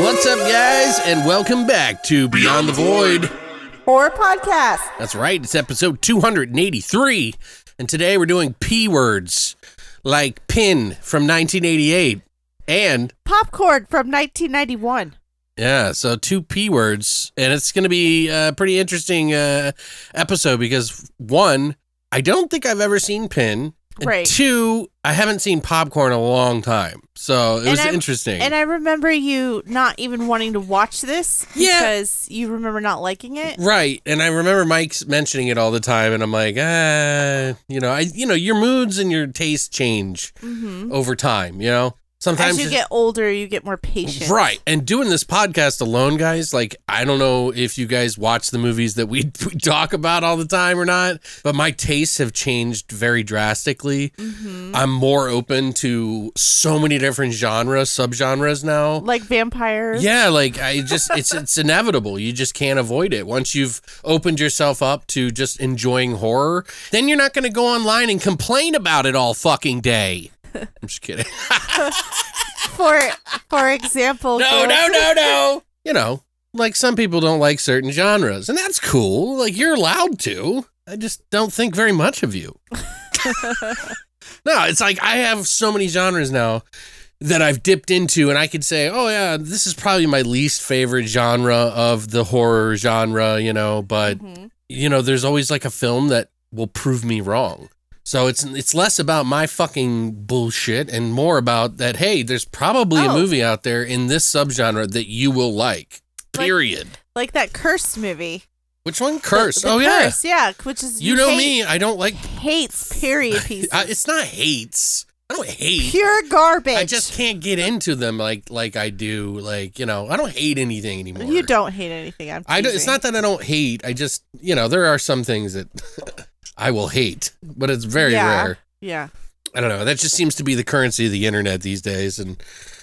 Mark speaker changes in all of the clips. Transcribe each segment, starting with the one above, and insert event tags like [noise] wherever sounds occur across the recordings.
Speaker 1: What's up, guys, and welcome back to Beyond the Void.
Speaker 2: Horror podcast.
Speaker 1: That's right, it's episode 283, and today we're doing P words like pin from 1988. And,
Speaker 2: Popcorn from 1991.
Speaker 1: yeah, so two P words, and it's going to be a pretty interesting uh, episode because one, I don't think I've ever seen pin. and
Speaker 2: Right.
Speaker 1: Two, I haven't seen popcorn in a long time. So it was
Speaker 2: I-
Speaker 1: interesting.
Speaker 2: And I remember you not even wanting to watch this
Speaker 1: Yeah.
Speaker 2: because you remember not liking it.
Speaker 1: Right, and I remember Mike's mentioning it all the time, and I'm like, ah, you know, I, you know, your moods and your tastes change over time. You know, sometimes
Speaker 2: Mm-hmm. As you
Speaker 1: it-
Speaker 2: get older, you get more patient.
Speaker 1: right. And doing this podcast alone, guys, like I don't know if you guys watch the movies that we, [laughs] we talk about all the time or not, but my tastes have changed very drastically.
Speaker 2: Mm-hmm.
Speaker 1: I'm more open to so many different genres, subgenres now.
Speaker 2: Like vampires.
Speaker 1: Yeah, like I just it's it's inevitable. You just can't avoid it. Once you've opened yourself up to just enjoying horror, then you're not going to go online and complain about it all fucking day. I'm just kidding. [laughs]
Speaker 2: For for example.
Speaker 1: No,
Speaker 2: girls- [laughs]
Speaker 1: no, no, no. You know, like some people don't like certain genres, and that's cool. Like you're allowed to. I just don't think very much of you. no, it's like I have so many genres now that I've dipped into, and I could say, oh, yeah, this is probably my least favorite genre of the horror genre, you know, but,
Speaker 2: Mm-hmm.
Speaker 1: you know, there's always like a film that will prove me wrong. So it's it's less about my fucking bullshit and more about that. Hey, there's probably a
Speaker 2: Oh.
Speaker 1: movie out there in this subgenre that you will like.
Speaker 2: Like-
Speaker 1: Period.
Speaker 2: Like that cursed movie.
Speaker 1: Which one? Curse.
Speaker 2: The
Speaker 1: oh yeah.
Speaker 2: Curse, yeah. Which is
Speaker 1: You know
Speaker 2: hate-
Speaker 1: me. I don't like.
Speaker 2: Hates period pieces.
Speaker 1: [laughs] I, it's not hates. I don't hate.
Speaker 2: Pure garbage.
Speaker 1: I just can't get into them like like I do. Like you know, I don't hate anything anymore.
Speaker 2: You don't hate anything. I'm.
Speaker 1: I don't, it's
Speaker 2: teasing.
Speaker 1: not that I don't hate. I just you know there are some things that [laughs] I will hate, but it's very
Speaker 2: Yeah.
Speaker 1: rare.
Speaker 2: Yeah.
Speaker 1: I don't know. That just seems to be the currency of the internet these days, and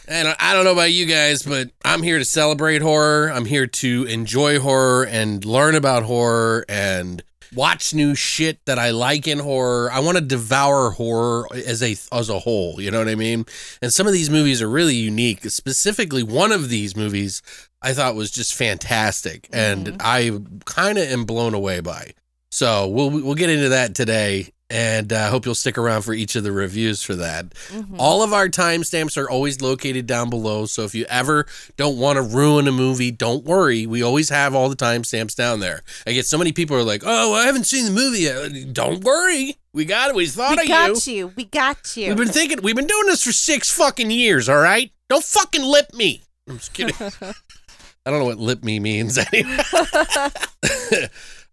Speaker 1: and I- I don't know about you guys, but I'm here to celebrate horror. I'm here to enjoy horror and learn about horror and watch new shit that I like in horror. I want to devour horror as a as a whole. You know what I mean? And some of these movies are really unique. Specifically, one of these movies I thought was just fantastic, and I kind of am blown away by. So we'll we'll get into that today, and uh, hope you'll stick around for each of the reviews for that.
Speaker 2: Mm-hmm.
Speaker 1: All of our timestamps are always located down below, so if you ever don't want to ruin a movie, don't worry. We always have all the timestamps down there. I get so many people are like, "Oh, I haven't seen the movie yet." Don't worry, we got it. We thought
Speaker 2: We
Speaker 1: of
Speaker 2: got you. We got
Speaker 1: We've
Speaker 2: you. [laughs]
Speaker 1: been thinking. We've been doing this for six fucking years. All right, don't fucking lip me. I'm just
Speaker 2: [laughs]
Speaker 1: kidding. I don't know what lip me means. [laughs] anyway.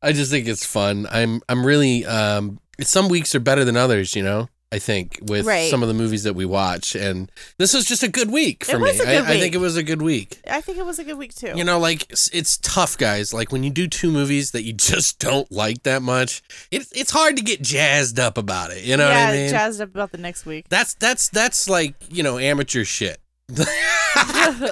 Speaker 1: I just think it's fun. I'm I'm really um. Some weeks are better than others. You know. I think with
Speaker 2: Right.
Speaker 1: some of the movies that we watch, and this was just a good week for
Speaker 2: It was
Speaker 1: me.
Speaker 2: a good
Speaker 1: I, I think
Speaker 2: week.
Speaker 1: it was a good week.
Speaker 2: I think it was a good week too.
Speaker 1: You know, like it's, it's tough, guys. Like when you do two movies that you [laughs] just don't like that much, it, it's hard to get jazzed up about it. You know
Speaker 2: yeah,
Speaker 1: what I mean?
Speaker 2: jazzed up about the next week.
Speaker 1: That's that's that's like you know amateur shit.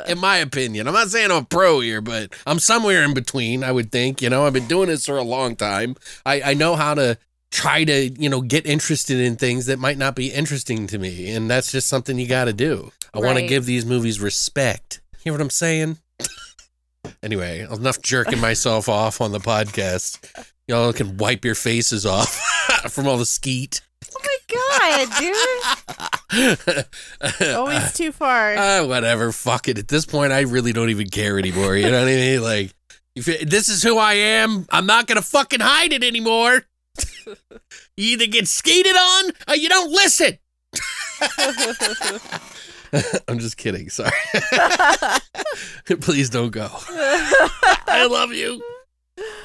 Speaker 1: in my opinion, I'm not saying I'm a pro here, but I'm somewhere in between. I would think. You know, I've been doing this for a long time. I I know how to try to you know get interested in things that might not be interesting to me, and that's just something you got to do. I want to
Speaker 2: Right.
Speaker 1: give these movies respect. Hear what I'm saying? [laughs] anyway, enough jerking myself off on the podcast. Y'all can [laughs] wipe your faces off from all the skeet.
Speaker 2: Oh my god, dude!
Speaker 1: [laughs]
Speaker 2: [laughs] Always too far.
Speaker 1: Ah, whatever. Fuck it. At this point, I really don't even care anymore. You know what I mean? Like, if it- this is who I am, I'm not gonna fucking hide it anymore. you either get skated on or you don't listen. [laughs] I'm just kidding. Sorry. [laughs] Please don't go. I love you,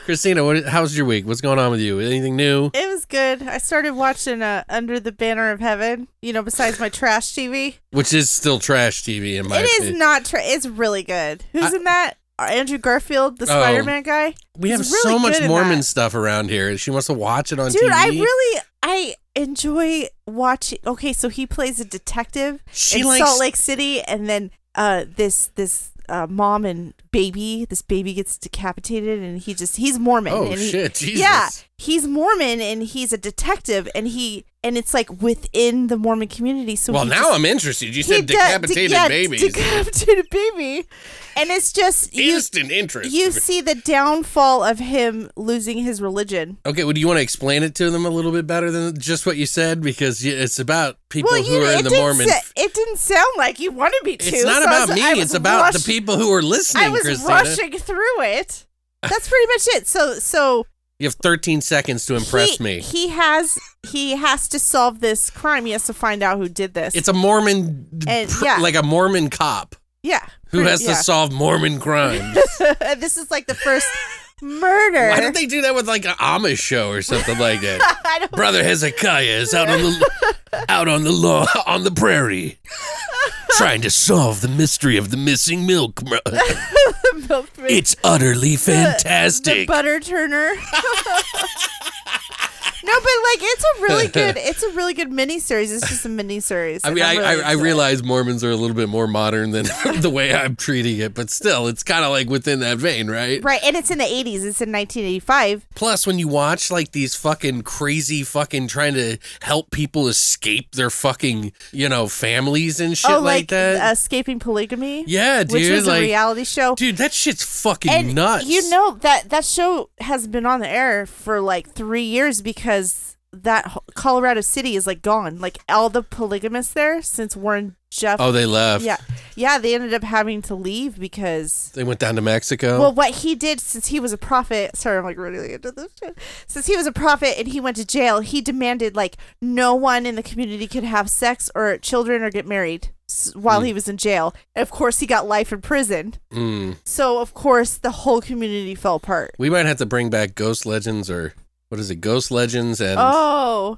Speaker 1: Christina. What, how's your week? What's going on with you? Anything new?
Speaker 2: it was good. I started watching uh, Under the Banner of Heaven. You know, besides my trash TV,
Speaker 1: Which is still trash TV in my
Speaker 2: it is
Speaker 1: opinion.
Speaker 2: not. Tra- it's really good. Who's
Speaker 1: I-
Speaker 2: in that? Uh, Andrew Garfield, the
Speaker 1: Oh.
Speaker 2: Spider-Man guy.
Speaker 1: we have
Speaker 2: He's really
Speaker 1: so much
Speaker 2: good in
Speaker 1: Mormon
Speaker 2: that.
Speaker 1: stuff around here. She wants to watch it on
Speaker 2: Dude,
Speaker 1: TV.
Speaker 2: I really I enjoy watching. Okay, so he plays a detective
Speaker 1: She
Speaker 2: in
Speaker 1: likes-
Speaker 2: Salt Lake City, and then uh, this this uh, mom and baby, this baby gets decapitated, and he just he's Mormon.
Speaker 1: Oh,
Speaker 2: and he-
Speaker 1: shit, Jesus.
Speaker 2: Yeah, he's Mormon, and he's a detective, and he and it's like within the Mormon community. So
Speaker 1: well,
Speaker 2: he
Speaker 1: now
Speaker 2: just-
Speaker 1: I'm interested. You
Speaker 2: he
Speaker 1: said
Speaker 2: de-
Speaker 1: decapitated
Speaker 2: yeah,
Speaker 1: babies.
Speaker 2: decapitated baby, and it's just you,
Speaker 1: Instant interest.
Speaker 2: you see the downfall of him losing his religion.
Speaker 1: okay, well, do you want to explain it to them a little bit better than just what you said? Because you- it's about people who are
Speaker 2: it
Speaker 1: in the
Speaker 2: didn't
Speaker 1: Mormon.
Speaker 2: sa- it didn't sound like you wanted me to.
Speaker 1: it's not
Speaker 2: so I
Speaker 1: about
Speaker 2: was-
Speaker 1: me.
Speaker 2: I was
Speaker 1: It's about the
Speaker 2: rush-
Speaker 1: people who are listening,
Speaker 2: I was
Speaker 1: Christina.
Speaker 2: rushing through it. That's pretty much it. So, so
Speaker 1: You have 13 seconds to impress
Speaker 2: he,
Speaker 1: me.
Speaker 2: He has he has to solve this crime. He has to find out who did this.
Speaker 1: it's a Mormon,
Speaker 2: And-
Speaker 1: pr-
Speaker 2: yeah.
Speaker 1: like a Mormon cop
Speaker 2: yeah.
Speaker 1: who
Speaker 2: pretty-
Speaker 1: has to
Speaker 2: yeah.
Speaker 1: solve Mormon crimes.
Speaker 2: [laughs] this is like the first murder.
Speaker 1: Why don't they do that with like an Amish show or something like that?
Speaker 2: [laughs]
Speaker 1: [laughs]
Speaker 2: I don't.
Speaker 1: Brother Hezekiah is out on the out on the law on the prairie, trying to solve the mystery of the missing milk. bro. It's utterly
Speaker 2: the
Speaker 1: fantastic.
Speaker 2: butter turner. [laughs] no, but like it's a
Speaker 1: [laughs]
Speaker 2: really good it's a really good mini series. It's just a mini series.
Speaker 1: I mean, I, I, I realize Mormons are a little bit more modern than [laughs] the way I'm treating it, but still, it's kind of like within that vein, right?
Speaker 2: Right, and it's in the 80s. It's in 1985.
Speaker 1: Plus, when you watch like these fucking crazy fucking trying to help people escape their fucking, you know, families and shit
Speaker 2: oh,
Speaker 1: like,
Speaker 2: like,
Speaker 1: that.
Speaker 2: Escaping Polygamy.
Speaker 1: yeah, dude.
Speaker 2: which was
Speaker 1: like,
Speaker 2: a reality show.
Speaker 1: Dude, that shit's fucking
Speaker 2: and
Speaker 1: nuts.
Speaker 2: you know that that show has been on the air for like three years because that ho- Colorado City is like gone. Like all the polygamists there since Warren Jeff.
Speaker 1: Oh, they left.
Speaker 2: yeah, yeah. They ended up having to leave because
Speaker 1: They went down to Mexico.
Speaker 2: Well, what he did since he was a prophet, sorry, I'm like really into this shit. Since he was a prophet and he went to jail, he demanded like no one in the community could have sex or children or get married s- while he was in jail. And of course, he got life in prison.
Speaker 1: Mm.
Speaker 2: So of course, the whole community fell apart.
Speaker 1: we might have to bring back Ghost Legends or what is it? Ghost Legends and
Speaker 2: Oh,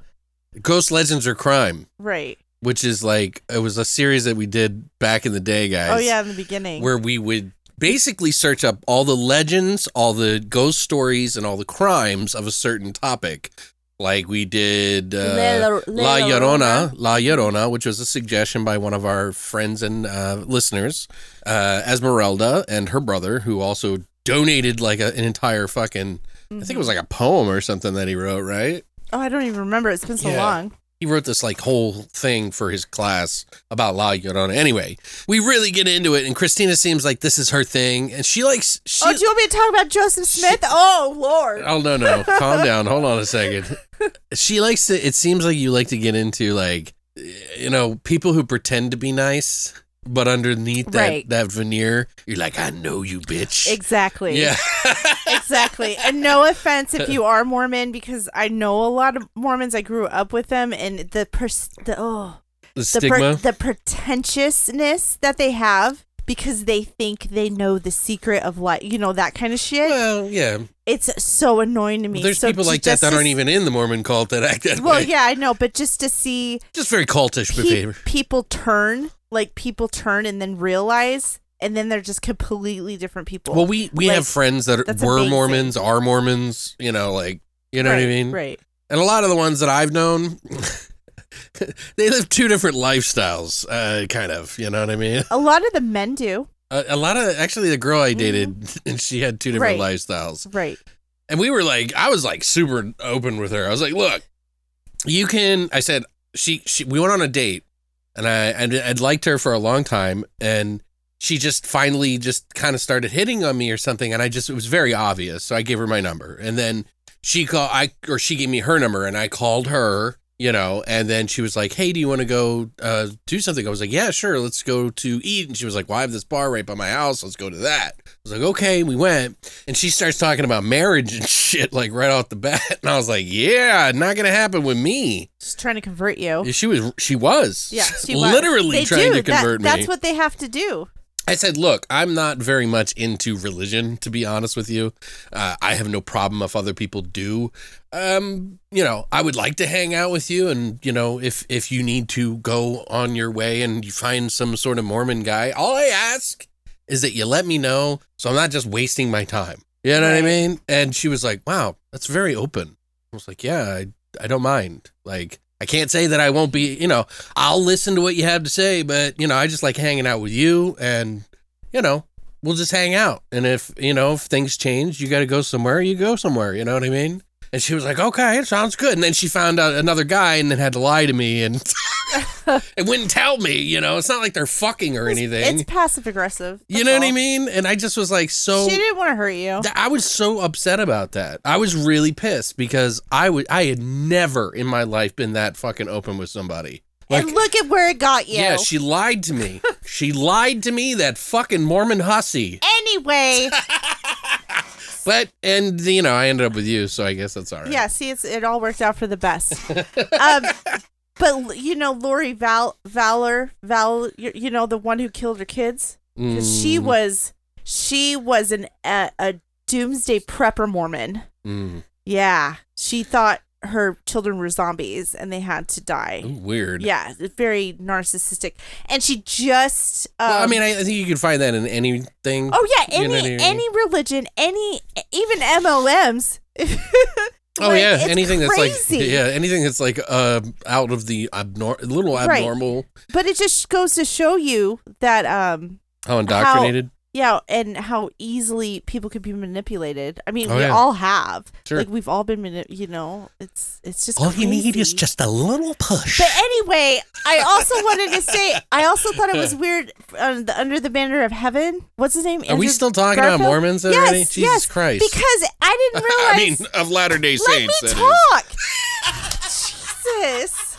Speaker 1: Ghost Legends or Crime,
Speaker 2: right.
Speaker 1: which is like it was a series that we did back in the day, guys.
Speaker 2: Oh yeah, in the beginning.
Speaker 1: Where we would basically search up all the legends, all the ghost stories, and all the crimes of a certain topic. Like we did uh,
Speaker 2: La- La-
Speaker 1: La Llorona, La Llorona, which was a suggestion by one of our friends and uh, listeners, uh, Esmeralda and her brother, who also donated like a, an entire fucking, I think it was like a poem or something that he wrote, right?
Speaker 2: oh, I don't even remember. It's been so
Speaker 1: Yeah.
Speaker 2: long.
Speaker 1: he wrote this like whole thing for his class about La Llorona. Anyway, we really get into it, and Christina seems like this is her thing, and she likes. She,
Speaker 2: oh, do you want me to talk about Joseph Smith? oh Lord.
Speaker 1: [laughs] oh no no, calm down. Hold on a
Speaker 2: [laughs]
Speaker 1: second. She likes to. It seems like you like to get into like, you know, people who pretend to be nice, but underneath that
Speaker 2: Right.
Speaker 1: that veneer, you're like, I know you, bitch.
Speaker 2: Exactly.
Speaker 1: Yeah.
Speaker 2: [laughs] exactly. And no offense if you are Mormon, because I know a lot of Mormons. I grew up with them, and the pers- the oh
Speaker 1: The
Speaker 2: the
Speaker 1: stigma.
Speaker 2: per- the pretentiousness that they have because they think they know the secret of life. You know that kind of shit.
Speaker 1: well, yeah.
Speaker 2: it's so annoying to me.
Speaker 1: There's
Speaker 2: So
Speaker 1: people
Speaker 2: to-
Speaker 1: like that
Speaker 2: just
Speaker 1: that
Speaker 2: to
Speaker 1: aren't
Speaker 2: s-
Speaker 1: even in the Mormon cult that act that [laughs]
Speaker 2: Well,
Speaker 1: way.
Speaker 2: yeah, I know, but just to see
Speaker 1: Just very cultish
Speaker 2: pe-
Speaker 1: behavior.
Speaker 2: people turn, like people turn and then realize, and then they're just completely different people.
Speaker 1: Well, we we
Speaker 2: Like,
Speaker 1: have friends that
Speaker 2: that's
Speaker 1: were
Speaker 2: amazing.
Speaker 1: Mormons, are Mormons. You know, like you know what I
Speaker 2: Right,
Speaker 1: mean.
Speaker 2: Right.
Speaker 1: And a lot of the ones that I've known, [laughs] they live two different lifestyles, uh, kind of. You know what I mean?
Speaker 2: A lot of the men do.
Speaker 1: A, a lot of actually, the girl I dated, [laughs] and she had two different
Speaker 2: Mm-hmm. Right.
Speaker 1: lifestyles,
Speaker 2: Right.
Speaker 1: and we were like, I was like super open with her. I was like, look, you can. I said she she we went on a date, and I and I'd liked her for a long time, and she just finally just kind of started hitting on me or something and i just it was very obvious so i gave her my number and then she called i or she gave me her number and i called her you know and then she was like hey do you want to go uh, do something i was like yeah sure let's go to eat and she was like well i have this bar right by my house let's go to that i was like okay we went and she starts talking about marriage and [laughs] shit like right off the bat [laughs] and i was like yeah not gonna happen with me
Speaker 2: Just trying to convert you.
Speaker 1: Yeah, she was she was
Speaker 2: Oh. Yeah,
Speaker 1: [laughs]
Speaker 2: she was.
Speaker 1: literally
Speaker 2: They
Speaker 1: trying to
Speaker 2: do.
Speaker 1: convert
Speaker 2: that,
Speaker 1: me
Speaker 2: That's what they have to do.
Speaker 1: I said, look, I'm not very much into religion, to be honest with you. Uh, I have no problem if other people do. Um, you know, I would like to hang out with you, and you know, if if you need to go on your way and you find some sort of Mormon guy, all I ask is that you let me know, so I'm not just wasting my time. You know what I
Speaker 2: Right.
Speaker 1: mean? And she was like, "Wow, that's very open." I was like, "Yeah, I I don't mind. Like, I can't say that I won't be, you know, I'll listen to what you have to say, but, you know, I just like hanging out with you and, you know, we'll just hang out. And if, you know, if things change, you got to go somewhere, you go somewhere. You know what I mean? And she was like, okay, it sounds good. And then she found out another guy and then had to lie to me and [laughs] it wouldn't tell me, you know, it's not like they're fucking or anything.
Speaker 2: It's passive aggressive.
Speaker 1: you know what I mean? And I just was like, so.
Speaker 2: she didn't want to hurt you.
Speaker 1: Th- I was so upset about that. I was really pissed because I would I had never in my life been that fucking open with somebody.
Speaker 2: and look at where it got you.
Speaker 1: yeah, she lied to me. she lied to me, that fucking Mormon hussy.
Speaker 2: anyway,
Speaker 1: But and you know, I ended up with you, so I guess that's all right.
Speaker 2: yeah. See, it's it all worked out for the best.
Speaker 1: [laughs]
Speaker 2: um, but you know, Lori Val Valor Val, you, you know, the one who killed her kids because she
Speaker 1: Mm,
Speaker 2: was she was an a, a doomsday prepper Mormon.
Speaker 1: mm.
Speaker 2: Yeah, she thought her children were zombies and they had to die.
Speaker 1: Ooh, weird.
Speaker 2: Yeah, very narcissistic, and she just. Um,
Speaker 1: Well, I mean, I, I think you can find that in anything.
Speaker 2: oh yeah,
Speaker 1: you know
Speaker 2: any
Speaker 1: what I mean?
Speaker 2: any religion, any even [laughs] MLMs.
Speaker 1: Oh
Speaker 2: Like,
Speaker 1: yeah,
Speaker 2: it's
Speaker 1: anything that's like
Speaker 2: crazy.
Speaker 1: yeah, anything that's like uh out of the abnor- little
Speaker 2: Right.
Speaker 1: abnormal,
Speaker 2: But it just goes to show you that um
Speaker 1: how indoctrinated.
Speaker 2: yeah, and how easily people can be manipulated. I mean,
Speaker 1: Oh,
Speaker 2: we
Speaker 1: yeah.
Speaker 2: all have.
Speaker 1: Sure.
Speaker 2: Like we've all been mani- you know, it's it's just crazy.
Speaker 1: a little push.
Speaker 2: But anyway,
Speaker 1: [laughs]
Speaker 2: I also wanted to say I also thought it was weird uh, the, under the banner of heaven. What's his name?
Speaker 1: Are we
Speaker 2: Andrew
Speaker 1: still talking about
Speaker 2: Garfield?
Speaker 1: Mormons
Speaker 2: Yes,
Speaker 1: already? Jesus
Speaker 2: yes,
Speaker 1: Christ.
Speaker 2: Because I didn't realize.
Speaker 1: [laughs] I mean, of Latter Day
Speaker 2: let
Speaker 1: Saints.
Speaker 2: me
Speaker 1: that is.
Speaker 2: talk. [laughs] Jesus,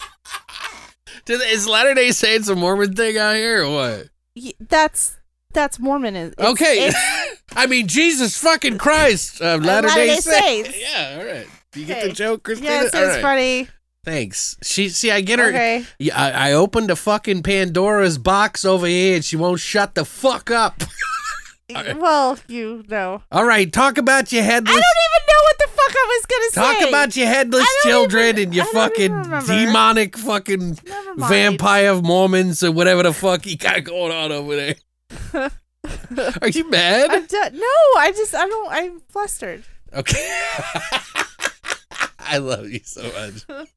Speaker 1: Do they- Is Latter Day Saints a Mormon thing out here or what?
Speaker 2: Y- that's that's Mormonism.
Speaker 1: Oh,
Speaker 2: It's-
Speaker 1: Okay,
Speaker 2: it's-
Speaker 1: [laughs] I mean Jesus fucking Christ of Latter Day
Speaker 2: Latter-day
Speaker 1: Saints.
Speaker 2: Saints.
Speaker 1: Yeah, all right. Do you get
Speaker 2: Okay.
Speaker 1: the joke, Christina?
Speaker 2: yes,
Speaker 1: All
Speaker 2: it's
Speaker 1: right.
Speaker 2: funny.
Speaker 1: Thanks. She see, I get her.
Speaker 2: Okay.
Speaker 1: Yeah, I, I opened a fucking Pandora's box over here, and she won't shut the fuck up. [laughs]
Speaker 2: Well, you know.
Speaker 1: All right, talk about your
Speaker 2: I
Speaker 1: headless.
Speaker 2: don't even know what the fuck I was gonna say.
Speaker 1: Talk about your headless
Speaker 2: I don't
Speaker 1: children
Speaker 2: even-
Speaker 1: and your
Speaker 2: I don't even
Speaker 1: fucking
Speaker 2: remember.
Speaker 1: demonic fucking
Speaker 2: Never mind.
Speaker 1: vampire Mormons or whatever the fuck you got going on over there.
Speaker 2: [laughs]
Speaker 1: Are you
Speaker 2: I'm
Speaker 1: mad?
Speaker 2: done. No, I just I don't. I'm flustered.
Speaker 1: Okay. [laughs] I love you so
Speaker 2: [laughs]
Speaker 1: much.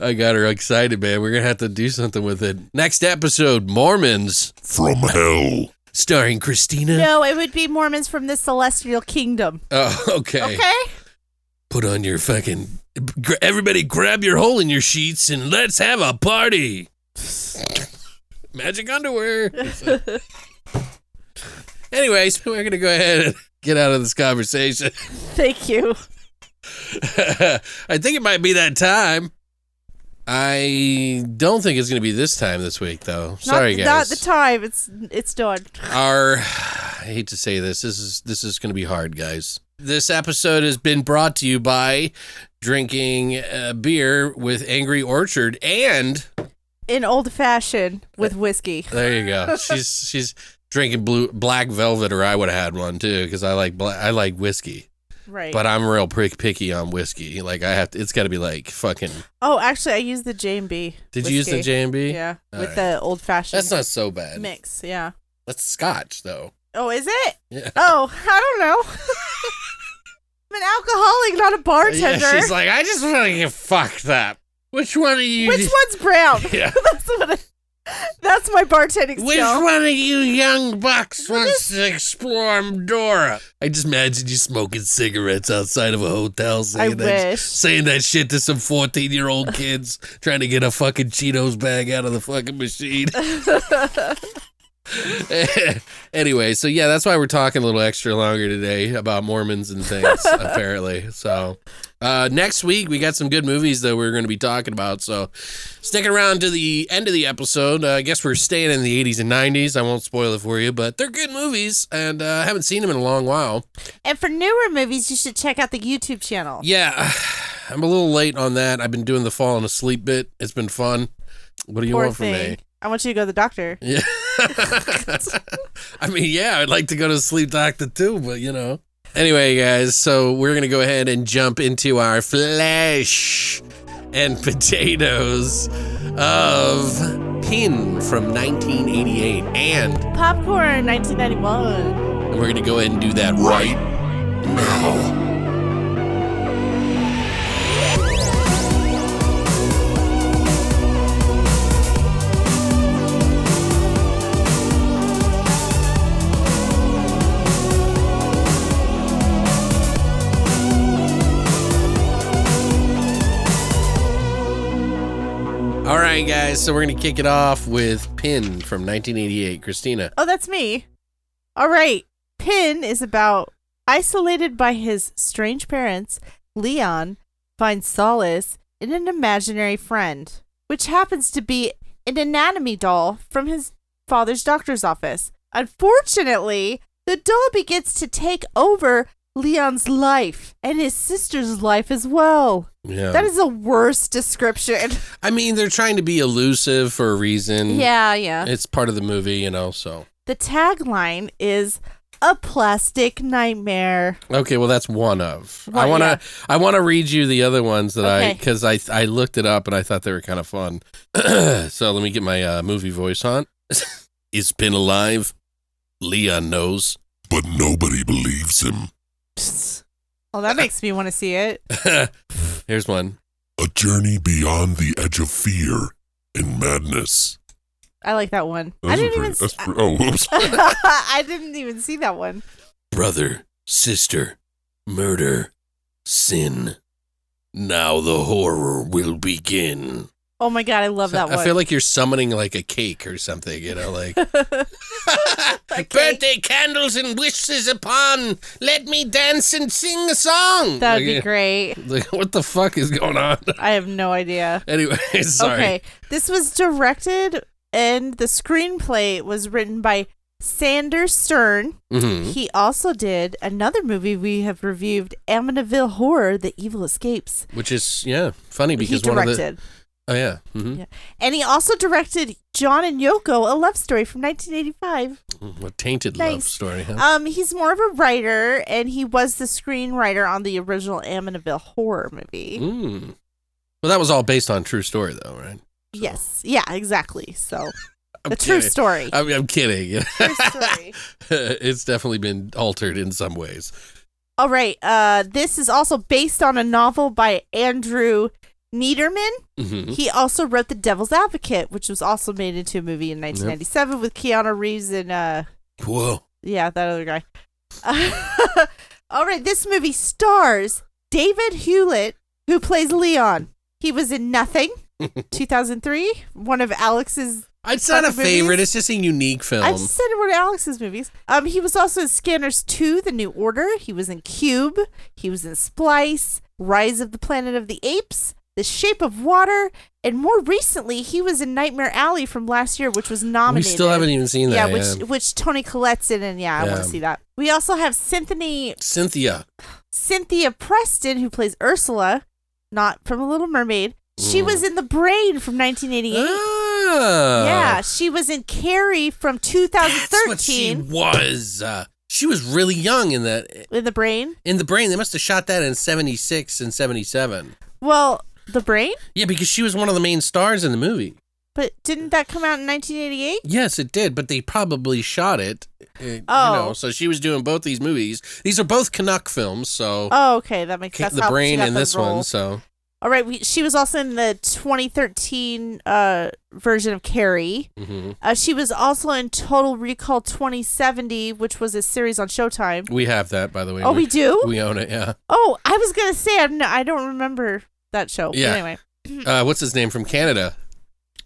Speaker 1: I got her excited, man. We're going to have to do something with it. Next episode Mormons,
Speaker 3: From hell.
Speaker 1: starring Christina.
Speaker 2: No, it would be Mormons from the celestial kingdom.
Speaker 1: Oh, okay.
Speaker 2: Okay.
Speaker 1: Put on your fucking. gra- Everybody grab your hole in your sheets and let's have a party. Magic underwear. Anyways, [laughs] we're going to go ahead and get out of this conversation. [laughs]
Speaker 2: Thank you.
Speaker 1: I think it might be that time. I don't think it's going to be this time this week, though. Sorry,
Speaker 2: not,
Speaker 1: guys.
Speaker 2: Not the time. It's it's done.
Speaker 1: Our, I hate to say this. This is this is going to be hard, guys. This episode has been brought to you by drinking uh, beer with Angry Orchard, and
Speaker 2: In old fashioned with whiskey.
Speaker 1: there you go. [laughs] she's she's drinking blue black velvet, or I would have had one too because I like bla- I like whiskey,
Speaker 2: Right.
Speaker 1: but I'm real prick picky on whiskey. Like I have to, it's got to be like fucking.
Speaker 2: oh, actually, I used the J and B.
Speaker 1: Did you use the J and B?
Speaker 2: Yeah,
Speaker 1: All
Speaker 2: with
Speaker 1: right.
Speaker 2: the old fashioned.
Speaker 1: That's not so bad.
Speaker 2: mix. Yeah.
Speaker 1: That's Scotch, though.
Speaker 2: Oh, is it?
Speaker 1: Yeah.
Speaker 2: Oh, I don't know. [laughs] I'm an alcoholic, not a
Speaker 1: Yeah,
Speaker 2: bartender.
Speaker 1: she's like, I just want to get fucked up. Which one of you?
Speaker 2: Which one's brown?
Speaker 1: [laughs] Yeah.
Speaker 2: [laughs] that's what. I- that's my bartending
Speaker 1: Which
Speaker 2: skill.
Speaker 1: one of you young bucks wants to explore Mdora? I just imagine you smoking cigarettes outside of a hotel, saying that
Speaker 2: wish.
Speaker 1: saying that shit to some fourteen year old [laughs] kids trying to get a fucking Cheetos bag out of the fucking machine. [laughs] anyway, so yeah, that's why we're talking a little extra longer today about Mormons and things, apparently. So uh, next week we got some good movies that we're going to be talking about. So stick around to the end of the episode. Uh, I guess we're staying in the 80s and 90s. I won't spoil it for you, but they're good movies, and uh, I haven't seen them in a long while.
Speaker 2: And for newer movies, you should check out the YouTube channel.
Speaker 1: Yeah, [sighs] I'm a little late on that. I've been doing the falling asleep bit. It's been fun. What do you
Speaker 2: Poor
Speaker 1: want from
Speaker 2: thing.
Speaker 1: me?
Speaker 2: I want you to go to the doctor.
Speaker 1: Yeah. I mean, yeah, I'd like to go to sleep doctor too, but you know. Anyway, guys, so we're going to go ahead and jump into our flesh and potatoes of Pin from 1988. And
Speaker 2: Popcorn, 1991.
Speaker 1: we're going to go ahead and do that right now. All right, guys, so we're going to kick it off with Pin from 1988. Christina.
Speaker 2: Oh, that's me. All right. Pin is about isolated by his strange parents, Leon finds solace in an imaginary friend, which happens to be an anatomy doll from his father's doctor's office. Unfortunately, the doll begins to take over Leon's life and his sister's life as well.
Speaker 1: Yeah.
Speaker 2: That is the worst description.
Speaker 1: I mean, they're trying to be elusive for a reason.
Speaker 2: [laughs] yeah, yeah.
Speaker 1: It's part of the movie, you know, so.
Speaker 2: The tagline is a plastic nightmare.
Speaker 1: Okay, well that's one of. I
Speaker 2: Well,
Speaker 1: want to
Speaker 2: yeah.
Speaker 1: I want to read you the other ones that I
Speaker 2: Okay.
Speaker 1: cuz I I looked it up and I thought they were kind of fun. [clears throat] so let me get my uh, movie voice on. [laughs] Is Pin alive? Leon knows. [laughs]
Speaker 3: but nobody believes him.
Speaker 2: Oh, that makes me want to see it.
Speaker 1: Here's one.
Speaker 3: A journey beyond the edge of fear and madness.
Speaker 2: I like that one. I
Speaker 3: Those are
Speaker 2: didn't even.
Speaker 3: pretty- that's
Speaker 2: s-
Speaker 3: pre- oh, oops.
Speaker 2: [laughs] I didn't even see that one.
Speaker 1: Brother, sister, murder, sin. Now the horror will begin.
Speaker 2: Oh my god, I love that one.
Speaker 1: I
Speaker 2: [laughs]
Speaker 1: feel like [laughs] you're summoning like a cake or something, you know, like
Speaker 2: cake.
Speaker 1: birthday candles and wishes upon. Let me dance and sing a song.
Speaker 2: that would be
Speaker 1: Like,
Speaker 2: great.
Speaker 1: Like, what the fuck is going on? [laughs]
Speaker 2: I have no idea.
Speaker 1: anyway, sorry.
Speaker 2: Okay, this was directed and the screenplay was written by Sander Stern.
Speaker 1: Mhm.
Speaker 2: He also did another movie we have reviewed, Amityville Horror: The Evil Escapes.
Speaker 1: Which is yeah, funny because
Speaker 2: he
Speaker 1: one of the
Speaker 2: directed,
Speaker 1: oh yeah, hmm
Speaker 2: yeah. and he also directed John and Yoko: A Love Story from 1985.
Speaker 1: Mm-hmm. a tainted love
Speaker 2: Nice.
Speaker 1: story. Huh?
Speaker 2: Um, he's more of a writer, and he was the screenwriter on the original Amityville horror movie.
Speaker 1: Mm. Well, that was all based on true story though, right?
Speaker 2: Yes, yeah, exactly. So
Speaker 1: I'm
Speaker 2: the true
Speaker 1: kidding.
Speaker 2: story.
Speaker 1: I'm, I'm kidding.
Speaker 2: [laughs]
Speaker 1: [laughs]
Speaker 2: True story.
Speaker 1: it's definitely been altered in some ways.
Speaker 2: All right. Uh, this is also based on a novel by Andrew Niederman.
Speaker 1: hmm
Speaker 2: He also wrote The Devil's Advocate, which was also made into a movie in 1997 with Keanu Reeves and uh,
Speaker 1: Whoa.
Speaker 2: Yeah, that other guy. [laughs] all right, this movie stars David Hewlett, who plays Leon. He was
Speaker 1: [laughs]
Speaker 2: in Nothing, 2003, one of Alex's.
Speaker 1: It's not a
Speaker 2: Fucking movies.
Speaker 1: favorite. It's just a unique film.
Speaker 2: I've said one of Alex's movies. Um, he was also in Scanners 2, The New Order. He was in Cube. He was in Splice, Rise of the Planet of the Apes, The Shape of Water, and more recently, he was in Nightmare Alley from last year, which was nominated.
Speaker 1: We still haven't even seen
Speaker 2: yeah,
Speaker 1: that.
Speaker 2: which which Tony Collette's in, and yeah, I want
Speaker 1: Yeah.
Speaker 2: to see that. We also have Cynthia
Speaker 1: Cynthia.
Speaker 2: Cynthia Preston, who plays Ursula, not from A Little Mermaid. She was in The Brain from 1988.
Speaker 1: Ah,
Speaker 2: yeah, she was in Carrie from
Speaker 1: That's what she
Speaker 2: 2013.
Speaker 1: was. Uh, she was really young in that.
Speaker 2: In The Brain?
Speaker 1: In the brain, they must have shot that in '76 and '77.
Speaker 2: Well, The Brain?
Speaker 1: Yeah, because she was one of the main stars in the movie.
Speaker 2: But didn't that come out in 1988?
Speaker 1: Yes, it did, but they probably shot it. uh, you
Speaker 2: Oh.
Speaker 1: know, so she was doing both these movies. These are both Canuck films, so
Speaker 2: Oh, okay, that makes sense.
Speaker 1: the brain and this one. So
Speaker 2: All right, we, she was also in the 2013 uh, version of Carrie.
Speaker 1: mhm.
Speaker 2: Uh, she was also in Total Recall 2070, which was a series on Showtime.
Speaker 1: we have that, by the way.
Speaker 2: Oh, we do?
Speaker 1: We own it. Yeah.
Speaker 2: Oh, I was gonna say I'm, I don't remember that show. But
Speaker 1: Yeah.
Speaker 2: Anyway,
Speaker 1: Uh, what's his name from Canada?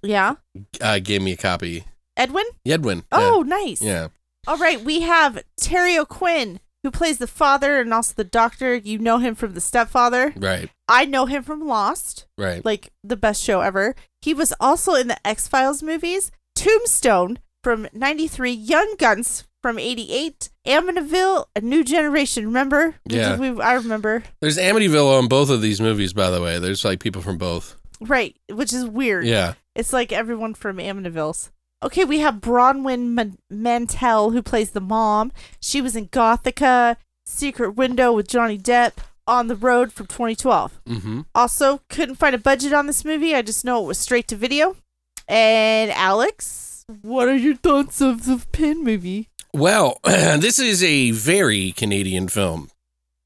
Speaker 2: yeah.
Speaker 1: uh, gave me a copy.
Speaker 2: Edwin?
Speaker 1: Yedwin.
Speaker 2: Oh, nice.
Speaker 1: yeah. yeah.
Speaker 2: All right, we have Terry O'Quinn, who plays the father and also the doctor. You know him from The Stepfather.
Speaker 1: Right.
Speaker 2: I know him from Lost,
Speaker 1: Right.
Speaker 2: like the best show ever. He was also in the X Files movies, Tombstone from 93, Young Guns from 88, Amityville, A New Generation. Remember? We
Speaker 1: Yeah.
Speaker 2: did- we- I remember.
Speaker 1: There's Amityville on both of these movies, by the way. There's like people from both.
Speaker 2: Right, which is weird.
Speaker 1: Yeah.
Speaker 2: It's like everyone from Amityville's. Okay, we have Bronwyn Man- Mantell, who plays the mom. She was in Gothica, Secret Window with Johnny Depp, On the Road from 2012.
Speaker 1: Mm-hmm.
Speaker 2: Also, couldn't find a budget on this movie. I just know it was straight to video. And Alex, what are your thoughts of the Pin movie?
Speaker 1: Well, [clears throat] this is a very Canadian film.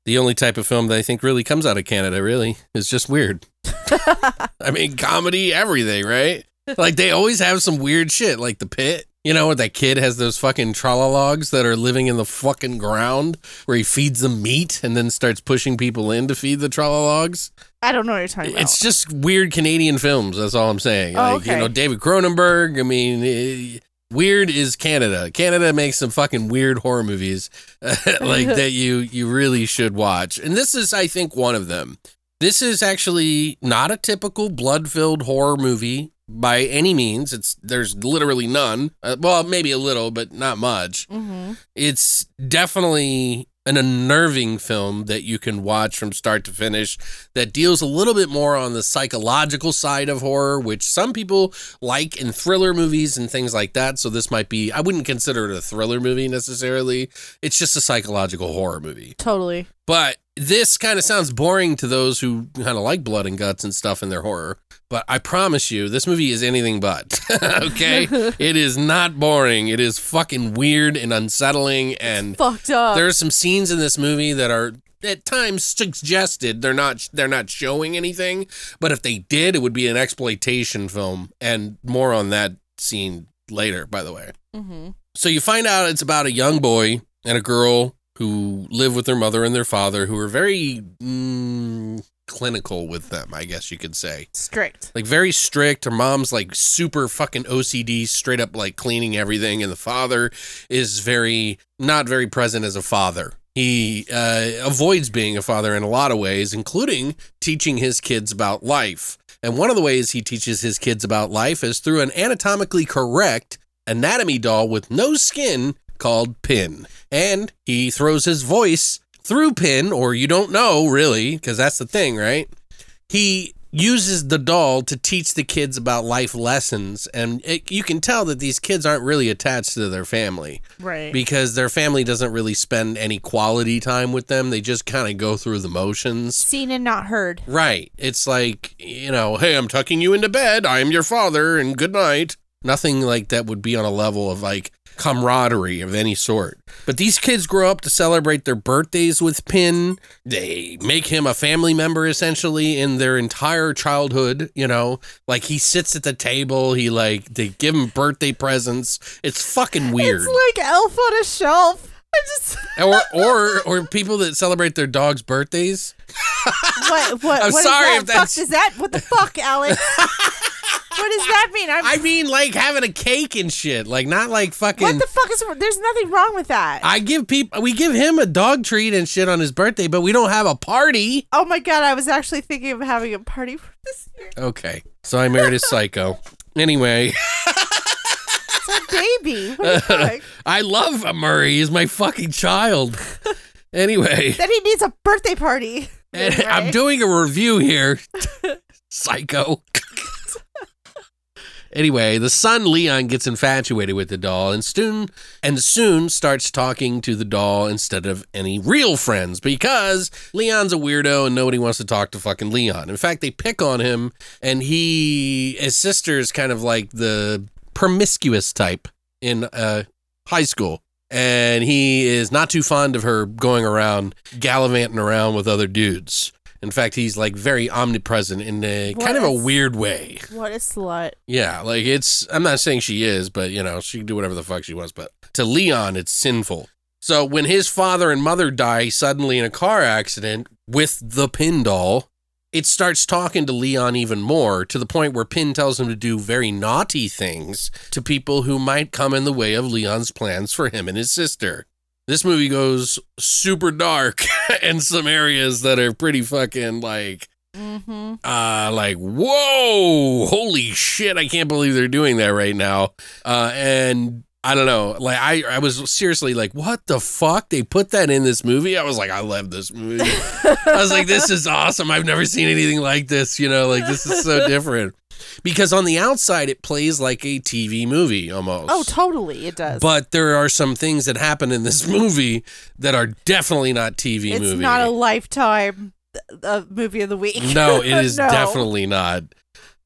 Speaker 1: The only type of film that I think really comes out of Canada, really, is just
Speaker 2: [laughs]
Speaker 1: weird. I mean, comedy, everything, right? Like they always have some weird shit, like the pit. You know, where that kid has those fucking trolologs that are living in the fucking ground, where he feeds them meat and then starts pushing people in to feed the trolologs.
Speaker 2: I don't know what you're talking about.
Speaker 1: It's just weird Canadian films. That's all I'm saying.
Speaker 2: Oh,
Speaker 1: like, You
Speaker 2: okay.
Speaker 1: know, David Cronenberg. I mean, eh, weird is Canada. Canada makes some fucking weird horror movies [laughs]
Speaker 2: [laughs]
Speaker 1: like that you you really should watch. And this is, I think, one of them. This is actually not a typical blood-filled horror movie by any means. It's there's literally none. Uh, well, maybe a little, but not much
Speaker 2: mm-hmm.
Speaker 1: it's definitely an unnerving film that you can watch from start to finish that deals a little bit more on the psychological side of horror which some people like in thriller movies and things like that so this might be i wouldn't consider it a thriller movie necessarily it's just a psychological horror movie
Speaker 2: Totally.
Speaker 1: but this kind of sounds boring to those who kind of like blood and guts and stuff in their horror. But I promise you, this movie is anything but. [laughs] okay? it is not boring. It is fucking weird and unsettling. And
Speaker 2: Fucked up.
Speaker 1: there are some scenes in this movie that are at times suggested they're not they're not showing anything but if they did it would be an exploitation film and more on that scene later by the way
Speaker 2: mm-hmm.
Speaker 1: so you find out it's about a young boy and a girl who live with their mother and their father who are very mm, clinical with them, I guess you could say.
Speaker 2: Strict.
Speaker 1: Like very strict. Her mom's like super fucking OCD, straight up like cleaning everything, and the father is very not very present as a father. He uh, avoids being a father in a lot of ways, including teaching his kids about life. And one of the ways he teaches his kids about life is through an anatomically correct anatomy doll with no skin called Pin. And he throws his voice through Pin, or you don't know really, because that's the thing, right? he uses the doll to teach the kids about life lessons and it, you can tell that these kids aren't really attached to their family
Speaker 2: Right.
Speaker 1: because their family doesn't really spend any quality time with them they just kind of go through the motions
Speaker 2: Seen and not heard.
Speaker 1: right it's like you know hey i'm tucking you into bed i'm your father and good night nothing like that would be on a level of like camaraderie of any sort but these kids grow up to celebrate their birthdays with Pin. They make him a family member essentially in their entire childhood, you know. Like he sits at the table, he like they give him birthday presents. It's fucking weird.
Speaker 2: It's like Elf on a Shelf. I
Speaker 1: [laughs]
Speaker 2: just.
Speaker 1: or or or people that celebrate their dog's birthdays.
Speaker 2: What? What?
Speaker 1: I'm
Speaker 2: what is
Speaker 1: sorry
Speaker 2: that?
Speaker 1: if that's-
Speaker 2: Fuck does that? What the fuck, Alex?
Speaker 1: [laughs]
Speaker 2: what does that mean? I'm,
Speaker 1: I mean like having a cake and shit. Like not like fucking
Speaker 2: what the fuck is? There's nothing wrong with that.
Speaker 1: I give people we give him a dog treat and shit on his birthday, but we don't have a party.
Speaker 2: oh my god! I was actually thinking of having a party for this year.
Speaker 1: Okay. So I married a psycho. Anyway,
Speaker 2: It's a baby. What the fuck?
Speaker 1: I love Murray. He's my fucking child.
Speaker 2: [laughs]
Speaker 1: anyway,
Speaker 2: [laughs] Then he needs a birthday party.
Speaker 1: I'm doing a review here. [laughs] Psycho. anyway, the son Leon gets infatuated with the doll and soon and soon starts talking to the doll instead of any real friends because Leon's a weirdo and nobody wants to talk to fucking Leon. In fact, they pick on him and he his sister is kind of like the promiscuous type in uh high school. And he is not too fond of her going around gallivanting around with other dudes. In fact, he's like very omnipresent in a kind of a
Speaker 2: What?
Speaker 1: weird way.
Speaker 2: What a slut.
Speaker 1: Yeah, like it's I'm not saying she is, but you know, she can do whatever the fuck she wants, but to Leon it's sinful. So when his father and mother die suddenly in a car accident with the pin doll, it starts talking to Leon even more to the point where Pin tells him to do very naughty things to people who might come in the way of Leon's plans for him and his sister. This movie goes super dark [laughs] in some areas that are pretty fucking like
Speaker 2: Mm-hmm.
Speaker 1: uh like whoa holy shit i can't believe they're doing that right now uh and i don't know like i i was seriously like what the fuck they put that in this movie i was like i love this movie i was like this is awesome i've never seen anything like this you know like this is
Speaker 2: [laughs]
Speaker 1: so different because on the outside it plays like a tv movie almost
Speaker 2: Oh, totally, it does.
Speaker 1: but there are some things that happen in this [laughs] movie that are definitely not tv
Speaker 2: it's
Speaker 1: movie
Speaker 2: not a lifetime uh, movie of the week.
Speaker 1: No, it is
Speaker 2: No.
Speaker 1: definitely not.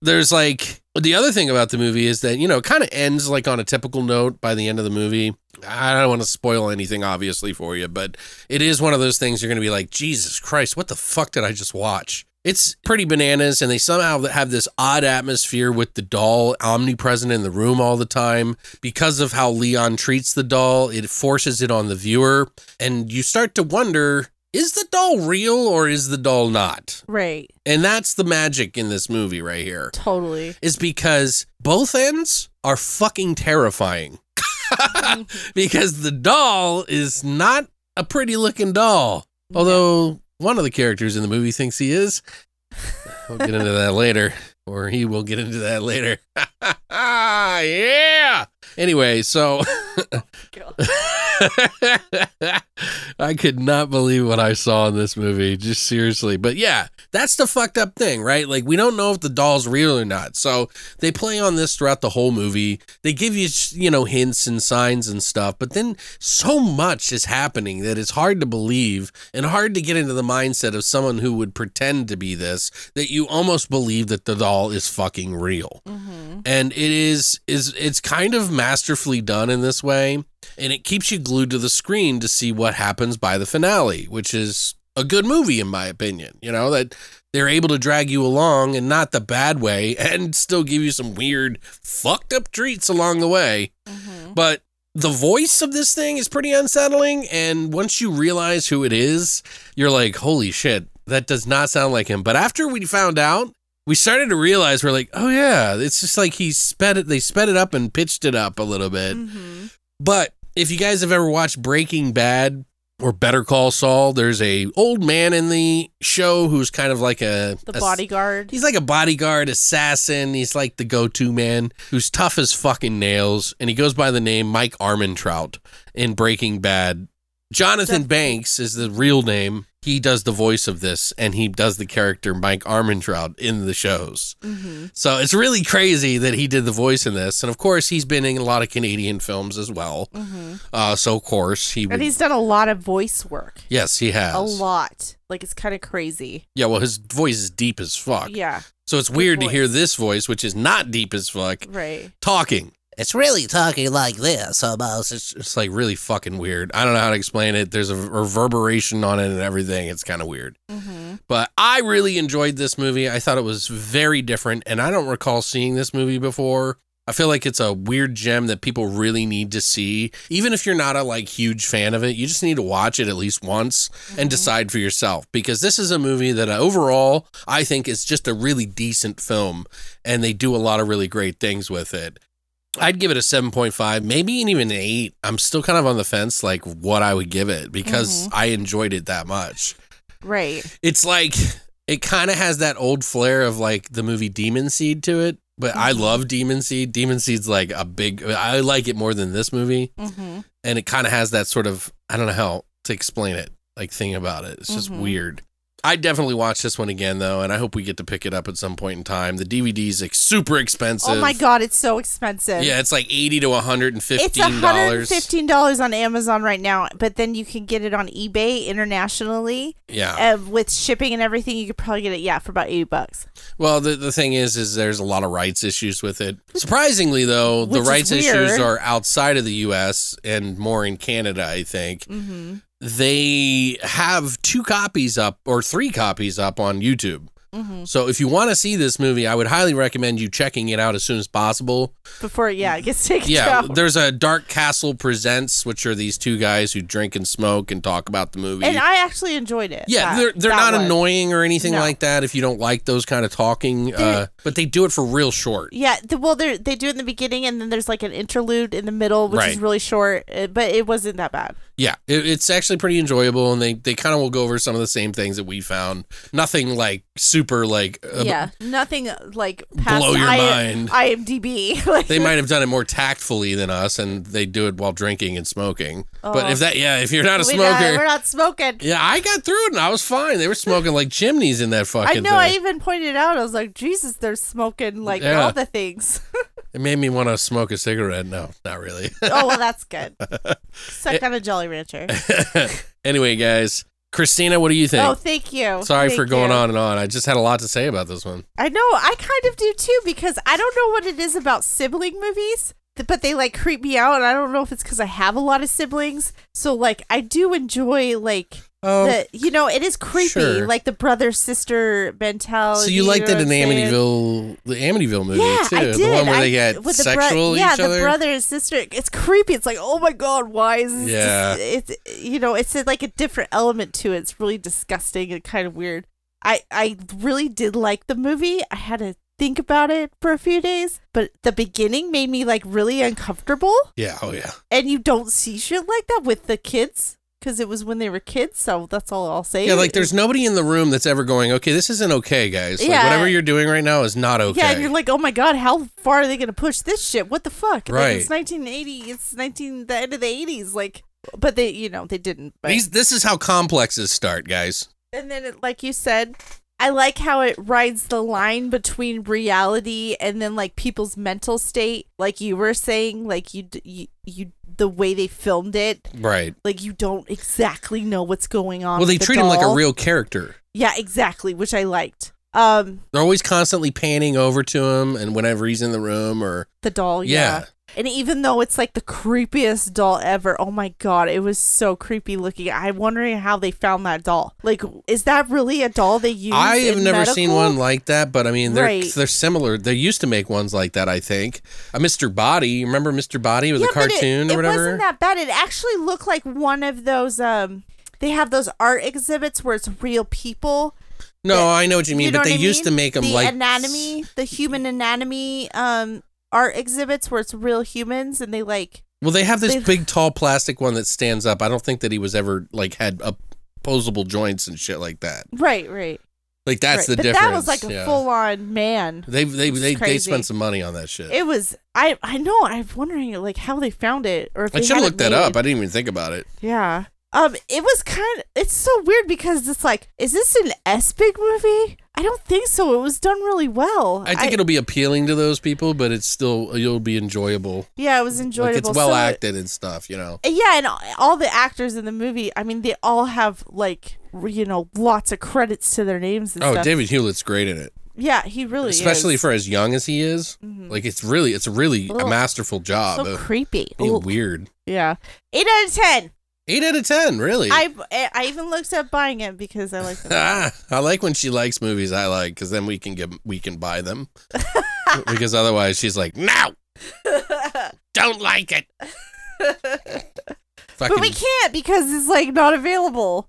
Speaker 1: There's like the other thing about the movie is that, you know, it kind of ends like on a typical note by the end of the movie. I don't want to spoil anything obviously for you, but it is one of those things you're going to be like, "Jesus Christ, what the fuck did I just watch?" It's pretty bananas and they somehow have this odd atmosphere with the doll omnipresent in the room all the time because of how Leon treats the doll. It forces it on the viewer and you start to wonder, is the doll real or is the doll not?
Speaker 2: [laughs] Right,
Speaker 1: And that's the magic in this movie right here.
Speaker 2: totally.
Speaker 1: Is because both ends are fucking terrifying. [laughs] because the doll is not a pretty looking doll.
Speaker 2: [laughs]
Speaker 1: Although one of the characters in the movie thinks he is. We'll get into that later. Or he will get into that later. [laughs] yeah. Anyway, so [laughs] I could not believe what I saw in this movie. Just seriously. But yeah, that's the fucked up thing, right? Like, we don't know if the doll's real or not. So they play on this throughout the whole movie. They give you, you know, hints and signs and stuff. But then so much is happening that it's hard to believe and hard to get into the mindset of someone who would pretend to be this that you almost believe that the doll is fucking real and it is is it's kind of masterfully done in this way and it keeps you glued to the screen to see what happens by the finale which is a good movie in my opinion you know that they're able to drag you along and not the bad way [laughs] and still give you some weird fucked up treats along the way but the voice of this thing is pretty unsettling and once you realize who it is you're like holy shit that does not sound like him but after we found out we started to realize we're like, oh yeah, it's just like he sped it. They sped it up and pitched it up a little
Speaker 2: Mm-hmm.
Speaker 1: bit. But if you guys have ever watched Breaking Bad or Better Call Saul, there's a old man in the show who's kind of like a
Speaker 2: The
Speaker 1: a-
Speaker 2: bodyguard.
Speaker 1: He's like a bodyguard assassin. He's like the go-to man who's tough as fucking nails, and he goes by the name Mike Armentrout in Breaking Bad. Jonathan Banks is the real name. He does the voice of this, and he does the character Mike Armentrout in the shows.
Speaker 2: Mm-hmm.
Speaker 1: So it's really crazy that he did the voice in this, and of course he's been in a lot of Canadian films as well. Uh, so of course he would.
Speaker 2: Mm-hmm. And he's done a lot of voice work.
Speaker 1: yes, he has
Speaker 2: A lot. Like it's kind of crazy.
Speaker 1: Yeah, well, his voice is deep as fuck.
Speaker 2: Yeah.
Speaker 1: So it's weird to
Speaker 2: voice.
Speaker 1: hear this voice, which is not deep as fuck,
Speaker 2: Right.
Speaker 1: talking. It's really talking like this almost. It's, it's like really fucking weird. I don't know how to explain it. There's a reverberation on it and everything. It's kind of weird. But I really enjoyed this movie. I thought it was very different, and I don't recall seeing this movie before. I feel like it's a weird gem that people really need to see. Even if you're not a like huge fan of it, you just need to watch it at least once and decide for yourself because this is a movie that I, overall I think is just a really decent film and they do a lot of really great things with it. I'd give it a 7.5, maybe even an 8. I'm still kind of on the fence like what I would give it because I enjoyed it that much
Speaker 2: Right.
Speaker 1: it's like it kind of has that old flair of like the movie Demon Seed to it. But I
Speaker 2: Mm-hmm.
Speaker 1: love Demon Seed. Demon Seed's like a big. I like it more than this movie,
Speaker 2: Mm-hmm.
Speaker 1: and it kind of has that sort of I don't know how to explain it. Like thing about it, it's just
Speaker 2: Mhm.
Speaker 1: weird. I definitely watch this one again though, and I hope we get to pick it up at some point in time. The DVD's like super expensive.
Speaker 2: Oh my god, it's so expensive.
Speaker 1: Yeah, it's like eighty to one hundred and
Speaker 2: It's
Speaker 1: fifteen dollars.
Speaker 2: $115 on Amazon right now, but then you can get it on eBay internationally.
Speaker 1: Yeah.
Speaker 2: Uh, with shipping and everything, you could probably get it, yeah, for about 80 bucks.
Speaker 1: Well, the, the thing is, is there's a lot of rights issues with it. Surprisingly, though,
Speaker 2: Which
Speaker 1: the
Speaker 2: is
Speaker 1: rights issues
Speaker 2: weird.
Speaker 1: are outside of the U.S. and more in Canada. I think
Speaker 2: Mm-hmm.
Speaker 1: they have two copies up or three copies up on YouTube.
Speaker 2: Mm-hmm.
Speaker 1: So if you want to see this movie, I would highly recommend you checking it out as soon as possible.
Speaker 2: before yeah it gets [laughs] taken
Speaker 1: Yeah,
Speaker 2: down.
Speaker 1: there's a Dark Castle Presents, which are these two guys who drink and smoke and talk about the movie.
Speaker 2: and I actually enjoyed it.
Speaker 1: yeah,
Speaker 2: that-
Speaker 1: they're they're
Speaker 2: that
Speaker 1: not
Speaker 2: one.
Speaker 1: annoying or anything
Speaker 2: No.
Speaker 1: like that if you don't like those kind of talking. Uh, but they do it for real short.
Speaker 2: Yeah, the, well, they they do it in the beginning, and then there's like an interlude in the middle, which is
Speaker 1: Right. Uh,
Speaker 2: really short, uh, but it wasn't that bad.
Speaker 1: Yeah, it, it's actually pretty enjoyable, and they they kind of will go over some of the same things that we found. Nothing like super like uh,
Speaker 2: yeah, nothing uh, like past
Speaker 1: Blow your
Speaker 2: I-
Speaker 1: mind.
Speaker 2: IMDb. [laughs] like,
Speaker 1: they might have done it more tactfully than us, and they do it while drinking and smoking. But if that, yeah, if you're not a
Speaker 2: Oh. we
Speaker 1: smoker,
Speaker 2: not- we're not smoking.
Speaker 1: yeah, I got through it and I was fine. They were smoking like chimneys in that
Speaker 2: I
Speaker 1: fucking
Speaker 2: know. I
Speaker 1: thing.
Speaker 2: even pointed out. I was like, Jesus, they're smoking like
Speaker 1: Yeah.
Speaker 2: all the things. [laughs]
Speaker 1: It made me want to smoke a cigarette. No, not really. [laughs]
Speaker 2: oh well, that's good. Suck on a Jolly Rancher.
Speaker 1: anyway, guys, Christina, what do you think?
Speaker 2: Oh, thank you.
Speaker 1: Sorry for
Speaker 2: Thank
Speaker 1: going
Speaker 2: you.
Speaker 1: on and on. I just had a lot to say about this one.
Speaker 2: I know. I kind of do too because I don't know what it is about sibling movies, th- but they like creep me out. And I don't know if it's because I have a lot of siblings. So like I do enjoy like
Speaker 1: Oh,
Speaker 2: the you know it is creepy
Speaker 1: sure.
Speaker 2: like the brother sister mentality.
Speaker 1: so you liked
Speaker 2: know
Speaker 1: it
Speaker 2: what
Speaker 1: in
Speaker 2: I'm saying?
Speaker 1: Amityville, the Amityville movie
Speaker 2: oh, Yeah,
Speaker 1: too,
Speaker 2: I did.
Speaker 1: the one where
Speaker 2: I-
Speaker 1: they get
Speaker 2: with the bro-
Speaker 1: sexual with
Speaker 2: yeah,
Speaker 1: each other.
Speaker 2: the brother and sister. It's creepy. It's like, oh my god, why is this?
Speaker 1: Yeah.
Speaker 2: It's you know, it's like a different element to it. It's really disgusting and kind of weird. I I really did like the movie. I had to think about it for a few days, but the beginning made me like really uncomfortable.
Speaker 1: yeah, oh yeah.
Speaker 2: And you don't see shit like that with the kids because it was when they were kids. So that's all I'll say.
Speaker 1: Yeah, like there's nobody in the room that's ever going, okay, this isn't okay, guys. Like,
Speaker 2: Yeah.
Speaker 1: Whatever you're doing right now is not okay.
Speaker 2: Yeah, and you're like, oh my god, how far are they going to push this shit? What the fuck? Like,
Speaker 1: Right.
Speaker 2: it's 1980. It's 19 the end of the 80s. Like, but they, you know, they didn't. But,
Speaker 1: These, this is how complexes start, guys.
Speaker 2: and then, it, like you said, I like how it rides the line between reality and then like people's mental state. Like you were saying, like you, d- you, you the way they filmed it,
Speaker 1: Right.
Speaker 2: like you don't exactly know what's going on.
Speaker 1: Well, they
Speaker 2: with Um, the
Speaker 1: treat him like a
Speaker 2: doll.
Speaker 1: real character.
Speaker 2: Yeah, exactly, which I liked. Um,
Speaker 1: They're always constantly panning over to him, and whenever he's in the room, or
Speaker 2: the doll.
Speaker 1: Yeah.
Speaker 2: Oh, Yeah. And even though it's like the creepiest doll ever, oh my god, it was so creepy looking. I'm wondering how they found that doll. Like, is that really a doll they used?
Speaker 1: I have
Speaker 2: in
Speaker 1: never seen
Speaker 2: medical?
Speaker 1: one like that. But I mean, they're
Speaker 2: Right.
Speaker 1: they're similar. They used to make ones like that. I think. Uh, Mr. Body, you remember Mr. Body with a
Speaker 2: but
Speaker 1: cartoon
Speaker 2: it,
Speaker 1: or whatever.
Speaker 2: It wasn't that bad. It actually looked like one of those. Um, they have those art exhibits where it's real people.
Speaker 1: no, I know what you mean.
Speaker 2: you know
Speaker 1: but
Speaker 2: what
Speaker 1: they
Speaker 2: I
Speaker 1: used to
Speaker 2: mean?
Speaker 1: make them
Speaker 2: the
Speaker 1: like
Speaker 2: anatomy, the human anatomy, um, art exhibits where it's real humans and they like
Speaker 1: Well, they have this
Speaker 2: They-
Speaker 1: big, tall plastic one that stands up. I don't think that he was ever like had opposable joints and shit like that.
Speaker 2: right, right,
Speaker 1: Like that's
Speaker 2: right.
Speaker 1: the
Speaker 2: but
Speaker 1: difference.
Speaker 2: that was like a
Speaker 1: yeah.
Speaker 2: full on man.
Speaker 1: They they they, they
Speaker 2: crazy.
Speaker 1: spent some money on that shit.
Speaker 2: It was I I know I'm wondering like how they found it or if
Speaker 1: I
Speaker 2: they
Speaker 1: should have
Speaker 2: had it
Speaker 1: looked that
Speaker 2: made.
Speaker 1: up. I didn't even think about it.
Speaker 2: yeah. Um, it was kind of it's so weird because it's like, is this an S big movie? I don't think so. It was done really well.
Speaker 1: I think it'll be appealing to those people, but it's still it'll be enjoyable.
Speaker 2: yeah, it was enjoyable.
Speaker 1: Like it's well
Speaker 2: So-
Speaker 1: acted and stuff. You know.
Speaker 2: Yeah, and all the actors in the movie, I mean, they all have like r- you know lots of credits to their names and
Speaker 1: Oh,
Speaker 2: stuff.
Speaker 1: David Hewlett's great in it,
Speaker 2: Yeah, he really
Speaker 1: especially
Speaker 2: is.
Speaker 1: for as young as he is. Like it's really it's really a
Speaker 2: Ugh.
Speaker 1: masterful job.
Speaker 2: so
Speaker 1: of
Speaker 2: creepy. Oh.
Speaker 1: being
Speaker 2: Ugh.
Speaker 1: weird.
Speaker 2: Yeah, eight out of ten.
Speaker 1: Eight out of ten, really.
Speaker 2: I I even looked up buying it because
Speaker 1: [laughs]
Speaker 2: I like. [laughs]
Speaker 1: Ah, [laughs] I like when she likes movies I like because then we can get we can buy
Speaker 2: [laughs]
Speaker 1: them. because otherwise, she's like, no, don't like it. Fucking
Speaker 2: But we can't because it's like not available.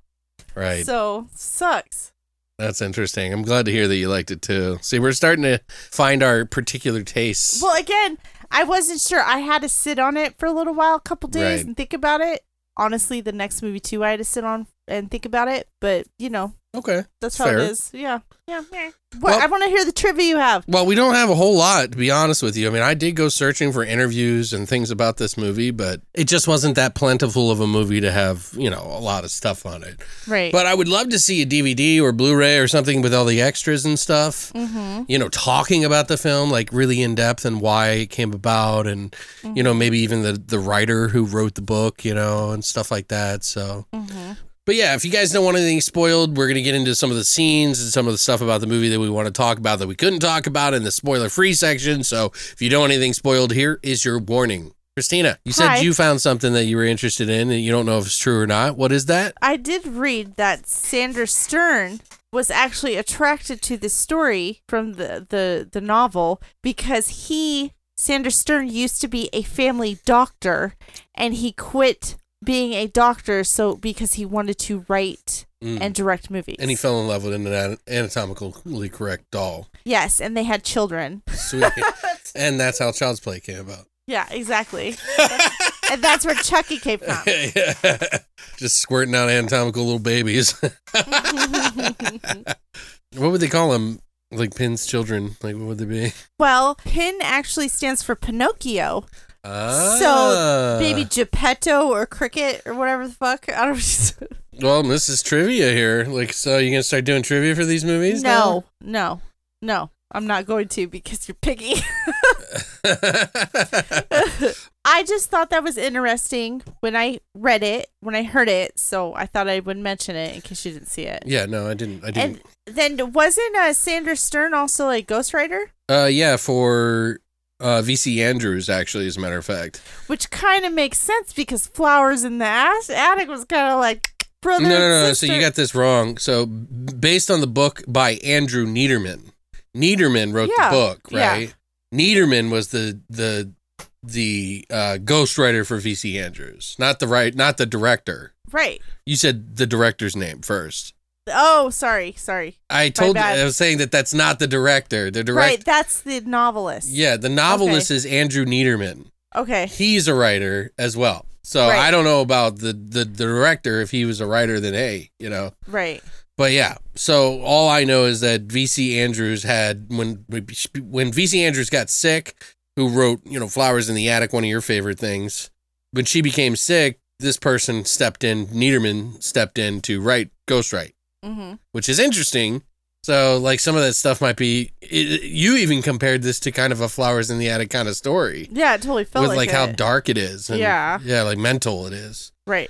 Speaker 1: right.
Speaker 2: So sucks.
Speaker 1: That's interesting. I'm glad to hear that you liked it too. See, we're starting to find our particular tastes.
Speaker 2: Well, again, I wasn't sure. I had to sit on it for a little while, a couple days,
Speaker 1: Right.
Speaker 2: and think about it. Honestly, the next movie too, I had to sit on and think about it. But you know,
Speaker 1: okay,
Speaker 2: that's how
Speaker 1: fair.
Speaker 2: it is. Yeah, yeah. yeah. What
Speaker 1: Well-
Speaker 2: I want to hear the trivia you have.
Speaker 1: Well, we don't have a whole lot to be honest with you. I mean, I did go searching for interviews and things about this movie, but it just wasn't that plentiful of a movie to have you know a lot of stuff on it.
Speaker 2: Right.
Speaker 1: But I would love to see a DVD or Blu-ray or something with all the extras and stuff.
Speaker 2: Mm-hmm.
Speaker 1: You know, talking about the film like really in depth and why it came about, and you know maybe even the the writer who wrote the book, you know, and stuff like that. So. But yeah, if you guys don't want anything spoiled, we're going to get into some of the scenes and some of the stuff about the movie that we want to talk about that we couldn't talk about in the spoiler free section. So if you don't want anything spoiled, here is your warning. Christina, you said
Speaker 2: Hi.
Speaker 1: you found something that you were interested in and you don't know if it's true or not. What is that?
Speaker 2: I did read that Sandra Stern was actually attracted to this story from the, the, the novel because he, Sanders Stern, used to be a family doctor and he quit being a doctor so because he wanted to write and direct movies.
Speaker 1: Mm. And he fell in love with an ana- anatomically correct doll.
Speaker 2: yes, and they had children. [laughs]
Speaker 1: Sweet. and that's how Child's Play came about.
Speaker 2: Yeah,
Speaker 1: [laughs]
Speaker 2: exactly. and that's where Chucky came from.
Speaker 1: Just squirting out anatomical little babies. [laughs] what would they call them? Like Pin's children. Like, what would they be?
Speaker 2: Well, PIN actually stands for Pinocchio.
Speaker 1: Ah.
Speaker 2: So maybe Geppetto or Cricket or whatever the fuck. I don't [laughs]
Speaker 1: Well, this is trivia here. Like, so you gonna start doing trivia for these movies?
Speaker 2: No, no, no. I'm not going to because you're picky. [laughs]
Speaker 1: now?
Speaker 2: I just thought that was interesting when I read it, when I heard it, so I thought I would mention it in case you didn't see it.
Speaker 1: [laughs] yeah, no, I didn't. I
Speaker 2: And
Speaker 1: didn't.
Speaker 2: then wasn't uh, Sandra Stern also a ghostwriter?
Speaker 1: uh, yeah, for uh, VC Andrews, actually, as a matter of fact.
Speaker 2: Which kind of makes sense because Flowers in the ass- Attic was kind of like brother.
Speaker 1: No, no,
Speaker 2: and
Speaker 1: no, no. So
Speaker 2: sister.
Speaker 1: you got this wrong. So based on the book by Andrew Niederman, Niederman wrote
Speaker 2: Yeah,
Speaker 1: the book,
Speaker 2: yeah.
Speaker 1: right? Niederman was the the the uh, ghostwriter for VC Andrews, not the right, not the director.
Speaker 2: right.
Speaker 1: You said the director's name first.
Speaker 2: Oh, sorry, sorry.
Speaker 1: I told you,
Speaker 2: bad.
Speaker 1: I was saying that that's not the director. The direct,
Speaker 2: Right, that's the novelist.
Speaker 1: yeah, the novelist is Andrew Niederman.
Speaker 2: Okay.
Speaker 1: He's a writer as well. So
Speaker 2: Right.
Speaker 1: I don't know about the, the director if he was a writer. Then hey, you know.
Speaker 2: Right.
Speaker 1: But yeah, so all I know is that VC Andrews had when when VC Andrews got sick, who wrote you know Flowers in the Attic, one of your favorite things. When she became sick, this person stepped in. Niederman stepped in to write Ghostwrite,
Speaker 2: Mm-hmm.
Speaker 1: which is interesting. So like some of that stuff might be. It, you even compared this to kind of a Flowers in the Attic kind of story
Speaker 2: Yeah, it totally felt
Speaker 1: with like,
Speaker 2: like,
Speaker 1: how
Speaker 2: it.
Speaker 1: dark it is.
Speaker 2: Yeah.
Speaker 1: yeah, like mental it is
Speaker 2: Right.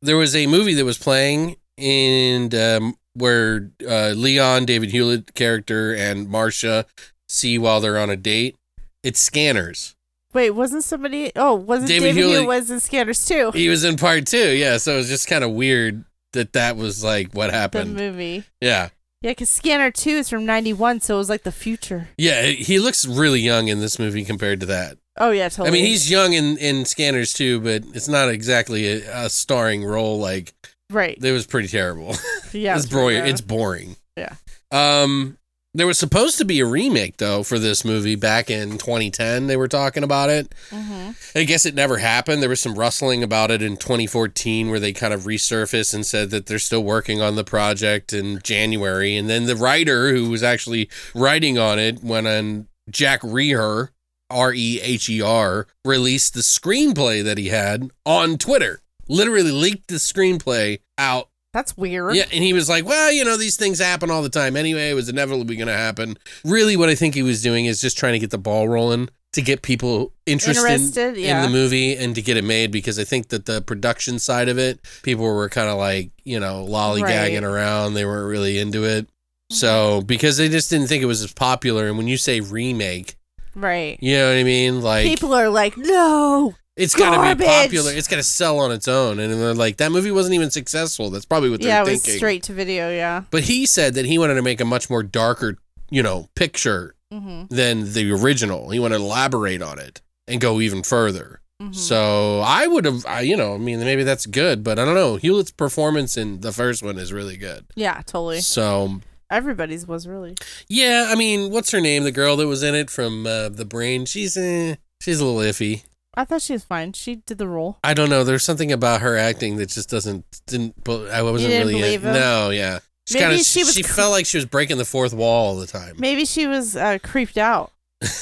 Speaker 1: there was a movie that was playing and um, where uh, Leon, David Hewlett character, and Marcia see while they're on a date. It's Scanners.
Speaker 2: Wait, wasn't somebody? Oh, wasn't
Speaker 1: David
Speaker 2: David, Hewlett,
Speaker 1: Hewlett-
Speaker 2: was in Scanners too?
Speaker 1: He was in part two, yeah. So it was just kind of weird that that was like what
Speaker 2: [laughs] The
Speaker 1: happened.
Speaker 2: movie.
Speaker 1: Yeah,
Speaker 2: Yeah, because Scanner two is from '91, so it was like the future.
Speaker 1: yeah. He looks really young in this movie compared to that.
Speaker 2: Oh yeah, totally.
Speaker 1: I mean, he's young in in Scanners too, but it's not exactly a, a starring role. Like
Speaker 2: right.
Speaker 1: it was pretty terrible.
Speaker 2: yeah,
Speaker 1: it's boring.
Speaker 2: yeah.
Speaker 1: It's boring.
Speaker 2: Yeah.
Speaker 1: Um, there was supposed to be a remake though for this movie back in 2010. They were talking about it.
Speaker 2: Mm-hmm.
Speaker 1: I guess it never happened. There was some rustling about it in 2014 where they kind of resurfaced and said that they're still working on the project in January. And then the writer who was actually writing on it went on Jack Reher, R E H E R, released the screenplay that he had on Twitter. Literally leaked the screenplay out
Speaker 2: that's weird.
Speaker 1: yeah, and he was like, "Well, you know, these things happen all the time. Anyway, it was inevitably going to happen." Really, what I think he was doing is just trying to get the ball rolling to get people interested,
Speaker 2: Interested,
Speaker 1: in
Speaker 2: yeah.
Speaker 1: the movie and to get it made because I think that the production side of it, people were kind of like, you know, lollygagging
Speaker 2: Right. Mm-hmm.
Speaker 1: around. They weren't really into it. So, because they just didn't think it was as popular, and when you say remake,
Speaker 2: Right.
Speaker 1: you know what I mean? Like,
Speaker 2: People are like, no.
Speaker 1: it's got to be
Speaker 2: Garbage.
Speaker 1: popular. It's got to sell on its own. And they're like, that movie wasn't even successful. That's probably what they're
Speaker 2: Yeah, it was
Speaker 1: thinking.
Speaker 2: straight to video. Yeah.
Speaker 1: But he said that he wanted to make a much more darker, you know, picture
Speaker 2: Mm-hmm.
Speaker 1: than the original. He wanted to elaborate on it and go even further.
Speaker 2: Mm-hmm.
Speaker 1: So I would have, I, you know, I mean, maybe that's good, but I don't know. Hewlett's performance in the first one is really good.
Speaker 2: Yeah, totally.
Speaker 1: So
Speaker 2: Everybody's was really.
Speaker 1: yeah, I mean, what's her name? The girl that was in it from uh, The Brain. She's eh, she's a little iffy.
Speaker 2: I thought she was fine. She did the role.
Speaker 1: I don't know. There's something about her acting that just doesn't didn't. bu- I wasn't
Speaker 2: didn't
Speaker 1: really in-
Speaker 2: believe him?
Speaker 1: no. Yeah, she
Speaker 2: Maybe
Speaker 1: kind of she,
Speaker 2: she was cr-
Speaker 1: felt like she was breaking the fourth wall all the time.
Speaker 2: Maybe she was uh, creeped out.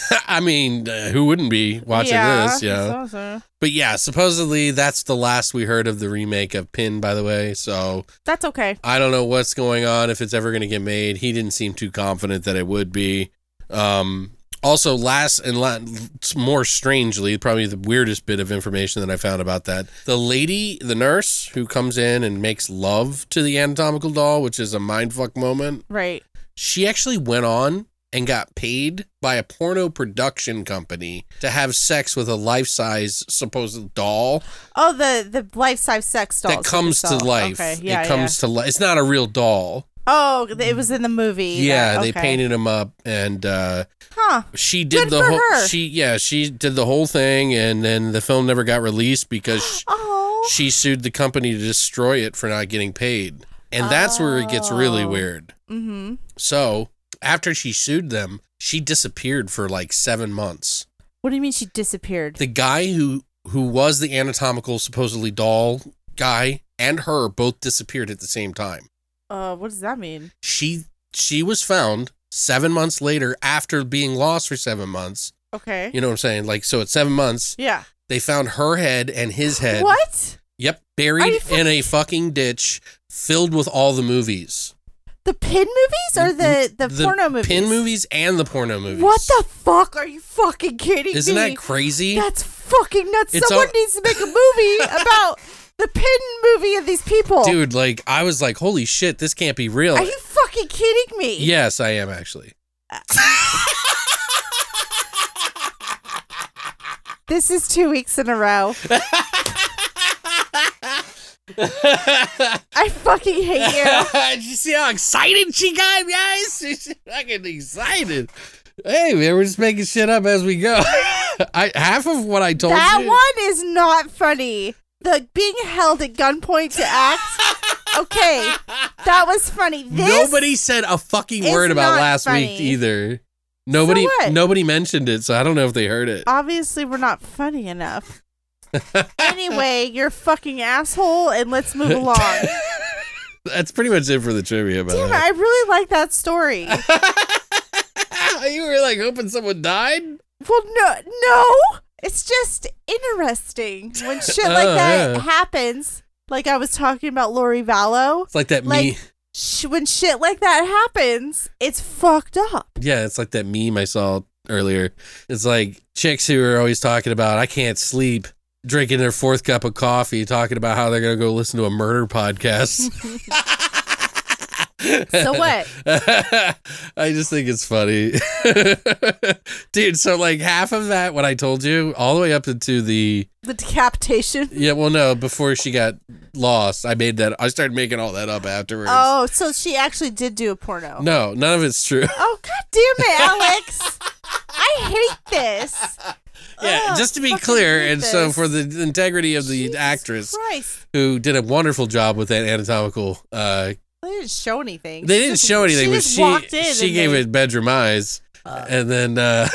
Speaker 1: [laughs] I mean, uh, who wouldn't be watching this? Yeah.
Speaker 2: so- so.
Speaker 1: But yeah, supposedly that's the last we heard of the remake of Pin, by the way. So
Speaker 2: That's okay.
Speaker 1: I don't know what's going on, if it's ever going to get made. He didn't seem too confident that it would be. Um, also, last and la- more strangely, probably the weirdest bit of information that I found about that the lady, the nurse who comes in and makes love to the anatomical doll, which is a mindfuck moment,
Speaker 2: Right.
Speaker 1: she actually went on and got paid by a porno production company to have sex with a life-size supposed doll
Speaker 2: Oh, the the life size sex doll
Speaker 1: that comes to life.
Speaker 2: Okay. Yeah.
Speaker 1: it comes to life. It's not a real doll.
Speaker 2: yeah. Oh, it was in the movie.
Speaker 1: Yeah,
Speaker 2: That-
Speaker 1: they
Speaker 2: okay.
Speaker 1: painted him up, and uh,
Speaker 2: Huh.
Speaker 1: she did
Speaker 2: Good
Speaker 1: the
Speaker 2: for
Speaker 1: whole.
Speaker 2: her.
Speaker 1: She yeah, she did the whole thing, and then the film never got released because
Speaker 2: [gasps]
Speaker 1: sh-
Speaker 2: Oh.
Speaker 1: she sued the company to destroy it for not getting paid, and that's where it gets really
Speaker 2: Oh.
Speaker 1: weird.
Speaker 2: Mm-hmm.
Speaker 1: So after she sued them, she disappeared for like seven months.
Speaker 2: What do you mean she disappeared?
Speaker 1: The guy who who was the anatomical supposedly doll guy and her both disappeared at the same time.
Speaker 2: Uh, what does that mean?
Speaker 1: she she was found seven months later after being lost for seven months
Speaker 2: Okay.
Speaker 1: you know what i'm saying like so at seven months
Speaker 2: Yeah.
Speaker 1: they found her head and his head
Speaker 2: What?
Speaker 1: yep
Speaker 2: Are you
Speaker 1: buried
Speaker 2: fuck-
Speaker 1: in a fucking ditch filled with all the movies
Speaker 2: The pin movies or the the, porno movies?
Speaker 1: Mm-hmm. pin movies and the porno movies
Speaker 2: What the fuck? Are you fucking kidding
Speaker 1: isn't
Speaker 2: me?
Speaker 1: that crazy
Speaker 2: That's fucking nuts.
Speaker 1: It's
Speaker 2: Someone
Speaker 1: all-
Speaker 2: needs to make
Speaker 1: [laughs]
Speaker 2: a movie about the pin movie of these people.
Speaker 1: dude like i was like holy shit this can't be real
Speaker 2: Are you fucking kidding me?
Speaker 1: yes i am actually
Speaker 2: This is two weeks in a row. I fucking hate
Speaker 1: [laughs]
Speaker 2: you.
Speaker 1: [laughs] Did you see how excited she got, guys? [laughs] She's fucking excited. Hey, man, we're just making shit up as we go. [laughs] I half of what I told
Speaker 2: That
Speaker 1: you.
Speaker 2: one is not funny. The being held at gunpoint to act. Okay, that was funny. This
Speaker 1: nobody said a fucking
Speaker 2: is
Speaker 1: word about
Speaker 2: not
Speaker 1: last
Speaker 2: funny.
Speaker 1: week either. Nobody,
Speaker 2: what?
Speaker 1: nobody mentioned it, so I don't know if they heard [laughs] it.
Speaker 2: obviously we're not funny enough. anyway, you're a fucking asshole, and
Speaker 1: [laughs]
Speaker 2: let's move along.
Speaker 1: That's pretty much it for the trivia. By the
Speaker 2: Damn it!
Speaker 1: way.
Speaker 2: I really like that story.
Speaker 1: [laughs] you were like hoping someone died.
Speaker 2: well, no, no, it's just interesting
Speaker 1: [laughs]
Speaker 2: when shit like
Speaker 1: Oh,
Speaker 2: that
Speaker 1: yeah.
Speaker 2: happens. Like I was talking about Lori Vallow.
Speaker 1: It's like that me.
Speaker 2: Like- Sh- when shit like that happens, it's fucked up.
Speaker 1: Yeah, it's like that meme I saw earlier. It's like chicks who are always talking about I can't sleep, drinking their fourth cup of coffee, talking about how they're gonna go listen to a murder podcast.
Speaker 2: [laughs]
Speaker 1: [laughs]
Speaker 2: So what?
Speaker 1: I just think it's funny. [laughs] Dude, so like half of that what I told you, all the way up into the [laughs]
Speaker 2: The decapitation.
Speaker 1: Yeah, well no, before she got lost, I made that I started making all that up afterwards.
Speaker 2: Oh, so she actually did do a porno.
Speaker 1: No, none of it's true.
Speaker 2: [laughs] Oh god damn it, Alex. I hate this.
Speaker 1: Yeah,
Speaker 2: Ugh,
Speaker 1: just to be
Speaker 2: Ah, fucking
Speaker 1: clear,
Speaker 2: hate
Speaker 1: and so
Speaker 2: this.
Speaker 1: for the integrity of [laughs] the
Speaker 2: Jesus
Speaker 1: actress
Speaker 2: Christ.
Speaker 1: who did a wonderful job with that anatomical, uh,
Speaker 2: They didn't show anything.
Speaker 1: they didn't show anything,
Speaker 2: she
Speaker 1: but
Speaker 2: just walked
Speaker 1: she
Speaker 2: in
Speaker 1: she
Speaker 2: and
Speaker 1: gave
Speaker 2: they- Ah.
Speaker 1: it bedroom eyes, and then uh,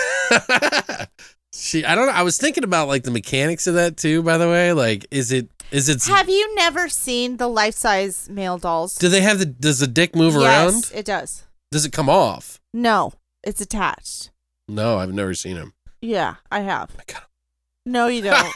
Speaker 1: [laughs] she I don't know. I was thinking about like the mechanics of that too. By the way, like is it is it
Speaker 2: Have you never seen the life size male dolls?
Speaker 1: do they have the does the dick move
Speaker 2: yes,
Speaker 1: around?
Speaker 2: it does.
Speaker 1: Does it come off?
Speaker 2: No, it's attached.
Speaker 1: No, I've never seen him.
Speaker 2: Yeah, I have.
Speaker 1: Oh God.
Speaker 2: No, you don't.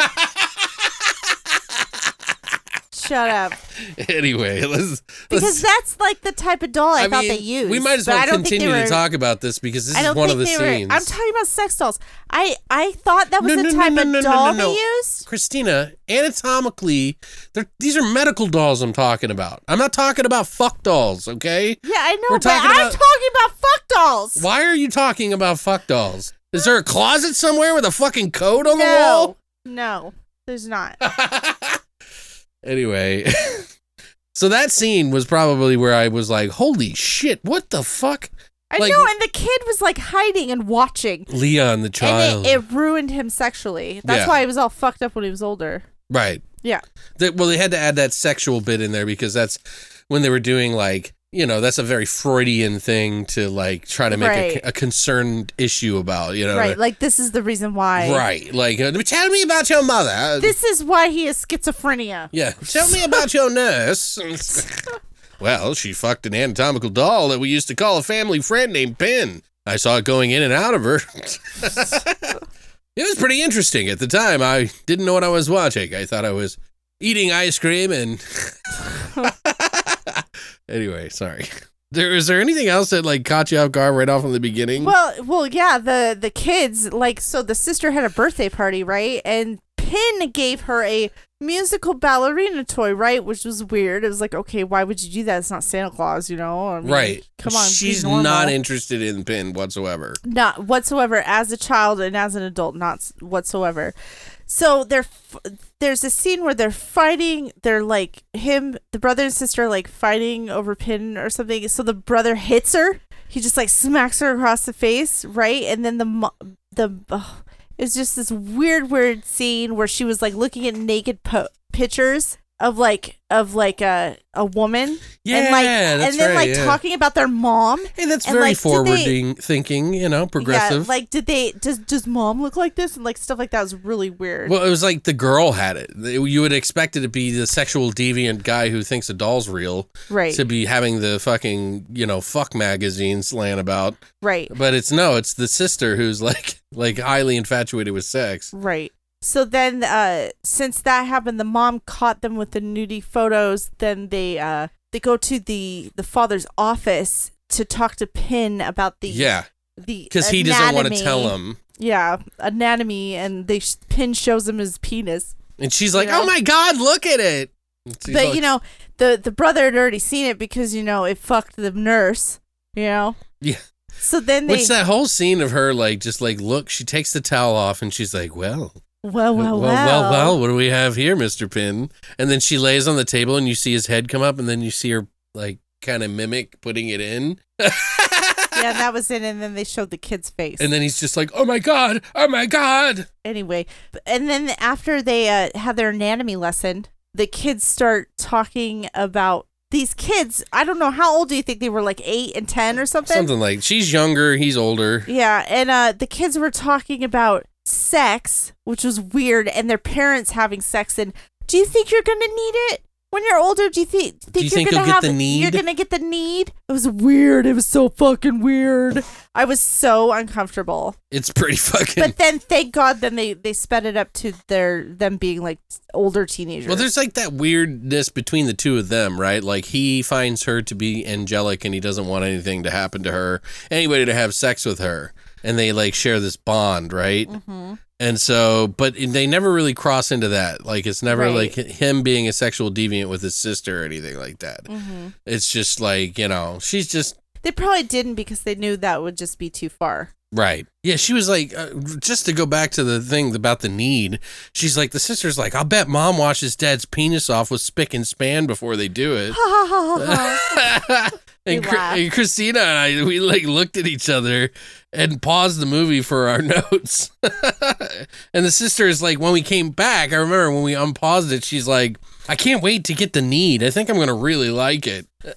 Speaker 2: Shut up.
Speaker 1: [laughs] Anyway, let's
Speaker 2: Because
Speaker 1: let's-
Speaker 2: that's like the type of doll I, thought they used.
Speaker 1: We might as
Speaker 2: but
Speaker 1: well
Speaker 2: I don't think they
Speaker 1: continue to
Speaker 2: were-
Speaker 1: talk about this because this
Speaker 2: I
Speaker 1: is
Speaker 2: don't
Speaker 1: one
Speaker 2: think
Speaker 1: of the
Speaker 2: they
Speaker 1: scenes.
Speaker 2: were. I'm talking about sex dolls. I I thought that was
Speaker 1: No,
Speaker 2: the
Speaker 1: no, no,
Speaker 2: type
Speaker 1: no,
Speaker 2: of
Speaker 1: no, no,
Speaker 2: doll
Speaker 1: no, no.
Speaker 2: they used.
Speaker 1: Christina, anatomically, they're- these are medical dolls I'm talking about. I'm not talking about fuck dolls, okay?
Speaker 2: Yeah, I know,
Speaker 1: We're
Speaker 2: but
Speaker 1: talking
Speaker 2: I'm
Speaker 1: about-
Speaker 2: talking about fuck dolls.
Speaker 1: Why are you talking about fuck dolls? Is there a closet somewhere with a fucking coat on the
Speaker 2: No,
Speaker 1: wall?
Speaker 2: no, there's not.
Speaker 1: [laughs] anyway, [laughs] so that scene was probably where I was like, holy shit, what the fuck?
Speaker 2: I
Speaker 1: Like-
Speaker 2: know, and the kid was like hiding and watching,
Speaker 1: Leon the child.
Speaker 2: and it, it ruined him sexually. That's
Speaker 1: Yeah.
Speaker 2: why he was all fucked up when he was older.
Speaker 1: right.
Speaker 2: Yeah,
Speaker 1: They, well, they had to add that sexual bit in there because that's when they were doing like you know that's a very Freudian thing to like try to make
Speaker 2: Right.
Speaker 1: a, a concerned issue about. You know,
Speaker 2: right. Like this is the reason why.
Speaker 1: right? Like, uh, tell me about your mother.
Speaker 2: This is why he has schizophrenia.
Speaker 1: yeah, [laughs] tell me about your nurse. [laughs] well, she fucked an anatomical doll that we used to call a family friend named Pin. I saw it going in and out of her. [laughs] it was pretty interesting at the time. I didn't know what I was watching. I thought I was eating ice cream and [laughs] anyway, sorry. There is there anything else that like caught you off guard right off in the beginning?
Speaker 2: Well, well, yeah. The the kids like so the sister had a birthday party, right? And Pin gave her a musical ballerina toy, right? Which was weird. It was like, okay, why would you do that? It's not Santa Claus, you know? I mean,
Speaker 1: right.
Speaker 2: Come on. be
Speaker 1: She's
Speaker 2: normal.
Speaker 1: not interested in Pin whatsoever.
Speaker 2: not whatsoever as a child and as an adult, not s- whatsoever. so they're f- there's a scene where they're fighting they're like him the brother and sister are like fighting over pin or something so the brother hits her he just like smacks her across the face right and then the mo- the ugh, it was just this weird weird scene where she was like looking at naked po- pictures of like of like a a woman and like
Speaker 1: Yeah, that's
Speaker 2: and then
Speaker 1: right,
Speaker 2: like
Speaker 1: yeah.
Speaker 2: talking about their mom
Speaker 1: Hey, that's
Speaker 2: And,
Speaker 1: very
Speaker 2: like, did they-
Speaker 1: forwarding thinking, you know, progressive.
Speaker 2: yeah, like did they does does mom look like this and like stuff like that was really weird
Speaker 1: well, it was like the girl had it. You would expect it to be the sexual deviant guy who thinks a doll's real
Speaker 2: right
Speaker 1: to be having the fucking, you know, fuck magazine slant about.
Speaker 2: right
Speaker 1: But it's no, it's the sister who's like [laughs] like highly infatuated with sex.
Speaker 2: Right. So then, uh, since that happened, the mom caught them with the nudie photos. Then they uh, they go to the the father's office to talk to Pin about the
Speaker 1: Yeah,
Speaker 2: the
Speaker 1: because he doesn't want to
Speaker 2: anatomy.
Speaker 1: tell him.
Speaker 2: yeah anatomy and they sh- Pin shows him his penis.
Speaker 1: And she's like,
Speaker 2: Yeah.
Speaker 1: "Oh my god, look at it!" And she's
Speaker 2: but
Speaker 1: like-
Speaker 2: you know the the brother had already seen it because you know it fucked the nurse. You know.
Speaker 1: Yeah.
Speaker 2: So then they
Speaker 1: which that whole scene of her like just like look, she takes the towel off and she's like, "Well,
Speaker 2: well well
Speaker 1: well,
Speaker 2: well
Speaker 1: well, well, what do we have here, Mister Pin?" And then she lays on the table and you see his head come up, and then you see her like kind of mimic putting it in, [laughs]
Speaker 2: yeah that was it and then they showed the kid's face
Speaker 1: and then he's just like, "Oh my god, oh my god!"
Speaker 2: anyway b- and then after they uh, have their anatomy lesson the kids start talking about these kids i don't know how old do you think they were like eight and ten or something,
Speaker 1: Something like she's younger, he's older.
Speaker 2: yeah and uh, the kids were talking about sex which was weird and their parents having sex and do you think you're gonna need it when you're older do you think, think
Speaker 1: you
Speaker 2: you're
Speaker 1: think
Speaker 2: gonna
Speaker 1: you'll
Speaker 2: have
Speaker 1: get the need?
Speaker 2: you're gonna get the need it was weird it was so fucking weird i was so uncomfortable
Speaker 1: It's pretty fucking.
Speaker 2: but then thank god then they they sped it up to their them being like older teenagers
Speaker 1: Well, there's like that weirdness between the two of them, right? Like he finds her to be angelic and he doesn't want anything to happen to her, anybody to have sex with her. And they like share this bond, right? And so, but they never really cross into that. Like it's never like
Speaker 2: Right.
Speaker 1: him being a sexual deviant with his sister or anything like that. It's just like, you know, she's just
Speaker 2: they probably didn't because they knew that would just be too far
Speaker 1: Right. Yeah, she was like, uh, just to go back to the thing about the need, she's like, the sister's like, I'll bet mom washes dad's penis off with spick and span before they do it. [laughs] and, Cr-
Speaker 2: laughed.
Speaker 1: and Christina and I, we like looked at each other and paused the movie for our [laughs] notes. and the sister is like, when we came back, I remember when we unpaused it, she's like, I can't wait to get the need. I think I'm going to really like it. [laughs]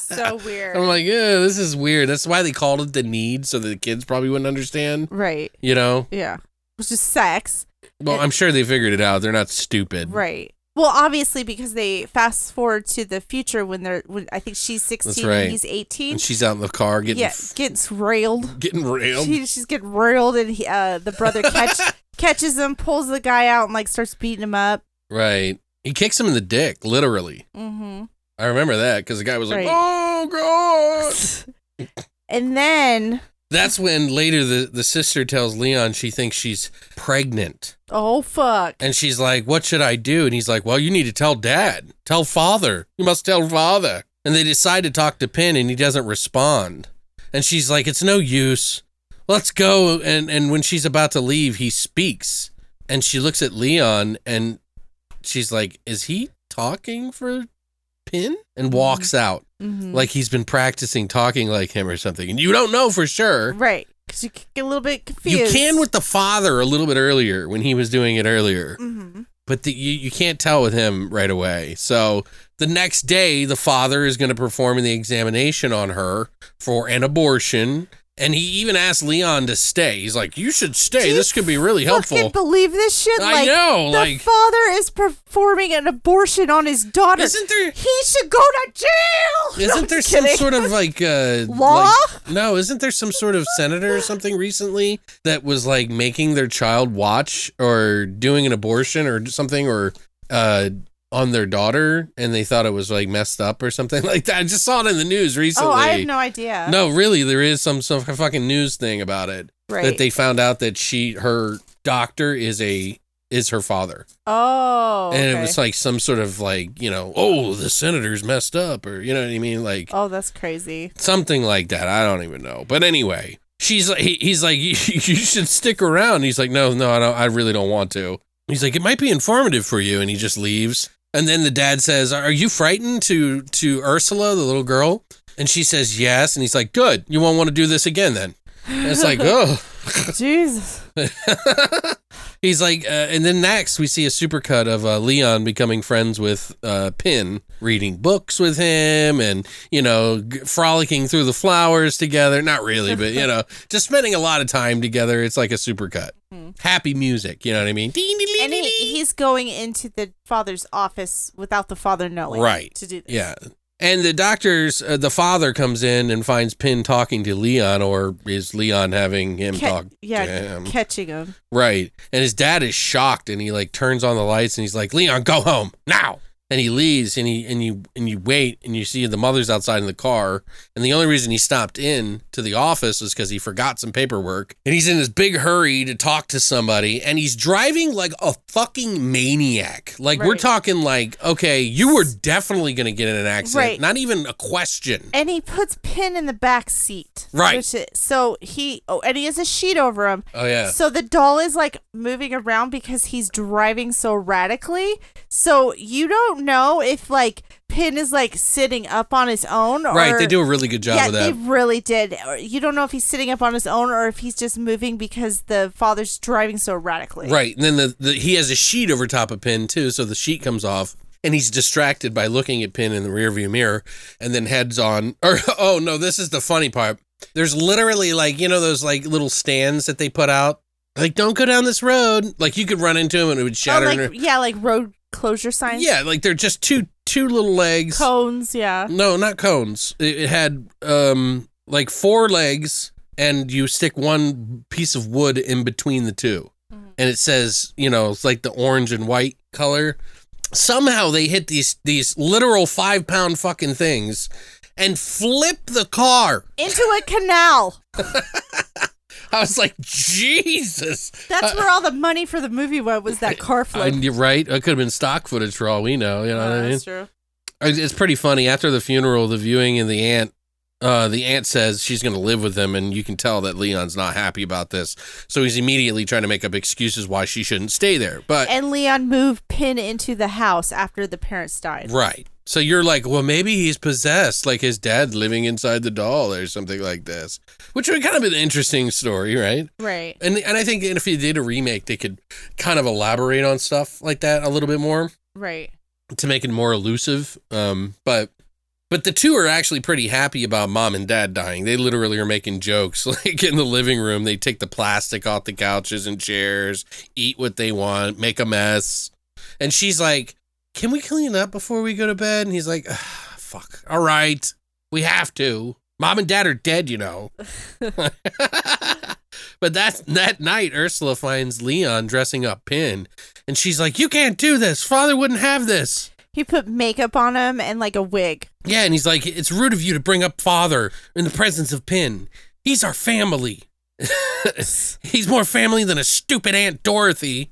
Speaker 2: so weird
Speaker 1: I'm like, yeah, this is weird. That's why they called it the need, so the kids probably wouldn't understand,
Speaker 2: right
Speaker 1: you know?
Speaker 2: yeah which is sex
Speaker 1: Well, I'm sure they figured it out. They're not stupid.
Speaker 2: right well obviously because they fast forward to the future when they're when i think she's 16
Speaker 1: right.
Speaker 2: and he's 18
Speaker 1: And she's out in the car getting
Speaker 2: yeah
Speaker 1: f-
Speaker 2: gets railed
Speaker 1: getting railed.
Speaker 2: she, she's getting railed and he, uh, the brother catch,
Speaker 1: [laughs]
Speaker 2: catches him pulls the guy out and like starts beating him up
Speaker 1: right. He kicks him in the dick, literally.
Speaker 2: mm-hmm
Speaker 1: I remember that because the guy was like,
Speaker 2: Right.
Speaker 1: "Oh god."
Speaker 2: [laughs] and then
Speaker 1: That's when later the the sister tells Leon she thinks she's pregnant,
Speaker 2: oh fuck
Speaker 1: and she's like, "What should I do?" And he's like, "Well, you need to tell dad. Tell father. You must tell father." And they decide to talk to Pin, and he doesn't respond. And she's like, "It's no use. Let's go." And and when she's about to leave, he speaks, and she looks at Leon, and she's like, "Is he talking for Pin?" And walks out like he's been practicing talking like him or something. And you don't know for sure.
Speaker 2: right because you get a little bit confused
Speaker 1: You can with the father a little bit earlier when he was doing it earlier,
Speaker 2: Mhm.
Speaker 1: but the, you, you can't tell with him right away. So the next day, the father is going to perform the examination on her for an abortion. And he even asked Leon to stay. He's like, You should stay.
Speaker 2: Do you
Speaker 1: this could be really
Speaker 2: fucking
Speaker 1: helpful.
Speaker 2: believe this shit
Speaker 1: I
Speaker 2: like
Speaker 1: know,
Speaker 2: the
Speaker 1: like-
Speaker 2: father is performing an abortion on his daughter
Speaker 1: Isn't there-
Speaker 2: he should go to jail
Speaker 1: [laughs]
Speaker 2: No, I'm
Speaker 1: Isn't there
Speaker 2: just
Speaker 1: some
Speaker 2: kidding.
Speaker 1: sort of like
Speaker 2: [laughs]
Speaker 1: uh,
Speaker 2: Law?
Speaker 1: like- no, isn't there some sort of senator or something recently that was like making their child watch or doing an abortion or something or uh, on their daughter, and they thought it was like messed up or something [laughs] like that. I just saw it in the news recently.
Speaker 2: oh i have no idea
Speaker 1: No, really, there is some some fucking news thing about it
Speaker 2: right
Speaker 1: that they found out that she her doctor is a is her father
Speaker 2: oh
Speaker 1: and it
Speaker 2: okay.
Speaker 1: was like some sort of like you know oh the senator's messed up or you know what i mean like
Speaker 2: oh that's crazy
Speaker 1: something like that. I don't even know. But anyway, she's like, he, he's like, [laughs] you you should stick around. And he's like, no, no, I don't, I really don't want to. He's like, it might be informative for you, and he just leaves. And then the dad says, "Are you frightened to to Ursula, the little girl?" And she says, "Yes." And he's like, "Good. You won't want to do this again then." And it's like, [laughs] oh.
Speaker 2: Jesus.
Speaker 1: [laughs] He's like, uh, and then next we see a supercut of uh, Leon becoming friends with uh, Pin, reading books with him, and you know, g- frolicking through the flowers together. Not really, but you
Speaker 2: [laughs]
Speaker 1: know, just spending a lot of time together. It's like a supercut. Happy music, you know what I mean?
Speaker 2: Hmm. And he, he's going into the father's office without the father knowing.
Speaker 1: Right.
Speaker 2: To do this.
Speaker 1: Yeah. And the doctor's, uh, the father comes in and finds Pin talking to Leon, or is Leon having him
Speaker 2: Ca-
Speaker 1: talk
Speaker 2: yeah,
Speaker 1: to him?
Speaker 2: catching him.
Speaker 1: Right. And his dad is shocked and he like turns on the lights and he's like, Leon, go home now. And he leaves and he and you and you wait and you see the mother's outside in the car. And the only reason he stopped in to the office is because he forgot some paperwork. And he's in this big hurry to talk to somebody. And he's driving like a fucking maniac. Like we're
Speaker 2: Right.
Speaker 1: talking like, okay, you were definitely gonna get in an accident.
Speaker 2: Right.
Speaker 1: Not even a question.
Speaker 2: And he puts Pin in the back seat.
Speaker 1: Right.
Speaker 2: Which is, so he, oh, and he has a sheet over him.
Speaker 1: Oh yeah.
Speaker 2: So the doll is like moving around because he's driving so radically. So you don't know if like Pin is like sitting up on his own. Or,
Speaker 1: Right, they do a really good job
Speaker 2: yeah,
Speaker 1: of that.
Speaker 2: they really did. Or You don't know if he's sitting up on his own or if he's just moving because the father's driving so radically.
Speaker 1: Right. And then the, the he has a sheet over top of Pin too, so the sheet comes off and he's distracted by looking at Pin in the rearview mirror and then heads on [laughs] or oh no, this is the funny part. There's literally like, you know, those like little stands that they put out. Like, don't go down this road. Like you could run into him and it would
Speaker 2: Oh,
Speaker 1: shatter.
Speaker 2: like, yeah, like road closure signs.
Speaker 1: yeah, like they're just two two little legs.
Speaker 2: Cones, yeah.
Speaker 1: No, not cones. It, it had um like four legs, and you stick one piece of wood in between the 2
Speaker 2: Mm-hmm.
Speaker 1: and it says you know it's like the orange and white color. Somehow they hit these these literal five pound fucking things, and flip the car.
Speaker 2: Into a canal.
Speaker 1: I was like, Jesus.
Speaker 2: That's where all the money for the movie went was that car flip.
Speaker 1: And you're right. It could have been stock footage for all we know. You know what I mean?
Speaker 2: that's true.
Speaker 1: It's it's pretty funny. After the funeral, the viewing and the aunt, uh, the aunt says she's going to live with him, and you can tell that Leon's not happy about this. So he's immediately trying to make up excuses why she shouldn't stay there. But
Speaker 2: And Leon moved Pin into the house after the parents died.
Speaker 1: right, so you're like, well, maybe he's possessed, like his dad living inside the doll or something like this, which would kind of be an interesting story, right?
Speaker 2: Right.
Speaker 1: And and I think if you did a remake, they could kind of elaborate on stuff like that a little bit more.
Speaker 2: Right.
Speaker 1: to make it more elusive. Um, but but the two are actually pretty happy about mom and dad dying. They literally are making jokes. [laughs] Like in the living room, they take the plastic off the couches and chairs, eat what they want, make a mess. And she's like, Can we clean up before we go to bed? And he's like, "Ugh, Fuck. All right. We have to. Mom and dad are dead, you know. [laughs] but that that night Ursula finds Leon dressing up Pin and she's like, You can't do this. Father wouldn't have this.
Speaker 2: He put makeup on him and like a wig.
Speaker 1: Yeah, and he's like, it's rude of you to bring up father in the presence of Pin. He's our family. [laughs] he's more family than a stupid Aunt Dorothy.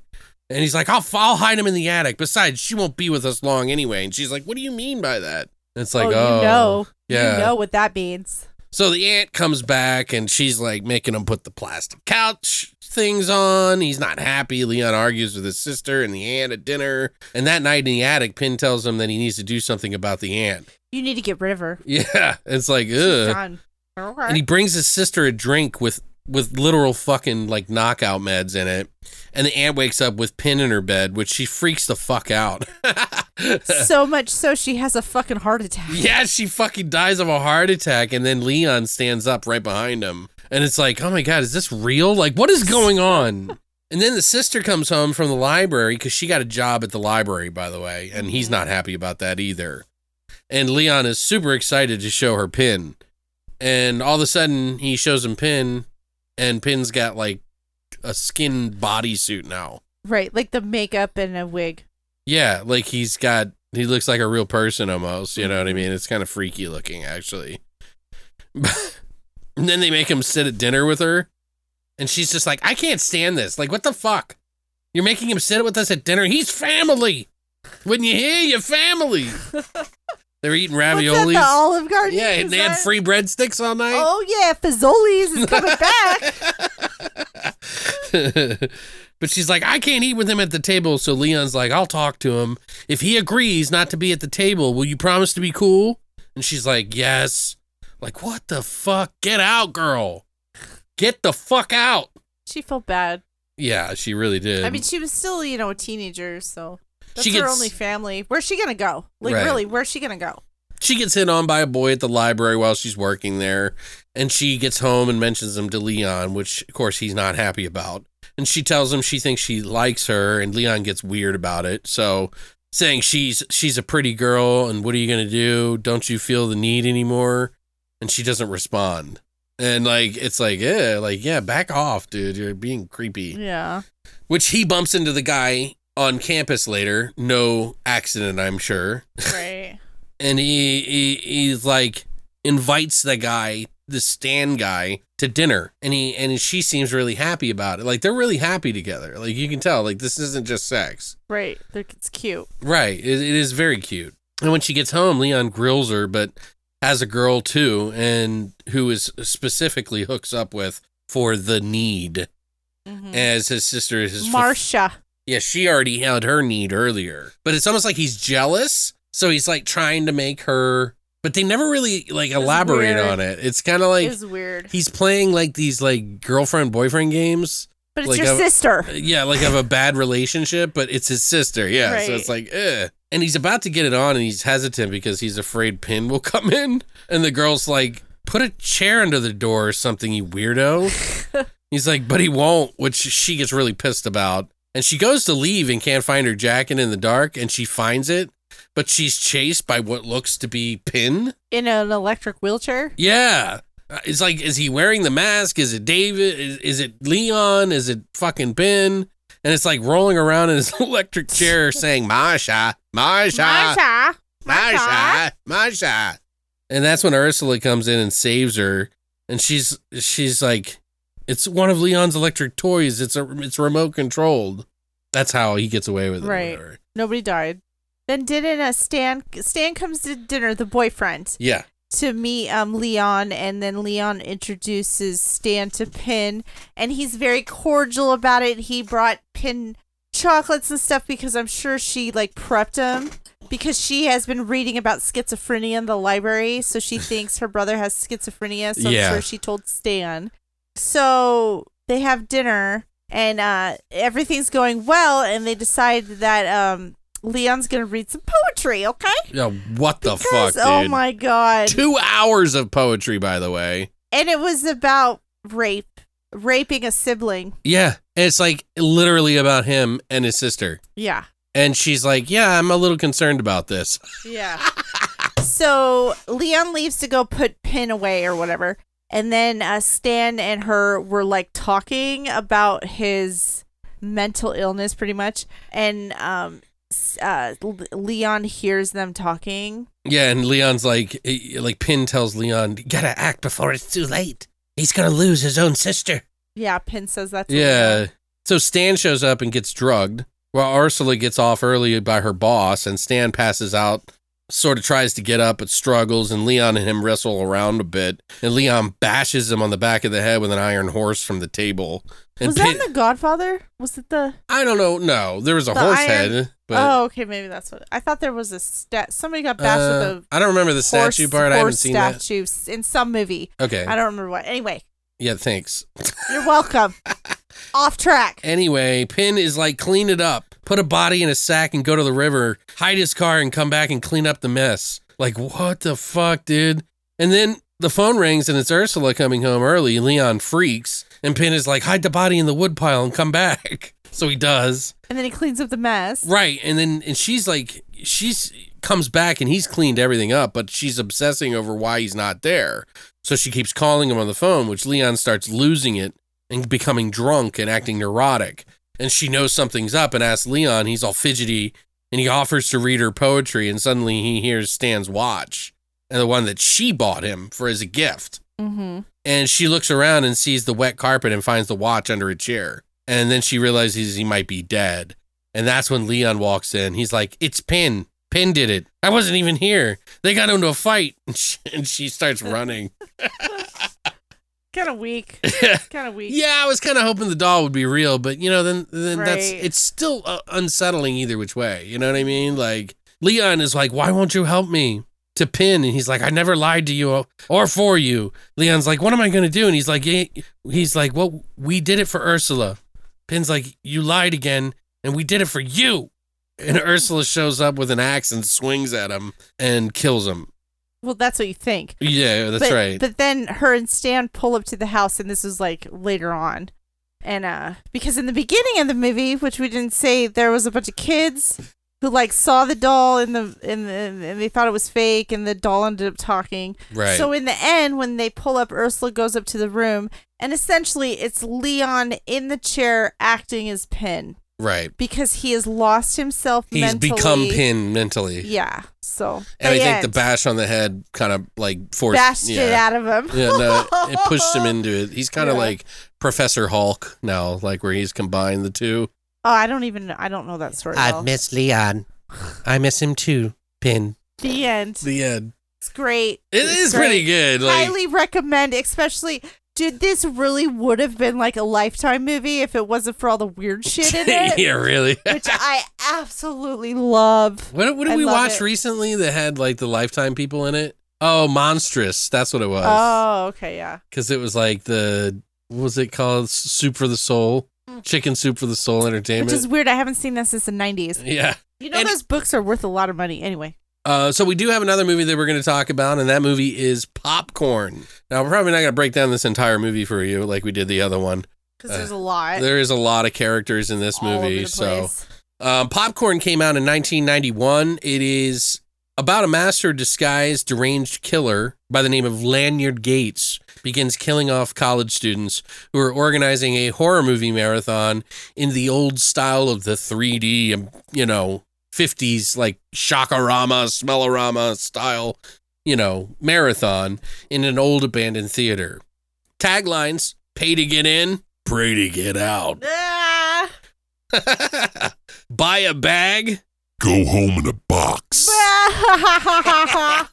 Speaker 1: And he's like, I'll, I'll hide him in the attic. Besides, she won't be with us long anyway. And she's like, what do you mean by that? And It's like, oh,
Speaker 2: you know.
Speaker 1: yeah.
Speaker 2: You know what that means.
Speaker 1: So the aunt comes back and she's like making him put the plastic couch things on. He's not happy. Leon argues with his sister and the aunt at dinner. And that night in the attic, Pin tells him that he needs to do something about the aunt. [laughs]
Speaker 2: You need to get rid of her.
Speaker 1: Yeah, it's like,
Speaker 2: She's
Speaker 1: ugh.
Speaker 2: done. Okay.
Speaker 1: and he brings his sister a drink with with literal fucking like knockout meds in it and the aunt wakes up with pin in her bed which she freaks the fuck out
Speaker 2: [laughs]
Speaker 1: [laughs]
Speaker 2: so much so she has a fucking heart attack.
Speaker 1: yeah she fucking dies of a heart attack and then leon stands up right behind him and it's like oh my god is this real like what is going on and then the sister comes home from the library because she got a job at the library by the way and he's not happy about that either and leon is super excited to show her pin and all of a sudden he shows him pin and pin's got like a skin bodysuit now
Speaker 2: Right, like the makeup and a wig.
Speaker 1: yeah like he's got he looks like a real person almost you know
Speaker 2: Mm-hmm.
Speaker 1: what i mean it's kind of freaky looking actually [laughs] and then they make him sit at dinner with her and she's just like i can't stand this like what the fuck you're
Speaker 2: [laughs]
Speaker 1: making him sit with us at dinner he's family wouldn't you hear your family They were eating
Speaker 2: What's that,
Speaker 1: raviolis.
Speaker 2: the Olive Garden?
Speaker 1: yeah, and
Speaker 2: Is
Speaker 1: they had
Speaker 2: that-
Speaker 1: free breadsticks all night.
Speaker 2: Oh yeah, Fazoli's is
Speaker 1: [laughs]
Speaker 2: coming back.
Speaker 1: but she's like, I can't eat with him at the table. So Leon's like, I'll talk to him. If he agrees not to be at the table, will you promise to be cool? And she's like, Yes. Like, what the fuck? Get out, girl. Get the fuck out.
Speaker 2: She felt bad.
Speaker 1: Yeah, she really did.
Speaker 2: I mean, she was still, you know, a teenager, so that's
Speaker 1: She
Speaker 2: her
Speaker 1: gets-
Speaker 2: only family. Where's she gonna go? Like,
Speaker 1: Right.
Speaker 2: really, where's she gonna go?
Speaker 1: she gets hit on by a boy at the library while she's working there. And she gets home and mentions him to Leon, which, of course, he's not happy about. And she tells him she thinks she likes her, and Leon gets weird about it. So, saying she's she's a pretty girl, and what are you gonna do? Don't you feel the need anymore? And she doesn't respond. And like it's like yeah, like yeah, back off, dude. You're being creepy
Speaker 2: Yeah.
Speaker 1: which he bumps into the guy on campus later. No accident, I'm sure.
Speaker 2: Right.
Speaker 1: And he, he he's like invites the guy, the stand guy, to dinner, and he and she seems really happy about it. Like they're really happy together. Like you can tell. Like this isn't just sex.
Speaker 2: right. Like, It's cute.
Speaker 1: Right. It, it is very cute. And when she gets home, Leon grills her, but as a girl too, and who is specifically hooks up with for the need,
Speaker 2: Mm-hmm. Hmm.
Speaker 1: as his sister is his
Speaker 2: Marsha.
Speaker 1: yeah, she already had her need earlier. But it's almost like he's jealous. So he's like trying to make her but they never really like elaborate
Speaker 2: weird.
Speaker 1: on it. It's kinda like
Speaker 2: is weird.
Speaker 1: he's playing like these like girlfriend boyfriend games.
Speaker 2: But it's
Speaker 1: like
Speaker 2: your
Speaker 1: a-
Speaker 2: sister.
Speaker 1: Uh, Yeah, like of a bad relationship, but it's his sister. Yeah. So
Speaker 2: Right.
Speaker 1: it's like, eh. And he's about to get it on and he's hesitant because he's afraid Pin will [laughs] come in. And the girl's like, put a chair under the door or something, you weirdo. he's like, but he won't, which she gets really pissed about. And she goes to leave and can't find her jacket in the dark and she finds it, but she's chased by what looks to be Pin.
Speaker 2: In an electric wheelchair.
Speaker 1: Yeah. Uh, It's like, is he wearing the mask? Is it David? Is, is it Leon? Is it fucking Ben? And it's like rolling around in his [laughs] electric chair saying, Masha, Masha,
Speaker 2: Marsha.
Speaker 1: Masha, Masha. And that's when Ursula comes in and saves her. And she's, she's like, it's one of Leon's electric toys. It's a, it's remote controlled. That's how he gets away with it. or
Speaker 2: Right.
Speaker 1: whatever.
Speaker 2: Nobody died. Then didn't uh, Stan Stan comes to dinner, the boyfriend,
Speaker 1: Yeah.
Speaker 2: to meet um Leon, and then Leon introduces Stan to Pin, and he's very cordial about it. He brought Pin chocolates and stuff because I'm sure she like prepped him because she has been reading about schizophrenia in the library,
Speaker 1: [laughs]
Speaker 2: so she thinks her brother has schizophrenia. So
Speaker 1: Yeah.
Speaker 2: I'm sure she told Stan. So they have dinner and uh, everything's going well, and they decide that um, Leon's gonna read some poetry. Okay.
Speaker 1: Yeah. What the fuck,
Speaker 2: Because-
Speaker 1: dude?
Speaker 2: oh my god.
Speaker 1: Two hours of poetry, by the way.
Speaker 2: and it was about rape, raping a sibling.
Speaker 1: Yeah. And it's like literally about him and his sister.
Speaker 2: Yeah.
Speaker 1: And she's like, Yeah, I'm a little concerned about this.
Speaker 2: Yeah. so Leon leaves to go put Pin away or whatever. And then uh, Stan and her were like talking about his mental illness pretty much. And um, s- uh, L- Leon hears them talking.
Speaker 1: Yeah. And Leon's like, like Pin tells Leon, "You Gotta act before it's too late. He's gonna lose his own sister.
Speaker 2: Yeah, Pin says that. to Leon.
Speaker 1: Yeah. So Stan shows up and gets drugged while Ursula gets off early by her boss and Stan passes out, sort of tries to get up but struggles and Leon and him wrestle around a bit and Leon bashes him on the back of the head with an iron horse from the table. And
Speaker 2: Was
Speaker 1: Pin,
Speaker 2: that in The Godfather? Was it the?
Speaker 1: I don't know. No, there was a
Speaker 2: The
Speaker 1: horse
Speaker 2: iron-
Speaker 1: head. But
Speaker 2: oh, okay, maybe that's what. I thought there was a stat. Somebody got bashed
Speaker 1: Uh,
Speaker 2: with a
Speaker 1: I don't remember the
Speaker 2: horse,
Speaker 1: statue part. I haven't
Speaker 2: horse
Speaker 1: seen
Speaker 2: statue s- in some movie.
Speaker 1: that. Okay.
Speaker 2: I don't remember what. Anyway,
Speaker 1: Yeah, thanks. [laughs]
Speaker 2: you're welcome. Off track.
Speaker 1: Anyway, Pin is like, clean it up, put a body in a sack and go to the river, hide his car and come back and clean up the mess. Like, what the fuck, dude? And then the phone rings and it's Ursula coming home early. and Leon freaks. And Pin is like, hide the body in the woodpile and come back. [laughs] So he does.
Speaker 2: And then he cleans up the mess.
Speaker 1: Right, and then and she's like she's comes back and he's cleaned everything up, but she's obsessing over why he's not there. So she keeps calling him on the phone, which Leon starts losing it and becoming drunk and acting neurotic. And she knows something's up and asks Leon, he's all fidgety, and he offers to read her poetry and suddenly he hears Stan's watch and the one that she bought him for as a gift
Speaker 2: Mm-hmm.
Speaker 1: and she looks around and sees the wet carpet and finds the watch under a chair. And then she realizes he might be dead. And that's when Leon walks in. He's like, "It's Pin," Penn did it. I wasn't even here. They got into a fight, [laughs] and she, and she starts running.
Speaker 2: Kind of weak. kind of weak.
Speaker 1: [laughs] yeah, I was kind of hoping the doll would be real, but you know, then then that's
Speaker 2: Right.
Speaker 1: it's still uh, unsettling either which way. You know what I mean? Like Leon is like, "Why won't you help me?" To Penn, and he's like, "I never lied to you or for you." Leon's like, "What am I gonna do?" And he's like, "Yeah," "He's like, well, we did it for Ursula." Pin's like, "You lied again, and we did it for you." And Ursula shows up with an axe and swings at him and kills him.
Speaker 2: Well, that's what you think.
Speaker 1: Yeah, that's
Speaker 2: but,
Speaker 1: right.
Speaker 2: But then her and Stan pull up to the house, and this was like later on. And uh because in the beginning of the movie, which we didn't say, there was a bunch of kids who like saw the doll in the in the and they thought it was fake, and the doll ended up talking.
Speaker 1: Right.
Speaker 2: So in the end, when they pull up, Ursula goes up to the room, and essentially it's Leon in the chair acting as Pin
Speaker 1: right.
Speaker 2: because he has lost himself.
Speaker 1: He's
Speaker 2: mentally.
Speaker 1: become Pin mentally.
Speaker 2: Yeah. So
Speaker 1: And I
Speaker 2: they
Speaker 1: think the
Speaker 2: end.
Speaker 1: bash on the head kind of like forced
Speaker 2: bashed
Speaker 1: yeah.
Speaker 2: it out of him.
Speaker 1: Yeah, no, it pushed
Speaker 2: [laughs]
Speaker 1: him into it. He's kind of
Speaker 2: Yeah.
Speaker 1: like Professor Hulk now, like where he's combined the two.
Speaker 2: Oh, I don't even. I don't know that story. at all.
Speaker 1: miss Leon. I miss him too. Pin.
Speaker 2: the end.
Speaker 1: The end.
Speaker 2: it's great.
Speaker 1: It
Speaker 2: It's
Speaker 1: is
Speaker 2: great.
Speaker 1: pretty good. Like,
Speaker 2: Highly recommend, especially. Dude, this really would have been like a lifetime movie if it wasn't for all
Speaker 1: [laughs]
Speaker 2: the weird shit in it,
Speaker 1: yeah, really.
Speaker 2: which I absolutely love.
Speaker 1: [laughs] What, what did
Speaker 2: I
Speaker 1: we
Speaker 2: love
Speaker 1: watch
Speaker 2: it.
Speaker 1: recently that had like the Lifetime people in it? Oh, Monstrous. That's what it was.
Speaker 2: Oh, okay, yeah.
Speaker 1: Because it was like the, what was it called? S- Soup for the Soul. Chicken Soup for the Soul Entertainment.
Speaker 2: Mm. Which is weird. I haven't seen that since the '90s.
Speaker 1: yeah.
Speaker 2: You know,
Speaker 1: And-
Speaker 2: those books are worth a lot of money anyway.
Speaker 1: Uh, so we do have another movie that we're going to talk about, and that movie is Popcorn. Now we're probably not going to break down this entire movie for you like we did the other one.
Speaker 2: Because there's a lot.
Speaker 1: There is a lot of characters in Uh, this
Speaker 2: all over
Speaker 1: movie.
Speaker 2: the
Speaker 1: So [laughs]
Speaker 2: place.
Speaker 1: um, Popcorn came out in 1991. It is about a master disguised deranged killer by the name of Lanyard Gates begins killing off college students who are organizing a horror movie marathon in the old style of the 3D, um, you know, 50s like shockorama, smellorama style, you know, marathon in an old abandoned theater. Taglines: Pay to get in, pray to get out. [laughs]
Speaker 2: Ah, [laughs]
Speaker 1: Buy a bag.
Speaker 3: Go home
Speaker 2: [laughs]
Speaker 3: in a box.
Speaker 1: [laughs] I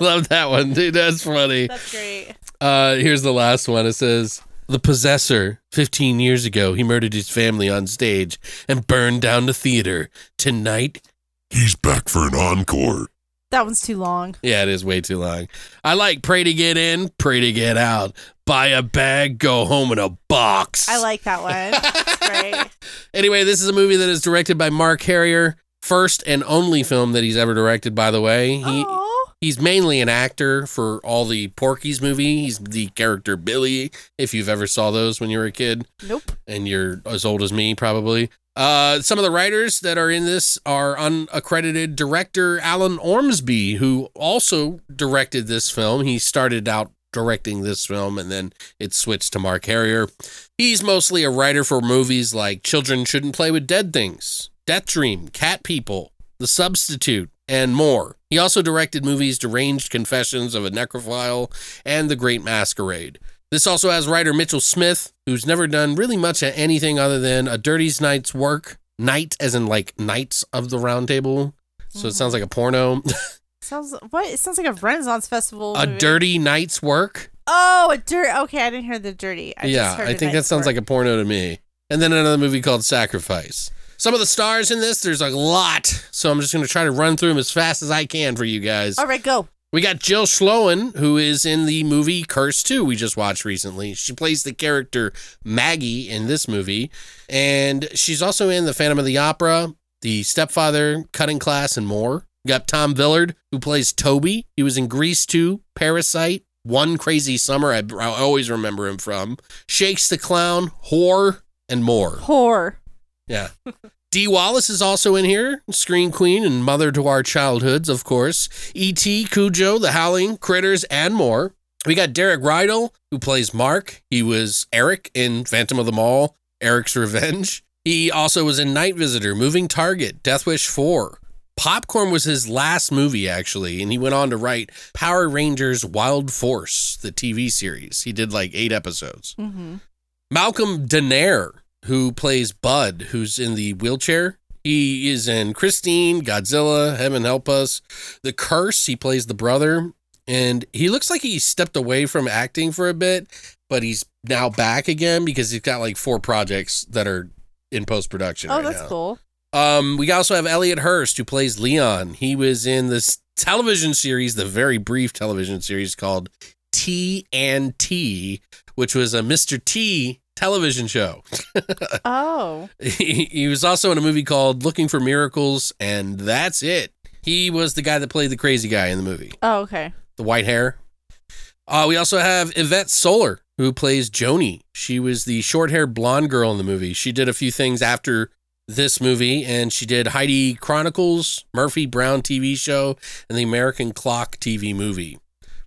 Speaker 1: love that one, dude. That's funny.
Speaker 2: That's great.
Speaker 1: Uh, here's the last one. It says the possessor. Fifteen years ago, he murdered his family on stage and burned down the theater. Tonight,
Speaker 3: He's back for an encore.
Speaker 2: That one's too long.
Speaker 1: yeah, it is way too long. I like pray to get in, pray to get out. Buy a bag, go home in a box.
Speaker 2: I like that one.
Speaker 1: [laughs]
Speaker 2: That's great.
Speaker 1: Anyway, this is a movie that is directed by Mark Harrier. First and only film that he's ever directed, by the way. He
Speaker 2: Oh.
Speaker 1: he's mainly an actor for all the Porky's movie. He's the character Billy, if you've ever saw those when you were a kid
Speaker 2: Nope.
Speaker 1: and you're as old as me probably. Uh, some of the writers that are in this are unaccredited director Alan Ormsby, who also directed this film. He started out directing this film and then it switched to Mark Harrier. He's mostly a writer for movies like Children Shouldn't Play with Dead Things, Death Dream, Cat People, The Substitute, and more. He also directed movies Deranged Confessions of a Necrophile and The Great Masquerade. This also has writer Mitchell Smith, who's never done really much of anything other than a Dirty Knight's work. Knight, as in like Knights of the Round Table. So it sounds like a porno.
Speaker 2: Sounds what? It sounds like a Renaissance festival.
Speaker 1: a
Speaker 2: movie.
Speaker 1: Dirty Knight's work.
Speaker 2: Oh, a dirt. Okay, I didn't hear the dirty. I
Speaker 1: yeah,
Speaker 2: just heard
Speaker 1: I think that sounds like a porno to me. And then another movie called Sacrifice. Some of the stars in this, there's a lot. So I'm just going to try to run through them as fast as I can for you guys.
Speaker 2: All right, go.
Speaker 1: We got Jill Sloan, who is in the movie Curse 2 we just watched recently. She plays the character Maggie in this movie. And she's also in The Phantom of the Opera, The Stepfather, Cutting Class, and more. We got Tom Villard, who plays Toby. He was in Grease 2, Parasite, One Crazy Summer, I, I always remember him from, Shakes the Clown, Whore, and more.
Speaker 2: Whore.
Speaker 1: Yeah. Dee Wallace is also in here, Screen Queen and mother to our childhoods, of course. E.T., Cujo, The Howling, Critters, and more. We got Derek Rydell, who plays Mark. He was Eric in Phantom of the Mall, Eric's Revenge. He also was in Night Visitor, Moving Target, Death Wish 4. Popcorn was his last movie, actually, and he went on to write Power Rangers Wild Force, the TV series. He did like eight episodes.
Speaker 2: Mm-hmm.
Speaker 1: Malcolm Denaire, who plays Bud, who's in the wheelchair. He is in Christine, Godzilla, Heaven Help Us, The Curse. He plays the brother, and he looks like he stepped away from acting for a bit, but he's now back again because he's got like four projects that are in post production.
Speaker 2: Oh,
Speaker 1: right
Speaker 2: that's
Speaker 1: now.
Speaker 2: cool.
Speaker 1: Um, we also have Elliot Hurst, who plays Leon. He was in this television series, the very brief television series called T and T, which was a Mr. T television show. [laughs]
Speaker 2: Oh,
Speaker 1: he, he was also in a movie called Looking for Miracles, and that's it. He was the guy that played the crazy guy in the movie,
Speaker 2: oh, okay.
Speaker 1: the white hair. Uh, we also have Yvette Solar, who plays Joni. She was the short haired blonde girl in the movie. She did a few things after this movie, and she did Heidi Chronicles, Murphy Brown TV show, and the American Clock TV movie.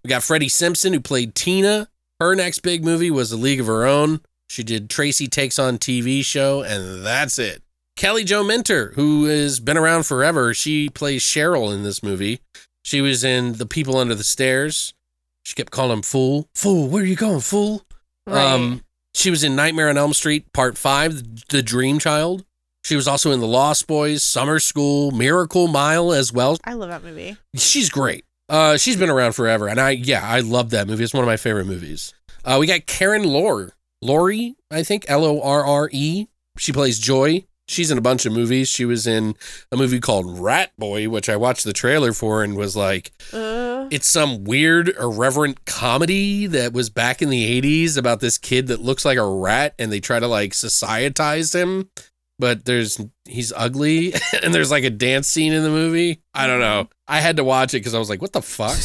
Speaker 1: We got Freddie Simpson, who played Tina. Her next big movie was A League of Her Own. She did Tracy Takes on TV show, and that's it. Kelly Jo Minter, who has been around forever, she plays Cheryl in this movie. She was in The People Under the Stairs. She kept calling him Fool. Fool, where are you going, Fool?
Speaker 2: Right.
Speaker 1: Um, she was in Nightmare on Elm Street Part 5, The Dream Child. She was also in The Lost Boys, Summer School, Miracle Mile as well.
Speaker 2: I love that movie.
Speaker 1: She's great. Uh, she's been around forever, and I yeah, I love that movie. It's one of my favorite movies. Uh, we got Karen Lore, Lori, I think L O R R E. She plays Joy. She's in a bunch of movies. She was in a movie called Rat Boy, which I watched the trailer for and was like,
Speaker 2: Uh,
Speaker 1: it's some weird irreverent comedy that was back in the 80s about this kid that looks like a rat and they try to like societize him but there's he's ugly [laughs] and there's like a dance scene in the movie i don't know i had to watch it because i was like what the fuck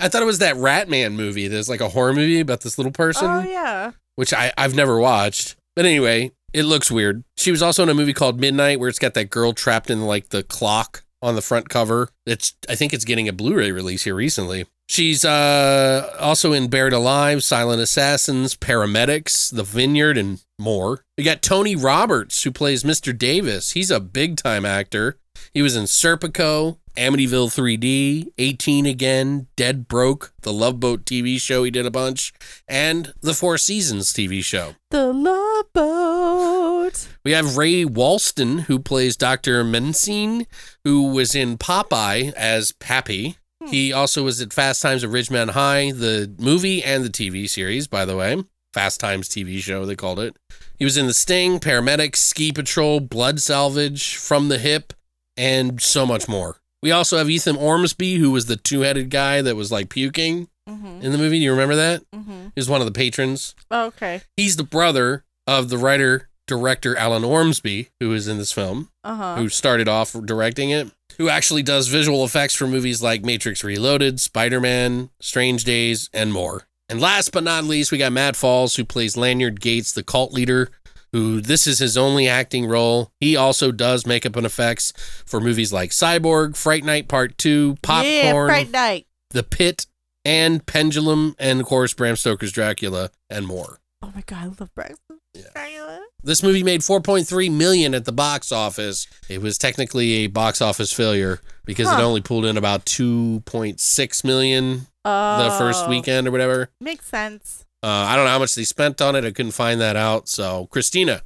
Speaker 1: i thought it was that rat man movie there's like a horror movie about this little person
Speaker 2: oh yeah.
Speaker 1: which I, I've never watched. But anyway, it looks weird. She was also in a movie called Midnight, where it's got that girl trapped in like the clock on the front cover. It's I think it's getting a Blu-ray release here recently. She's uh, also in Buried Alive, Silent Assassins, Paramedics, The Vineyard, and more. We got Tony Roberts, who plays Mr. Davis. He's a big time actor. He was in Serpico, Amityville 3D, 18 Again, Dead Broke, The Love Boat TV show. He did a bunch, and The Four Seasons TV show.
Speaker 2: The Love Boat.
Speaker 1: We have Ray Walston, who plays Dr. Mencine, who was in Popeye as Pappy. He also was at Fast Times at Ridgemont High, the movie and the TV series, by the way. Fast Times TV show, they called it. He was in The Sting, Paramedics, Ski Patrol, Blood Salvage, From the Hip, and so much more. We also have Ethan Ormsby, who was the two headed guy that was like puking
Speaker 2: Mm-hmm.
Speaker 1: in the movie. Do you remember that?
Speaker 2: Mm-hmm.
Speaker 1: He was one of the patrons.
Speaker 2: okay.
Speaker 1: He's the brother of the writer director Alan Ormsby, who is in this film,
Speaker 2: Uh huh.
Speaker 1: who started off directing it, who actually does visual effects for movies like Matrix Reloaded, Spider Man, Strange Days, and more. And last but not least, we got Matt Falls, who plays Lanyard Gates, the cult leader, who this is his only acting role. He also does makeup and effects for movies like Cyborg, Fright Night Part 2, Popcorn.
Speaker 2: Yeah, Fright Night.
Speaker 1: The Pit, and Pendulum, and of course Bram Stoker's Dracula, and more.
Speaker 2: Oh my god, I love Breakfast. Yeah.
Speaker 1: This movie made 4.3 million at the box office. It was technically a box office failure because it
Speaker 2: Huh.
Speaker 1: only pulled in about 2.6 million
Speaker 2: Oh,
Speaker 1: the first weekend or whatever.
Speaker 2: Makes sense.
Speaker 1: Uh, I don't know how much they spent on it. I couldn't find that out. So, Christina,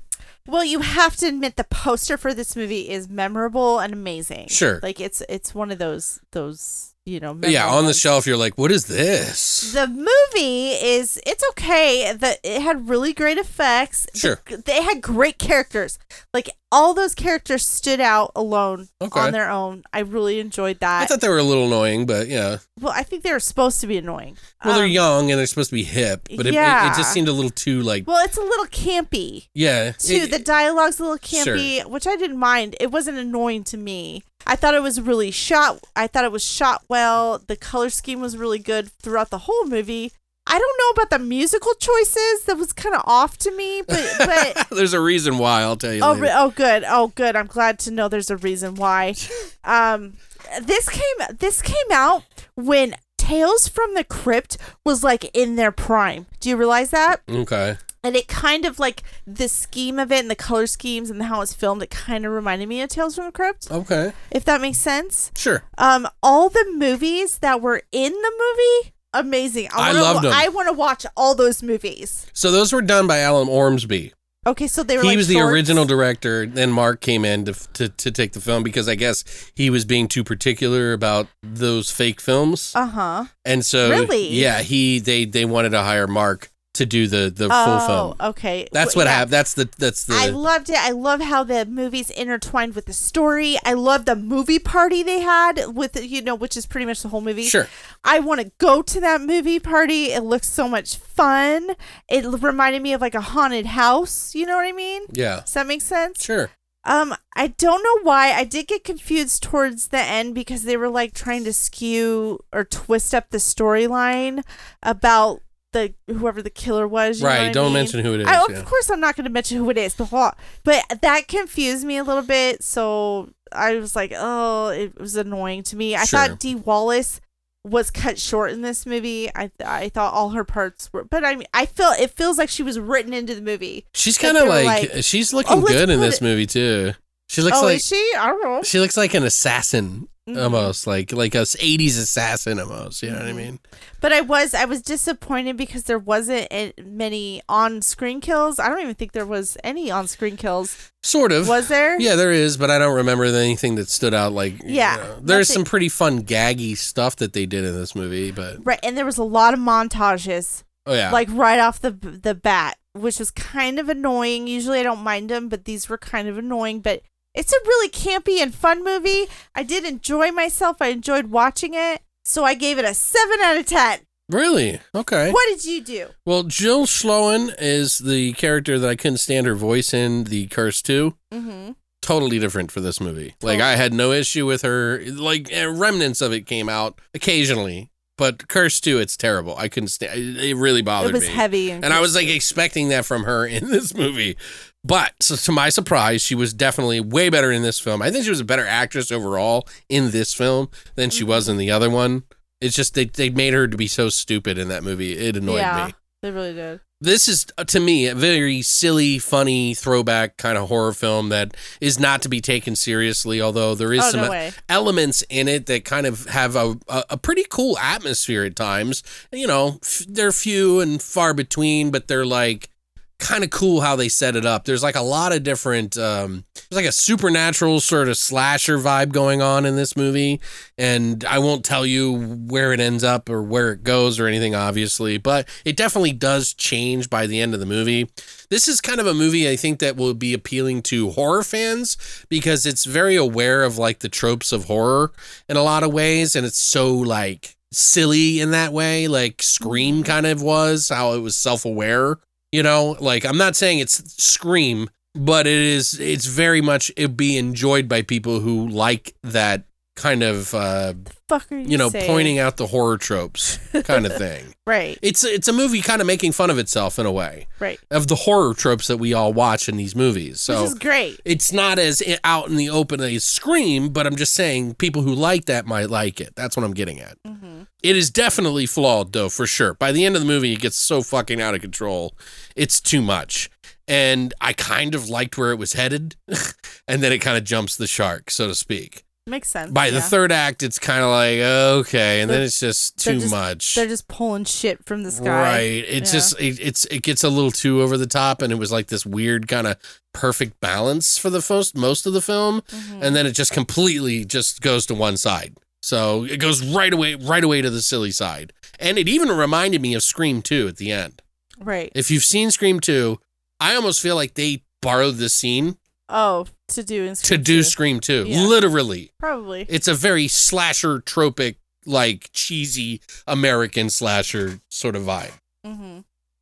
Speaker 2: Well, you have to admit the poster for this movie is memorable and amazing.
Speaker 1: Sure.
Speaker 2: Like it's it's one of those those you know.
Speaker 1: yeah,
Speaker 2: memorable
Speaker 1: on the
Speaker 2: ones.
Speaker 1: shelf, you're like, what is this?
Speaker 2: The movie is it's okay. The it had really great effects. The-
Speaker 1: Sure.
Speaker 2: they had great characters. Like all those characters stood out alone
Speaker 1: Okay.
Speaker 2: on their own. I really enjoyed that.
Speaker 1: I thought they were a little annoying, but yeah.
Speaker 2: well, I think they were supposed to be annoying.
Speaker 1: Well, they're
Speaker 2: Um,
Speaker 1: young and they're supposed to be hip, but it, it- it,
Speaker 2: yeah.
Speaker 1: just seemed a little too like,
Speaker 2: Well, it's a little campy.
Speaker 1: yeah.
Speaker 2: too.
Speaker 1: It-
Speaker 2: the dialogue's a little campy, which I didn't mind. It wasn't annoying to me. I thought it was really shot. I thought it was shot well. The color scheme was really good throughout the whole movie. I don't know about the musical choices. That was kind of off to me, but but
Speaker 1: [laughs] There's a reason why, I'll tell you.
Speaker 2: oh
Speaker 1: later.
Speaker 2: re- oh good oh good. I'm glad to know there's a reason why. Um, this came this came out when Tales from the Crypt was like in their prime. Do you realize that?
Speaker 1: Okay.
Speaker 2: and it kind of like the scheme of it and the color schemes and how it's filmed it kind of reminded me of tales from the crypt
Speaker 1: Okay.
Speaker 2: if that makes sense
Speaker 1: Sure.
Speaker 2: um all the movies that were in the movie amazing
Speaker 1: I
Speaker 2: wanna,
Speaker 1: loved 'em.
Speaker 2: i want to watch all those movies
Speaker 1: So those were done by Alan Ormsby.
Speaker 2: Okay, so they were.
Speaker 1: he
Speaker 2: like
Speaker 1: was the
Speaker 2: shorts?
Speaker 1: original director. Then Mark came in to, to to take the film because I guess he was being too particular about those fake films,
Speaker 2: Uh huh.
Speaker 1: and so
Speaker 2: really?
Speaker 1: yeah, he they they wanted to hire Mark to do the the full
Speaker 2: Oh,
Speaker 1: film.
Speaker 2: okay.
Speaker 1: That's
Speaker 2: Well,
Speaker 1: what
Speaker 2: yeah.
Speaker 1: happened. That's the that's the
Speaker 2: I loved it. I love how the movies intertwined with the story. I love the movie party they had with you know, which is pretty much the whole movie.
Speaker 1: Sure.
Speaker 2: I want to go to that movie party. It looks so much fun. It l- reminded me of like a haunted house. You know what I mean?
Speaker 1: yeah
Speaker 2: Does that make sense?
Speaker 1: sure
Speaker 2: Um, I don't know why I did get confused towards the end because they were like trying to skew or twist up the storyline about the whoever the killer was. you know
Speaker 1: right.
Speaker 2: what I
Speaker 1: Don't
Speaker 2: mean?
Speaker 1: mention who it is.
Speaker 2: I, of
Speaker 1: yeah.
Speaker 2: course, I'm not going to mention who it is, but wha- but that confused me a little bit. So I was like, oh, it was annoying to me. I
Speaker 1: Sure.
Speaker 2: thought Dee Wallace was cut short in this movie. I I thought all her parts were, but I mean, I feel it feels like she was written into the movie.
Speaker 1: She's
Speaker 2: Like,
Speaker 1: kind of
Speaker 2: they were
Speaker 1: like,
Speaker 2: like,
Speaker 1: she's looking
Speaker 2: "Oh, let's
Speaker 1: good in
Speaker 2: put
Speaker 1: this
Speaker 2: it-"
Speaker 1: movie too. She looks
Speaker 2: oh,
Speaker 1: like
Speaker 2: is she? I don't know.
Speaker 1: she looks like an assassin
Speaker 2: Mhm.
Speaker 1: almost, like like a '80s assassin almost. You know
Speaker 2: Mm-hmm.
Speaker 1: what I mean?
Speaker 2: But I was I was disappointed because there wasn't a- many on screen kills. I don't even think there was any on screen kills.
Speaker 1: Sort of.
Speaker 2: Was there?
Speaker 1: Yeah, there is, but I don't remember anything that stood out. Like, you
Speaker 2: Yeah,
Speaker 1: know. there's some
Speaker 2: nothing-
Speaker 1: pretty fun gaggy stuff that they did in this movie, but
Speaker 2: Right, and there was a lot of montages.
Speaker 1: oh yeah,
Speaker 2: like right off the the bat, which was kind of annoying. Usually I don't mind them, but these were kind of annoying. But it's a really campy and fun movie. I did enjoy myself. I enjoyed watching it. So I gave it a seven out of ten.
Speaker 1: really okay.
Speaker 2: What did you do?
Speaker 1: Well, Jill Sloan is the character that I couldn't stand her voice in the Curse Two.
Speaker 2: Mm-hmm.
Speaker 1: totally different for this movie. Like
Speaker 2: Totally.
Speaker 1: I had no issue with her. Like eh, remnants of it came out occasionally, but Curse Two, it's terrible. I couldn't stand. It really bothered
Speaker 2: It was
Speaker 1: me.
Speaker 2: heavy,
Speaker 1: And I was like expecting that from her in [laughs] this movie, but so to my surprise, she was definitely way better in this film. I think she was a better actress overall in this film than she was in the other one. It's just they they made her to be so stupid in that movie. It annoyed
Speaker 2: yeah,
Speaker 1: me
Speaker 2: they really did.
Speaker 1: this is uh, to me a very silly funny throwback kind of horror film that is not to be taken seriously although there is
Speaker 2: Oh,
Speaker 1: some
Speaker 2: no
Speaker 1: uh,
Speaker 2: way.
Speaker 1: elements in it that kind of have a, a, a pretty cool atmosphere at times you know f- they're few and far between but they're like kind of cool how they set it up there's like a lot of different um there's like a supernatural sort of slasher vibe going on in this movie and I won't tell you where it ends up or where it goes or anything, obviously, but it definitely does change by the end of the movie. This is kind of a movie I think that will be appealing to horror fans because it's very aware of like the tropes of horror in a lot of ways, and it's so like silly in that way, like Scream kind of was, how it was self aware. You know, like I'm not saying it's Scream, but it is, it's very much, it'd be enjoyed by people who like that kind of uh,
Speaker 2: Fuck are you?
Speaker 1: you know
Speaker 2: saying?
Speaker 1: pointing out the horror tropes
Speaker 2: [laughs]
Speaker 1: kind of thing.
Speaker 2: Right,
Speaker 1: It's it's a movie kind of making fun of itself in a way
Speaker 2: right.
Speaker 1: of the horror tropes that we all watch in these movies. So
Speaker 2: Which is great.
Speaker 1: it's not as i- out in the open as Scream, but I'm just saying people who like that might like it. That's what I'm getting at.
Speaker 2: Mm-hmm.
Speaker 1: It is definitely flawed, though, for sure. By the end of the movie, it gets so fucking out of control. It's too much. And I kind of liked where it was headed, [laughs] and then it kind of jumps the shark, so to speak.
Speaker 2: Makes sense.
Speaker 1: By the
Speaker 2: yeah.
Speaker 1: third act, it's kind of like, okay, and then
Speaker 2: They're-
Speaker 1: it's just
Speaker 2: they're
Speaker 1: too
Speaker 2: just-
Speaker 1: much.
Speaker 2: They're just pulling shit from the sky.
Speaker 1: Right. It's
Speaker 2: Yeah.
Speaker 1: just it, it's it gets a little too over the top, and it was like this weird kind of perfect balance for the most most of the film,
Speaker 2: Mm-hmm.
Speaker 1: and then it just completely just goes to one side. So it goes right away, right away to the silly side, and it even reminded me of Scream Two at the end.
Speaker 2: Right.
Speaker 1: If you've seen Scream Two, I almost feel like they borrowed this scene
Speaker 2: Oh, to do in
Speaker 1: to do Scream Two,
Speaker 2: Yeah.
Speaker 1: literally.
Speaker 2: probably.
Speaker 1: It's a very slasher tropic, like cheesy American slasher sort of vibe.
Speaker 2: hmm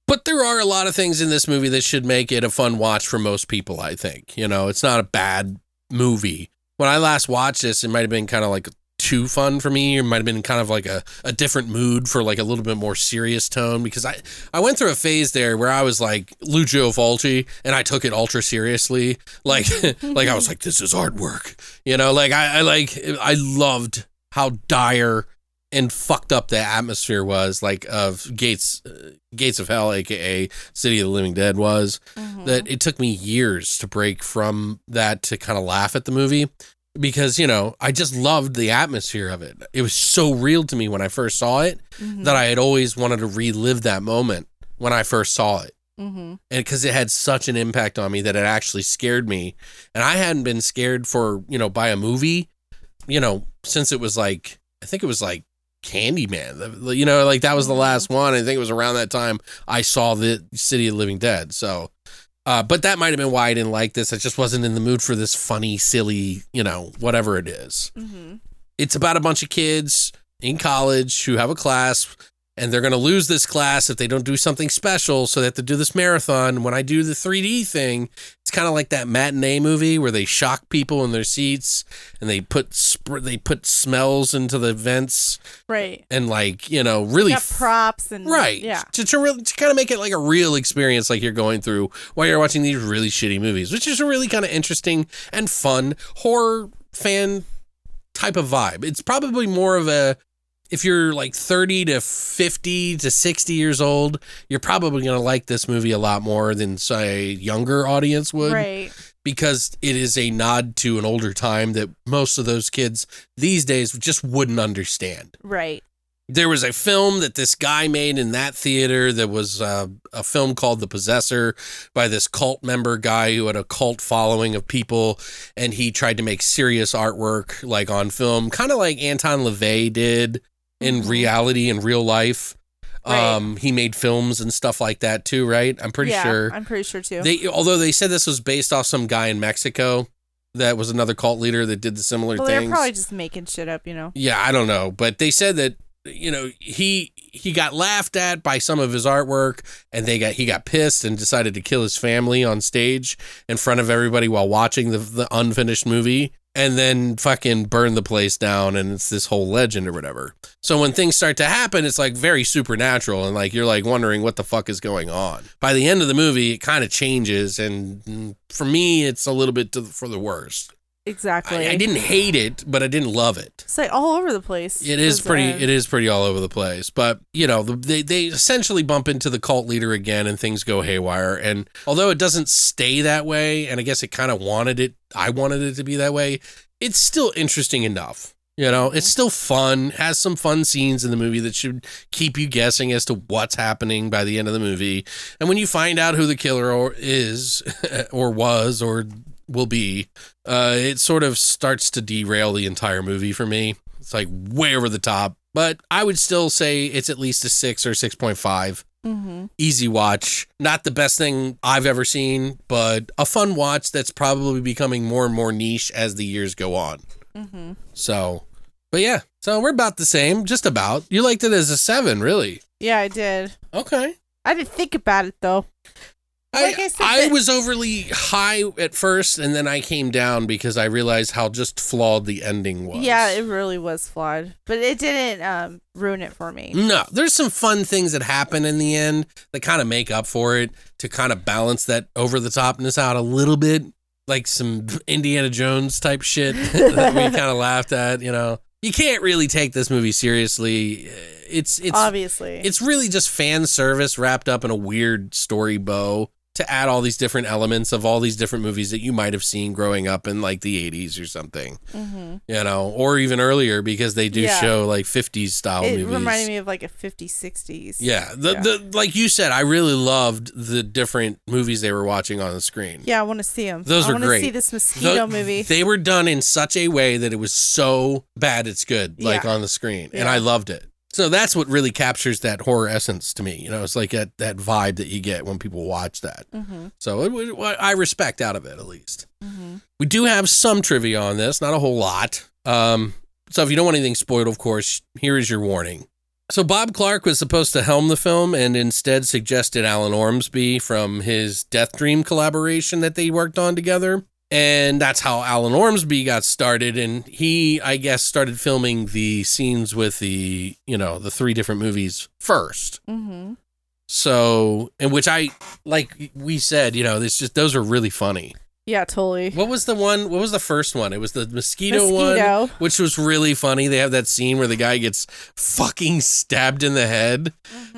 Speaker 1: But there are a lot of things in this movie that should make it a fun watch for most people, I think. You know, it's not a bad movie. When I last watched this, it might have been kind of like too fun for me. It might have been kind of like a, a different mood for like a little bit more serious tone because I, I went through a phase there where I was like Lucio Fulci and I took it ultra seriously. Like, [laughs] like I was like, this is artwork. You know, like I, I like, I loved how dire and fucked up the atmosphere was like of Gates Gates of Hell, aka City of the Living Dead, was
Speaker 2: mm-hmm,
Speaker 1: that it took me years to break from that to kind of laugh at the movie because you know I just loved the atmosphere of it. It was so real
Speaker 2: mm-hmm,
Speaker 1: to me when I first saw it that I had always wanted to relive that moment when I first saw it.
Speaker 2: Mm-hmm.
Speaker 1: and because it had such an impact on me that it actually scared me and i hadn't been scared for you know by a movie you know since it was like i think it was like candyman The- the- you know like that was the last one i think it was around that time i saw the city of the living dead so uh, but that might have been why i didn't like this i just wasn't in the mood for this funny silly you know whatever it is
Speaker 2: Mm-hmm.
Speaker 1: it's about a bunch of kids in college who have a class and they're going to lose this class if they don't do something special so they have to do this marathon when i do the 3d thing it's kind of like that matinee movie where they shock people in their seats and they put sp- they put smells into the vents
Speaker 2: Right.
Speaker 1: and like you know really
Speaker 2: Got props and
Speaker 1: right
Speaker 2: Yeah.
Speaker 1: to, to, really, to kind of make it like a real experience like you're going through while you're watching these really shitty movies which is a really kind of interesting and fun horror fan type of vibe it's probably more of a if you're like 30 to 50 to 60 years old you're probably going to like this movie a lot more than say a younger audience would
Speaker 2: Right.
Speaker 1: because it is a nod to an older time that most of those kids these days just wouldn't understand
Speaker 2: Right.
Speaker 1: there was a film that this guy made in that theater that was uh, a film called The Possessor by this cult member guy who had a cult following of people. And he tried to make serious artwork, like on film, kind of like Anton LaVey did in
Speaker 2: Mhm.
Speaker 1: reality, in real life.
Speaker 2: Right.
Speaker 1: Um, he made films and stuff like that too, right? I'm pretty
Speaker 2: yeah,
Speaker 1: sure.
Speaker 2: I'm pretty sure too.
Speaker 1: They, although they said this was based off some guy in Mexico that was another cult leader that did the similar
Speaker 2: well, they're
Speaker 1: things.
Speaker 2: probably just making shit up, you know.
Speaker 1: Yeah, I don't know, but they said that you know he he got laughed at by some of his artwork, and they got he got pissed and decided to kill his family on stage in front of everybody while watching the the unfinished movie, and then fucking burn the place down, and it's this whole legend or whatever. So when things start to happen, it's like very supernatural, and like you're like wondering what the fuck is going on. By the end of the movie, it kind of changes, and mm, for me, it's a little bit to, for the worst.
Speaker 2: Exactly.
Speaker 1: I, I didn't hate it, but I didn't love it.
Speaker 2: It's like all over the place.
Speaker 1: It is pretty. It is pretty all over the place. But you know, the, they they essentially bump into the cult leader again, and things go haywire. And although it doesn't stay that way, and I guess it kind of wanted it. I wanted it to be that way. It's still interesting enough. You know, it's still fun. Has some fun scenes in the movie that should keep you guessing as to what's happening by the end of the movie. And when you find out who the killer or is, [laughs] or was, or will be, uh, it sort of starts to derail the entire movie for me. It's like way over the top, but I would still say it's at least a six or 6.5.
Speaker 2: Mm-hmm.
Speaker 1: Easy watch. Not the best thing I've ever seen, but a fun watch that's probably becoming more and more niche as the years go on.
Speaker 2: Mm-hmm.
Speaker 1: So, but yeah, so we're about the same, just about. You liked it as a seven, really.
Speaker 2: Yeah, I did.
Speaker 1: Okay.
Speaker 2: I didn't think about it though. Like
Speaker 1: I,
Speaker 2: I
Speaker 1: I,
Speaker 2: said, that-
Speaker 1: was overly high at first, and then I came down because I realized how just flawed the ending was.
Speaker 2: Yeah, it really was flawed, but it didn't um, ruin it for me.
Speaker 1: No, there's some fun things that happen in the end that kind of make up for it to kind of balance that over the topness out a little bit, like some Indiana Jones type shit [laughs] that we kind of laughed at. You know, you can't really take this movie seriously. It's it's
Speaker 2: Obviously,
Speaker 1: it's really just fan service wrapped up in a weird story bow to add all these different elements of all these different movies that you might have seen growing up in like the 80s or something,
Speaker 2: Mhm.
Speaker 1: you know, or even earlier because they do
Speaker 2: Yeah.
Speaker 1: show like 50s style
Speaker 2: it
Speaker 1: Oh, movies.
Speaker 2: reminded me of like a 50s, 60s.
Speaker 1: Yeah, the,
Speaker 2: Yeah.
Speaker 1: the like you said, I really loved the different movies they were watching on the screen.
Speaker 2: yeah. I want to see them.
Speaker 1: Those
Speaker 2: I
Speaker 1: are
Speaker 2: wanna
Speaker 1: great.
Speaker 2: see this
Speaker 1: The-
Speaker 2: mosquito movie.
Speaker 1: They were done in such a way that it was so bad it's good, like
Speaker 2: Yeah.
Speaker 1: on the screen, and
Speaker 2: Yeah.
Speaker 1: I loved it. So that's what really captures that horror essence to me. You know, it's like that that vibe that you get when people watch that.
Speaker 2: mm-hmm.
Speaker 1: So it, would- what I respect out of it at least.
Speaker 2: Mm-hmm.
Speaker 1: We do have some trivia on this, not a whole lot. Um, so if you don't want anything spoiled, of course, here is your warning. So Bob Clark was supposed to helm the film and instead suggested Alan Ormsby from his Death Dream collaboration that they worked on together. And that's how Alan Ormsby got started. And he, I guess, started filming the scenes with the, you know, the three different movies first.
Speaker 2: Mm-hmm.
Speaker 1: So, and which I, like we said, you know, it's just, those are really funny.
Speaker 2: Yeah, totally.
Speaker 1: What was the one? What was the first one? It was the mosquito, one,
Speaker 2: Mosquito.
Speaker 1: which was really funny. They have that scene where the guy gets
Speaker 2: Mm-hmm.
Speaker 1: fucking stabbed in the head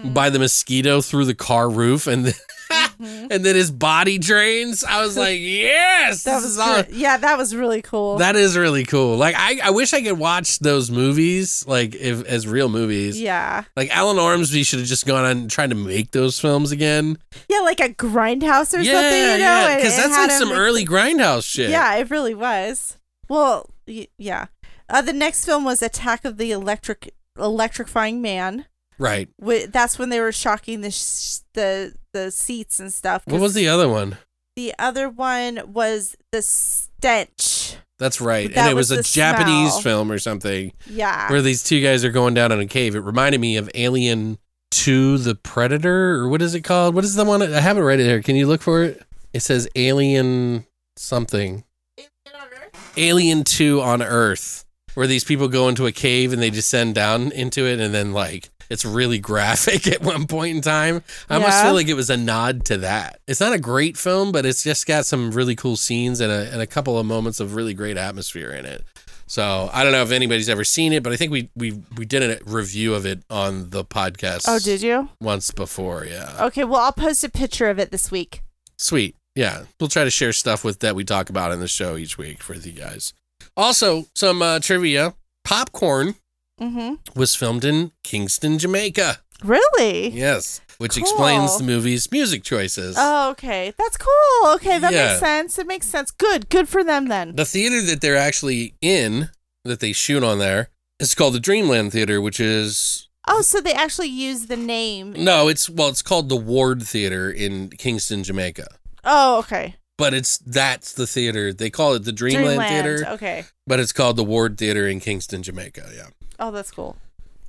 Speaker 1: by the mosquito through the car roof, and then
Speaker 2: Mm-hmm.
Speaker 1: [laughs] and then his body drains. I was
Speaker 2: [laughs]
Speaker 1: like, yes,
Speaker 2: That
Speaker 1: this
Speaker 2: was
Speaker 1: is all-
Speaker 2: re- yeah, that was really cool.
Speaker 1: That is really cool. Like I, I wish I could watch those movies like if as real movies.
Speaker 2: yeah,
Speaker 1: Like Alan Ormsby should have just gone on trying to make those films again.
Speaker 2: yeah, like a grindhouse or
Speaker 1: yeah,
Speaker 2: something, you know?
Speaker 1: yeah,
Speaker 2: and
Speaker 1: because
Speaker 2: it
Speaker 1: that's
Speaker 2: had
Speaker 1: like
Speaker 2: him
Speaker 1: some
Speaker 2: mix-
Speaker 1: early grindhouse shit.
Speaker 2: Yeah, it really was. Well, y- yeah. Uh, the next film was Attack of the Electric Electrifying Man.
Speaker 1: right.
Speaker 2: Wh- that's when they were shocking the sh- the the seats and stuff. 'cause
Speaker 1: What was the other one?
Speaker 2: the other one was the stench.
Speaker 1: That's right.
Speaker 2: That
Speaker 1: and it was,
Speaker 2: was
Speaker 1: a
Speaker 2: the
Speaker 1: Japanese
Speaker 2: smell.
Speaker 1: film or something
Speaker 2: Yeah.
Speaker 1: where these two guys are going down in a cave. It reminded me of Alien to the Predator or what is it called? What is the one? I have it right here. Can you look for it? It says Alien something. Alien 2 on Earth, where these people go into a cave and they descend down into it, and then like it's really graphic [laughs] at one point in time. I almost
Speaker 2: Yeah.
Speaker 1: feel like it was a nod to that. It's not a great film, but it's just got some really cool scenes and a, and a couple of moments of really great atmosphere in it. So I don't know if anybody's ever seen it, but I think we we we did a review of it on the podcast.
Speaker 2: Oh, did you?
Speaker 1: once before, yeah.
Speaker 2: Okay, well, I'll post a picture of it this week.
Speaker 1: Sweet. Yeah. We'll try to share stuff with that we talk about in the show each week for you guys. Also, some uh, trivia. Popcorn
Speaker 2: Mm-hmm.
Speaker 1: was filmed in Kingston, Jamaica.
Speaker 2: Really?
Speaker 1: Yes. Which
Speaker 2: Cool.
Speaker 1: explains the movie's music choices.
Speaker 2: Oh, okay. That's cool. Okay, that
Speaker 1: Yeah.
Speaker 2: makes sense. It makes sense. Good. Good for them then.
Speaker 1: the theater that they're actually in, that they shoot on there, is called the Dreamland Theater, which is
Speaker 2: Oh, so they actually use the name.
Speaker 1: no, it's well, it's called the Ward Theater in Kingston, Jamaica.
Speaker 2: Oh, okay.
Speaker 1: But it's that's the theater. They call it the Dreamland, Theater,
Speaker 2: Okay.
Speaker 1: but it's called the Ward Theater in Kingston, Jamaica. Yeah.
Speaker 2: Oh, that's cool.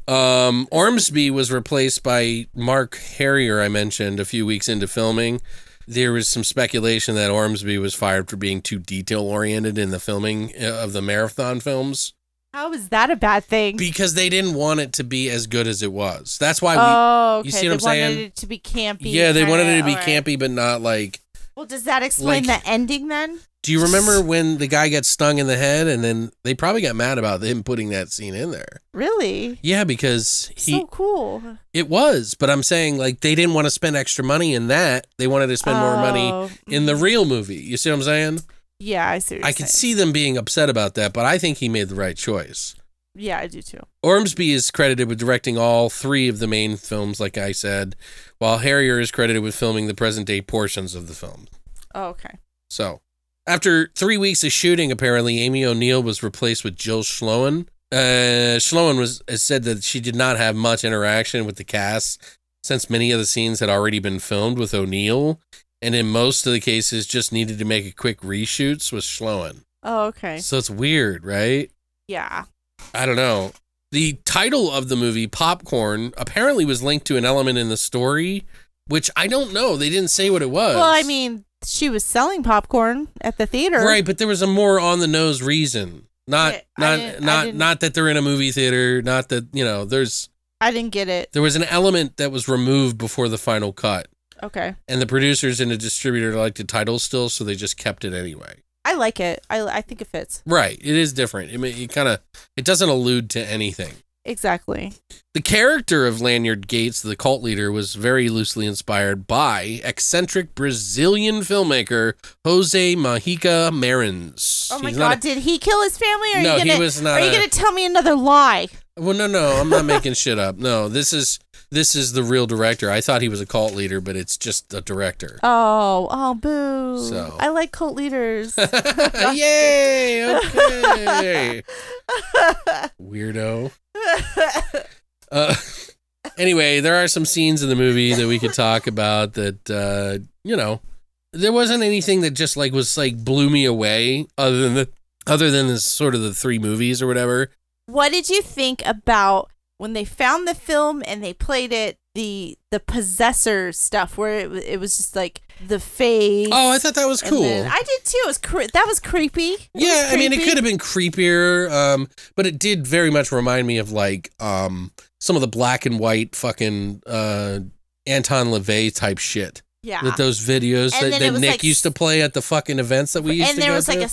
Speaker 1: Um, Ormsby was replaced by Mark Harrier, I mentioned a few weeks into filming. There was some speculation that Ormsby was fired for being too detail oriented in the filming uh, of the marathon films
Speaker 2: How is that a bad thing?
Speaker 1: because they didn't want it to be as good as it was. That's why we.
Speaker 2: oh, okay.
Speaker 1: you see
Speaker 2: they
Speaker 1: what I'm
Speaker 2: wanted
Speaker 1: saying?
Speaker 2: it to be campy.
Speaker 1: yeah, they wanted it to be
Speaker 2: kinda, alright.
Speaker 1: campy, but not like.
Speaker 2: Well, does that explain
Speaker 1: Like-
Speaker 2: the ending then?
Speaker 1: Do you
Speaker 2: [laughs]
Speaker 1: remember when the guy got stung in the head, and then they probably got mad about him putting that scene in there?
Speaker 2: Really?
Speaker 1: Yeah, because he
Speaker 2: so cool.
Speaker 1: It was, but I'm saying like they didn't want to spend extra money in that. They wanted to spend more
Speaker 2: Oh.
Speaker 1: money in the real movie. You see what I'm saying?
Speaker 2: Yeah, I see. What you're
Speaker 1: I could see
Speaker 2: saying.
Speaker 1: them being upset about that, but I think he made the right choice.
Speaker 2: Yeah, I do too.
Speaker 1: Ormsby is credited with directing all three of the main films, like I said, while Harrier is credited with filming the present day portions of the film.
Speaker 2: Oh, okay.
Speaker 1: So, after three weeks of shooting, apparently Amy O'Neill was replaced with Jill Schloen. Uh, Schloen was has said that she did not have much interaction with the cast since many of the scenes had already been filmed with O'Neill, and in most of the cases, just needed to make a quick reshoots with Schloen.
Speaker 2: Oh, okay.
Speaker 1: So it's weird, right?
Speaker 2: Yeah.
Speaker 1: I don't know. The title of the movie, Popcorn, apparently was linked to an element in the story, which I don't know. They didn't say what it was.
Speaker 2: Well, I mean, she was selling popcorn at the theater.
Speaker 1: Right, but there was a more on the nose reason. Not
Speaker 2: Yeah, I
Speaker 1: not
Speaker 2: didn't- I
Speaker 1: not
Speaker 2: didn't-
Speaker 1: not that they're in a movie theater, not that, you know, there's
Speaker 2: I didn't get it.
Speaker 1: there was an element that was removed before the final cut.
Speaker 2: Okay.
Speaker 1: And the producers and the distributor liked the title still, so they just kept it anyway.
Speaker 2: I like it. I, I think it fits.
Speaker 1: Right. It is different. I mean, it kind of it doesn't allude to anything.
Speaker 2: Exactly.
Speaker 1: The character of Lanyard Gates, the cult leader, was very loosely inspired by eccentric Brazilian filmmaker Jose Mahica Marins.
Speaker 2: Oh my
Speaker 1: He's not a-
Speaker 2: God! Did he kill his family? Or are
Speaker 1: No,
Speaker 2: you
Speaker 1: he
Speaker 2: gonna,
Speaker 1: was not
Speaker 2: Are you
Speaker 1: a-
Speaker 2: gonna tell me another lie?
Speaker 1: Well, no, no, I'm not making shit up. No, this is this is the real director. I thought he was a cult leader, but it's just a director.
Speaker 2: Oh, oh, boo!
Speaker 1: So.
Speaker 2: I like
Speaker 1: [laughs]
Speaker 2: cult leaders. Oh.
Speaker 1: Yay! Okay, weirdo. Uh, [laughs] anyway, there are some scenes in the movie that we could talk about that uh, you know there wasn't anything that just like was like blew me away other than the other than the sort of the three movies or whatever.
Speaker 2: what did you think about when they found the film and they played it? The the possessor stuff where it, wa- it was just like the face.
Speaker 1: Oh, I thought that was
Speaker 2: And
Speaker 1: cool.
Speaker 2: then- I did too. It was cre- that was creepy. It was
Speaker 1: yeah, I mean, it
Speaker 2: creepy.
Speaker 1: could have been creepier, um, but it did very much remind me of like um, some of the black and white fucking uh, Anton LaVey type shit
Speaker 2: Yeah.
Speaker 1: that those videos that,
Speaker 2: And then it
Speaker 1: that
Speaker 2: was
Speaker 1: Nick
Speaker 2: like-
Speaker 1: used to play at the fucking events that we used
Speaker 2: and
Speaker 1: to
Speaker 2: there
Speaker 1: go
Speaker 2: was like
Speaker 1: to.
Speaker 2: a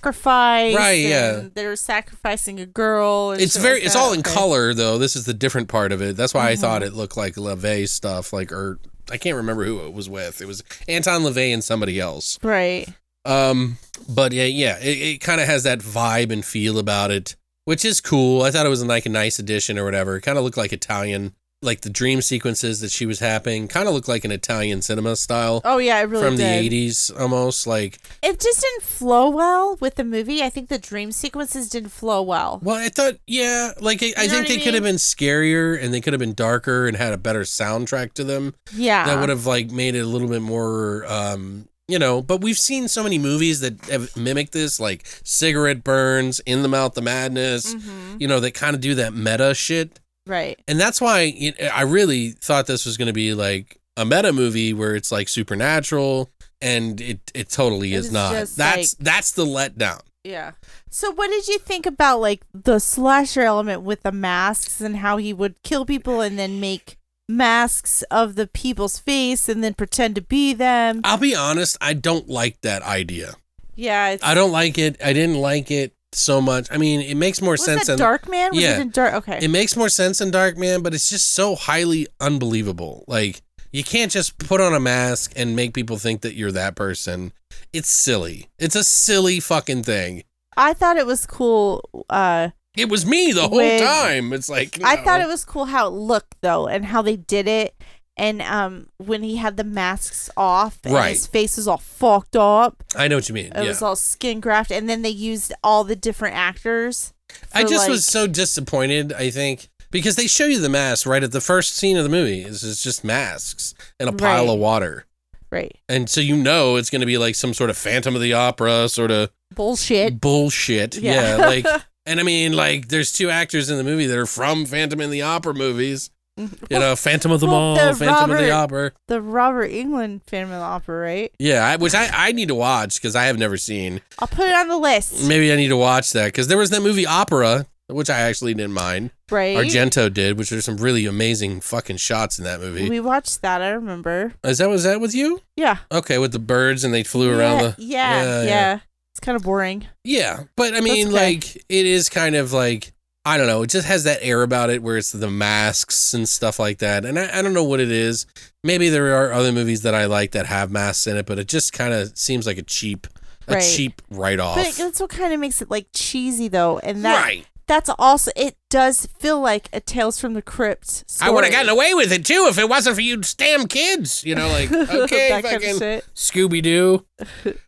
Speaker 2: sacrifice.
Speaker 1: Right, yeah.
Speaker 2: and They were sacrificing a girl. and
Speaker 1: it's
Speaker 2: shit
Speaker 1: very,
Speaker 2: like
Speaker 1: it's
Speaker 2: that.
Speaker 1: all in
Speaker 2: Okay. Mm-hmm.
Speaker 1: color though. This is the different part of it. That's why I thought it looked like LaVey stuff, like or I can't remember who it was with. It was Anton LaVey and somebody else.
Speaker 2: Right.
Speaker 1: Um, but yeah, yeah, it, it kind of has that vibe and feel about it, which is cool. I thought it was like a nice addition or whatever. It kind of looked like Italian, like the dream sequences that she was having, kind of looked like an Italian cinema style
Speaker 2: Oh yeah, it really
Speaker 1: from
Speaker 2: did.
Speaker 1: the '80s, almost like.
Speaker 2: It just didn't flow well with the movie. I think the dream sequences didn't flow well.
Speaker 1: Well, I thought, yeah, like I, I think
Speaker 2: know what
Speaker 1: they
Speaker 2: I
Speaker 1: could have
Speaker 2: mean?
Speaker 1: been scarier and they could have been darker and had a better soundtrack to them.
Speaker 2: Yeah.
Speaker 1: that would have like made it a little bit more um you know but we've seen so many movies that have mimicked this like cigarette burns in the mouth of madness
Speaker 2: Mm-hmm.
Speaker 1: you know that kind of do that meta shit
Speaker 2: Right.
Speaker 1: and that's why you know, i really thought this was going to be like a meta movie where it's like supernatural and it it totally
Speaker 2: It
Speaker 1: is
Speaker 2: was
Speaker 1: not
Speaker 2: just,
Speaker 1: that's
Speaker 2: like-
Speaker 1: that's the letdown
Speaker 2: Yeah. So what did you think about like the slasher element with the masks and how he would kill people and then make masks of the people's face and then pretend to be them?
Speaker 1: i'll be honest i don't like that idea
Speaker 2: Yeah, it's
Speaker 1: i don't like it i didn't like it so much i mean it makes more
Speaker 2: was
Speaker 1: sense
Speaker 2: that
Speaker 1: in-
Speaker 2: Dark Man? Was
Speaker 1: yeah.
Speaker 2: it in Dark? Okay.
Speaker 1: It makes more sense in Dark Man, but it's just so highly unbelievable. Like you can't just put on a mask and make people think that you're that person. It's silly. It's a silly fucking thing.
Speaker 2: I thought it was cool. Uh,
Speaker 1: It was me the whole
Speaker 2: When-
Speaker 1: time. It's like
Speaker 2: I thought it was cool how it looked though, and how they did it, and um, when he had the masks off, and
Speaker 1: Right.
Speaker 2: his face was all fucked up.
Speaker 1: I know what you mean.
Speaker 2: It
Speaker 1: yeah.
Speaker 2: was all skin graft, and then they used all the different actors.
Speaker 1: I
Speaker 2: for,
Speaker 1: just
Speaker 2: like-
Speaker 1: was so disappointed. I think because they show you the mask right at the first scene of the movie. It's it's just masks and a pile
Speaker 2: Right.
Speaker 1: of water,
Speaker 2: right
Speaker 1: and so you know it's going to be like some sort of Phantom of the Opera sort of
Speaker 2: bullshit.
Speaker 1: bullshit. Yeah.
Speaker 2: Yeah. [laughs]
Speaker 1: like, and I mean, like, there's two actors in the movie that are from Phantom in the Opera movies. You know, Phantom of the
Speaker 2: Mm-hmm. well,
Speaker 1: Mall,
Speaker 2: the
Speaker 1: Phantom of the
Speaker 2: Robert-
Speaker 1: Opera.
Speaker 2: The Robert England Phantom of the Opera, right?
Speaker 1: Yeah, I, which I, I need to watch because I have never seen.
Speaker 2: I'll put it on the list.
Speaker 1: Maybe I need to watch that because there was that movie Opera, which I actually didn't mind.
Speaker 2: right.
Speaker 1: Argento did, which there's some really amazing fucking shots in that movie.
Speaker 2: we watched that. I remember.
Speaker 1: Is that was that with you?
Speaker 2: Yeah.
Speaker 1: Okay, with the birds and they flew around
Speaker 2: yeah,
Speaker 1: the
Speaker 2: yeah, yeah.
Speaker 1: yeah.
Speaker 2: It's kind of boring.
Speaker 1: Yeah, but I mean,
Speaker 2: okay.
Speaker 1: like, it is kind of like I don't know. It just has that air about it where it's the masks and stuff like that. And I, I don't know what it is. Maybe there are other movies that I like that have masks in it, but it just kind of seems like a cheap, a
Speaker 2: Right.
Speaker 1: cheap write
Speaker 2: But
Speaker 1: off.
Speaker 2: that's what kind of makes it like cheesy though, and that
Speaker 1: Right.
Speaker 2: that's also it does feel like a Tales from the Crypt story.
Speaker 1: I would have gotten
Speaker 2: [laughs]
Speaker 1: away with it too if it wasn't for you damn kids. You know, like okay,
Speaker 2: That kind of
Speaker 1: fucking
Speaker 2: shit.
Speaker 1: Scooby
Speaker 2: [laughs]
Speaker 1: Doo.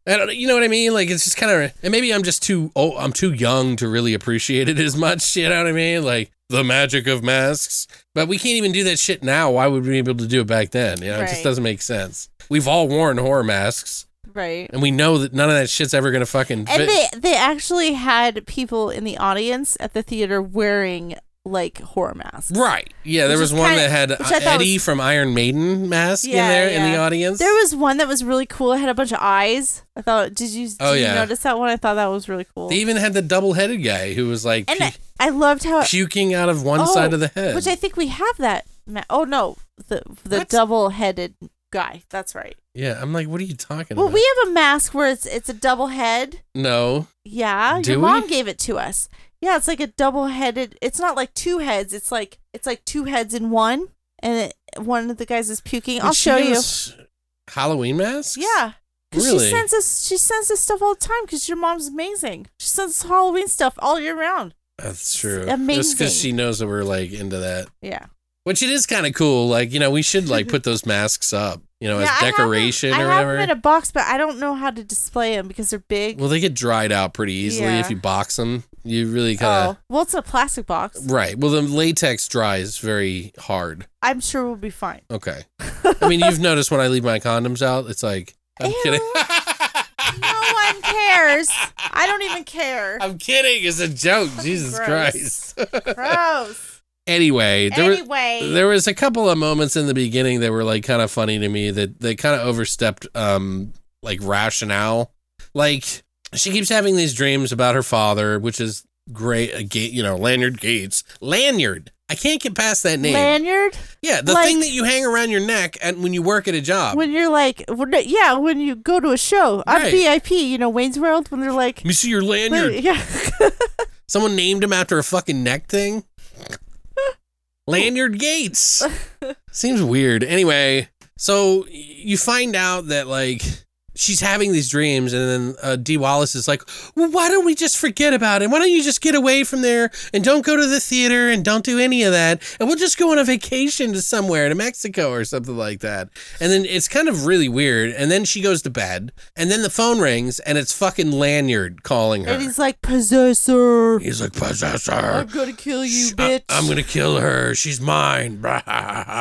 Speaker 1: I don't, you know what I mean? Like it's just kind of, and maybe I'm just too, oh, I'm too young to really appreciate it as much. You know what I mean? Like the magic of masks. But we can't even do that shit now. Why would we be able to do it back then? You know, it just
Speaker 2: Right.
Speaker 1: doesn't make sense. We've all worn horror masks,
Speaker 2: right.
Speaker 1: and we know that none of that shit's ever gonna fucking.
Speaker 2: And
Speaker 1: fit.
Speaker 2: they they actually had people in the audience at the theater wearing like horror masks.
Speaker 1: Right. Yeah, there
Speaker 2: Which
Speaker 1: was
Speaker 2: is
Speaker 1: one
Speaker 2: kinda-
Speaker 1: that had
Speaker 2: which
Speaker 1: uh,
Speaker 2: I thought
Speaker 1: Eddie
Speaker 2: was-
Speaker 1: from Iron Maiden mask in
Speaker 2: Yeah,
Speaker 1: there in the
Speaker 2: yeah.
Speaker 1: audience.
Speaker 2: There was one that was really cool. It had a bunch of eyes. I thought, did you, did
Speaker 1: Oh, yeah.
Speaker 2: you notice that one? I thought that was really cool.
Speaker 1: They even had the double-headed guy who was like
Speaker 2: and
Speaker 1: pu-
Speaker 2: I, I loved how
Speaker 1: puking out of one
Speaker 2: Oh,
Speaker 1: side of the head.
Speaker 2: which I think we have that. ma- Oh no, the the
Speaker 1: What?
Speaker 2: double headed guy. That's right.
Speaker 1: yeah, I'm like, what are you talking
Speaker 2: Well,
Speaker 1: about?
Speaker 2: we have a mask where it's it's a double head.
Speaker 1: no,
Speaker 2: Yeah,
Speaker 1: Do
Speaker 2: your
Speaker 1: we?
Speaker 2: mom gave it to us. Yeah, it's like a double-headed. It's not like two heads. It's like it's like two heads in one, and it, one of the guys is puking. I'll
Speaker 1: Did she
Speaker 2: show
Speaker 1: give
Speaker 2: you.
Speaker 1: us Halloween masks?
Speaker 2: Yeah, because
Speaker 1: Really?
Speaker 2: she sends us she sends us stuff all the time. Because your mom's amazing. She sends us Halloween stuff all year round.
Speaker 1: That's true. Just
Speaker 2: amazing.
Speaker 1: because she knows that we're like into that.
Speaker 2: Yeah,
Speaker 1: Which it is kind of cool. Like, you know, we should like put those masks up, you know,
Speaker 2: yeah,
Speaker 1: as
Speaker 2: I have 'em-
Speaker 1: decoration
Speaker 2: I
Speaker 1: or
Speaker 2: have
Speaker 1: whatever.
Speaker 2: them in a box, but I don't know how to display them because they're big.
Speaker 1: well, they get dried out pretty easily
Speaker 2: Yeah.
Speaker 1: if you box them. You really kind
Speaker 2: oh,
Speaker 1: of.
Speaker 2: well, it's in a plastic box.
Speaker 1: Right. Well, the latex dries very hard.
Speaker 2: I'm sure we'll be fine.
Speaker 1: Okay. I mean,
Speaker 2: [laughs]
Speaker 1: you've noticed when I leave my condoms out, it's like, I'm
Speaker 2: Ew.
Speaker 1: kidding. [laughs]
Speaker 2: No one cares. I don't even care.
Speaker 1: I'm kidding. It's a joke. [laughs] Jesus
Speaker 2: Gross.
Speaker 1: Christ.
Speaker 2: Gross.
Speaker 1: anyway, [laughs] there was-
Speaker 2: anyway,
Speaker 1: there was a couple of moments in the beginning that were like kind of funny to me that they kind of overstepped um like rationale like she keeps having these dreams about her father which is great a gate you know lanyard gates lanyard i can't get past that name
Speaker 2: lanyard
Speaker 1: yeah the
Speaker 2: like-
Speaker 1: thing that you hang around your neck and when you work at a job
Speaker 2: when you're like, when, yeah, when you go to a show, I'm
Speaker 1: Um, Right.
Speaker 2: VIP. You know, Wayne's World when they're like,
Speaker 1: let me see your lanyard
Speaker 2: yeah,
Speaker 1: someone named him after a fucking neck thing lanyard gates seems weird anyway So you find out that like she's having these dreams, and then uh, D Wallace is like, well, "Why don't we just forget about it? Why don't you just get away from there and don't go to the theater and don't do any of that, and we'll just go on a vacation to somewhere to Mexico or something like that." And then it's kind of really weird. And then she goes to bed, and then the phone rings, and it's fucking Lanyard calling her.
Speaker 2: And he's like, Possessor,
Speaker 1: He's like, possessor.
Speaker 2: I'm gonna kill you,
Speaker 1: Sh-
Speaker 2: bitch.
Speaker 1: I, am gonna kill her. She's mine. [laughs]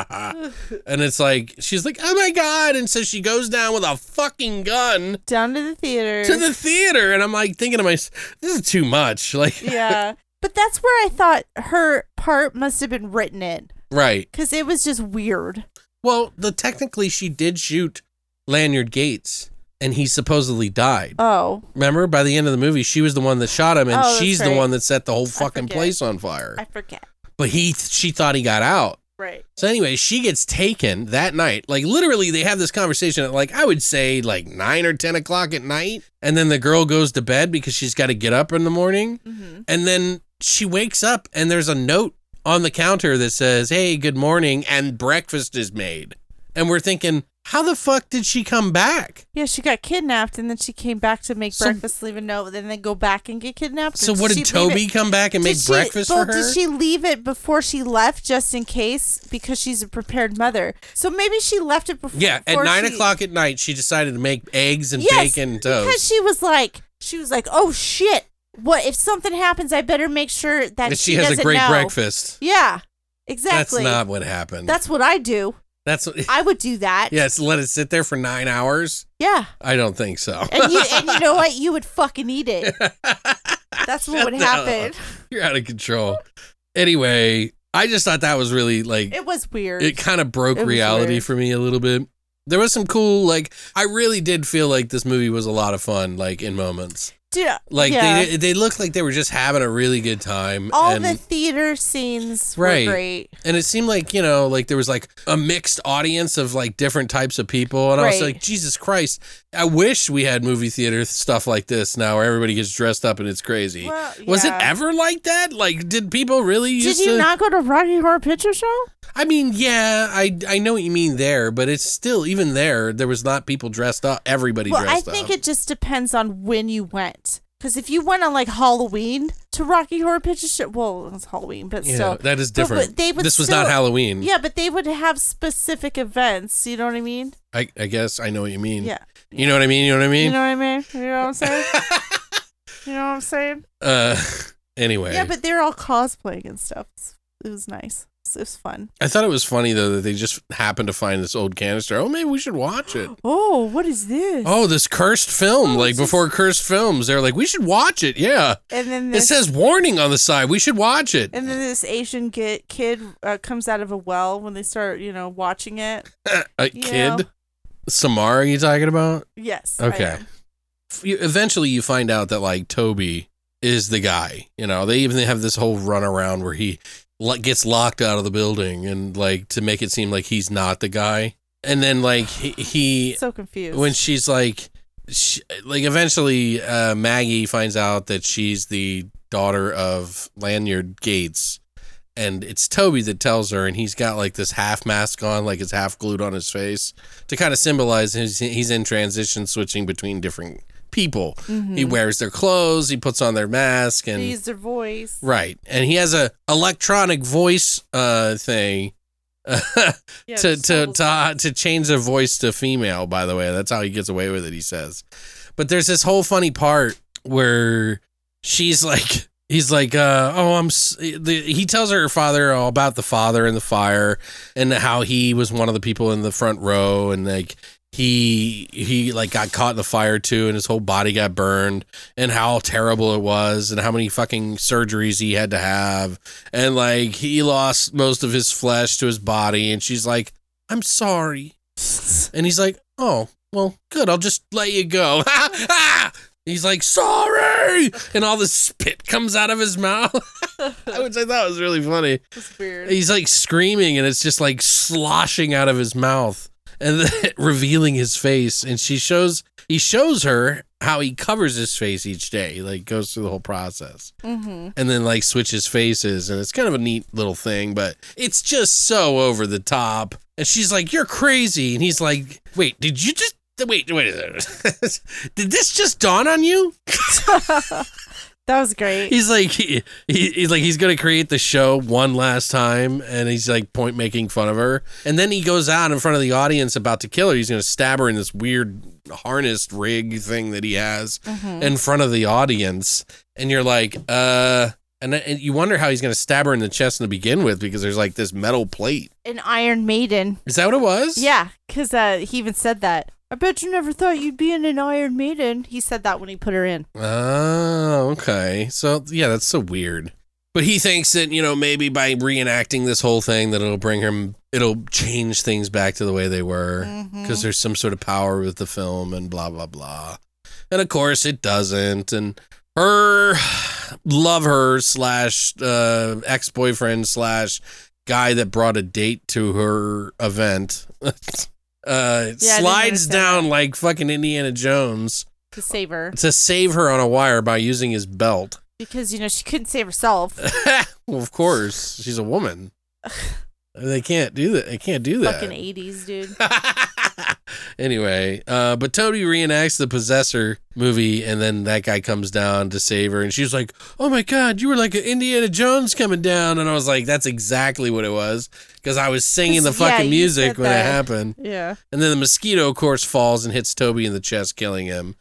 Speaker 1: and it's like she's like, oh my god! And so she goes down with a fucking gun
Speaker 2: down to the theater.
Speaker 1: to the theater, and I'm like thinking to myself, this is too much. [laughs] Like,
Speaker 2: [laughs] yeah. But that's where I thought her part must have been written in
Speaker 1: right?
Speaker 2: because it was just weird.
Speaker 1: Well, the technically she did shoot Lanyard Gates, and he supposedly died.
Speaker 2: Oh,
Speaker 1: Remember, by the end of the movie, she was the one that shot him, and
Speaker 2: Oh, that's
Speaker 1: she's the
Speaker 2: right.
Speaker 1: one that set the whole fucking
Speaker 2: forget.
Speaker 1: place on fire.
Speaker 2: I forget.
Speaker 1: But he, she thought he got out.
Speaker 2: Right.
Speaker 1: So anyway, she gets taken that night. Like literally, they have this conversation at like I would say like nine or ten o'clock at night, and then the girl goes to bed because she's got to get up in the morning,
Speaker 2: Mm-hmm.
Speaker 1: and then she wakes up and there's a note on the counter that says, "Hey, good morning," and breakfast is made. And we're thinking, how the fuck did she come back?
Speaker 2: Yeah, she got kidnapped and then she came back to make
Speaker 1: So-
Speaker 2: breakfast, leave a note, and then go back and get kidnapped.
Speaker 1: So
Speaker 2: Or
Speaker 1: what
Speaker 2: she
Speaker 1: did
Speaker 2: leave
Speaker 1: Toby
Speaker 2: it-
Speaker 1: come back and
Speaker 2: Did
Speaker 1: make
Speaker 2: she-
Speaker 1: breakfast
Speaker 2: well,
Speaker 1: for her?
Speaker 2: Did she leave it before she left, just in case, because she's a prepared mother? So maybe she left it before.
Speaker 1: yeah, at
Speaker 2: before
Speaker 1: nine
Speaker 2: she-
Speaker 1: o'clock at night, she decided to make eggs and
Speaker 2: Yes,
Speaker 1: bacon and toast.
Speaker 2: Because she was like, she was like, oh shit, what if something happens? I better make sure that
Speaker 1: And
Speaker 2: she,
Speaker 1: she has a
Speaker 2: doesn't
Speaker 1: great
Speaker 2: know."
Speaker 1: breakfast.
Speaker 2: Yeah, exactly.
Speaker 1: That's not what happened.
Speaker 2: That's what I do.
Speaker 1: That's what, [laughs]
Speaker 2: I would do that.
Speaker 1: yes. Let it sit there for nine hours.
Speaker 2: Yeah.
Speaker 1: I don't think so.
Speaker 2: And you and you know what? You would fucking
Speaker 1: [laughs]
Speaker 2: eat it. That's what would
Speaker 1: Shut up.
Speaker 2: happen.
Speaker 1: You're out of control. Anyway, I just thought that was really like
Speaker 2: It was weird.
Speaker 1: it kind of broke
Speaker 2: It was
Speaker 1: reality
Speaker 2: weird.
Speaker 1: for me a little bit. There was some cool like I really did feel like this movie was a lot of fun like in moments.
Speaker 2: Dude,
Speaker 1: Like
Speaker 2: [laughs] yeah.
Speaker 1: they they looked like they were just having a really good time
Speaker 2: all
Speaker 1: and
Speaker 2: the theater scenes
Speaker 1: Right.
Speaker 2: were great.
Speaker 1: and it seemed like, you know, like there was like a mixed audience of like different types of people and I was
Speaker 2: Right.
Speaker 1: like Jesus Christ, I wish we had movie theater stuff like this now where everybody gets dressed up and it's crazy.
Speaker 2: Well,
Speaker 1: Was it
Speaker 2: yeah.
Speaker 1: ever like that? Like, did people really
Speaker 2: Did
Speaker 1: used
Speaker 2: you
Speaker 1: to?
Speaker 2: not go to Rocky Horror Picture Show?
Speaker 1: I mean, yeah, I I know what you mean there, but it's still even there. There was not people dressed up. Everybody
Speaker 2: Well, I
Speaker 1: dressed
Speaker 2: think
Speaker 1: up.
Speaker 2: it just depends on when you went. Because if you went on like Halloween to Rocky Horror Picture Show, well, it's Halloween, but
Speaker 1: yeah,
Speaker 2: still,
Speaker 1: that is
Speaker 2: But-
Speaker 1: different.
Speaker 2: but they would
Speaker 1: this was not
Speaker 2: still-
Speaker 1: Halloween.
Speaker 2: Yeah, but they would have specific events. You know what I mean?
Speaker 1: I, I guess I know what you mean.
Speaker 2: Yeah.
Speaker 1: You know what I mean. You know what I mean.
Speaker 2: You know what I mean? You know what
Speaker 1: [laughs]
Speaker 2: I'm saying? you know what I'm saying?
Speaker 1: uh, [laughs] anyway,
Speaker 2: Yeah, but they're all cosplaying and stuff. It was nice. It was fun.
Speaker 1: I thought it was funny though that they just happened to find this old canister. Oh, maybe we should watch it.
Speaker 2: Oh, what is [gasps] this?
Speaker 1: Oh, this cursed film.
Speaker 2: Oh,
Speaker 1: like
Speaker 2: it's just-
Speaker 1: before cursed films, they're like, we should watch it. Yeah.
Speaker 2: and then
Speaker 1: It
Speaker 2: this,
Speaker 1: says warning on the side. We should watch it.
Speaker 2: and then this Asian get, kid uh, comes out of a well when they start, you know, watching it.
Speaker 1: a
Speaker 2: You
Speaker 1: Uh, kid?
Speaker 2: know.
Speaker 1: Samara, you talking about?
Speaker 2: Yes. I
Speaker 1: Okay.
Speaker 2: am.
Speaker 1: F- You, eventually, you find out that like Toby is the guy. You know, they even have this whole runaround where he lo- gets locked out of the building and like to make it seem like he's not the guy. And then like he, he
Speaker 2: So confused.
Speaker 1: when she's like, she, like eventually uh, Maggie finds out that she's the daughter of Lanyard Gates, and it's Toby that tells her, and he's got like this half mask on, like it's half glued on his face to kind of symbolize he's, he's in transition, switching between different people. He wears their clothes, he puts on their mask, and
Speaker 2: they use their voice.
Speaker 1: right, and he has a electronic voice uh thing. [laughs]
Speaker 2: Yeah,
Speaker 1: to
Speaker 2: just
Speaker 1: to
Speaker 2: all-
Speaker 1: to to change their voice to female. By the way, that's how he gets away with it. He says, but there's this whole funny part where she's like. He's like, uh, oh, I'm. s- The, he tells her father all about the father and the fire, and how he was one of the people in the front row, and like he he like got caught in the fire too, and his whole body got burned, and how terrible it was, and how many fucking surgeries he had to have, and like he lost most of his flesh to his body and she's like i'm sorry and he's like oh well good i'll just let you go [laughs] he's like sorry and all the spit comes out of his mouth [laughs] which i thought was really funny
Speaker 2: It's weird.
Speaker 1: he's like screaming and it's just like sloshing out of his mouth and [laughs] then revealing his face and she shows he shows her how he covers his face each day like goes through the whole process
Speaker 2: mm-hmm.
Speaker 1: and then like switches faces and it's kind of a neat little thing but it's just so over the top And she's like, "You're crazy." And he's like, "Wait, did you just wait? Wait, a second. [laughs] did this just dawn on you?"
Speaker 2: That was great.
Speaker 1: He's like, he, he, he's like, he's gonna create the show one last time, and he's like point making fun of her, and then he goes out in front of the audience about to kill her. He's gonna stab her in this weird harness rig thing that he has in front of the audience, and you're like, uh, and, and you wonder how he's gonna stab her in the chest to begin with because there's like this metal plate.
Speaker 2: An Iron Maiden.
Speaker 1: Is that what it was?
Speaker 2: Yeah, because uh, he even said that. I bet you never thought you'd be in an Iron Maiden. He said that when he put her in.
Speaker 1: Oh, okay. So yeah, that's so weird. But he thinks that, you know, maybe by reenacting this whole thing that it'll bring him it'll change things back to the way they were
Speaker 2: Mm-hmm.
Speaker 1: because there's some sort of power with the film and blah blah blah. And of course it doesn't and her love her slash uh, ex-boyfriend slash guy that brought a date to her event [laughs] uh slides
Speaker 2: understand
Speaker 1: down like fucking Indiana Jones
Speaker 2: To save her.
Speaker 1: to save her on a wire by using his belt. [laughs]
Speaker 2: Because, you know, she couldn't save herself.
Speaker 1: Uh, well, of course, she's a woman. they can't do that. They can't do that.
Speaker 2: Fucking 80s, dude.
Speaker 1: [laughs] anyway, uh, but Toby reenacts the Possessor movie, and then that guy comes down to save her, and she's like, "Oh my god, you were like an Indiana Jones coming down," and I was like, "That's exactly what it was," because I was singing the
Speaker 2: Yeah,
Speaker 1: fucking
Speaker 2: you
Speaker 1: music
Speaker 2: said
Speaker 1: when
Speaker 2: that.
Speaker 1: it happened.
Speaker 2: Yeah.
Speaker 1: And then the mosquito, of course, falls and hits Toby in the chest, killing him.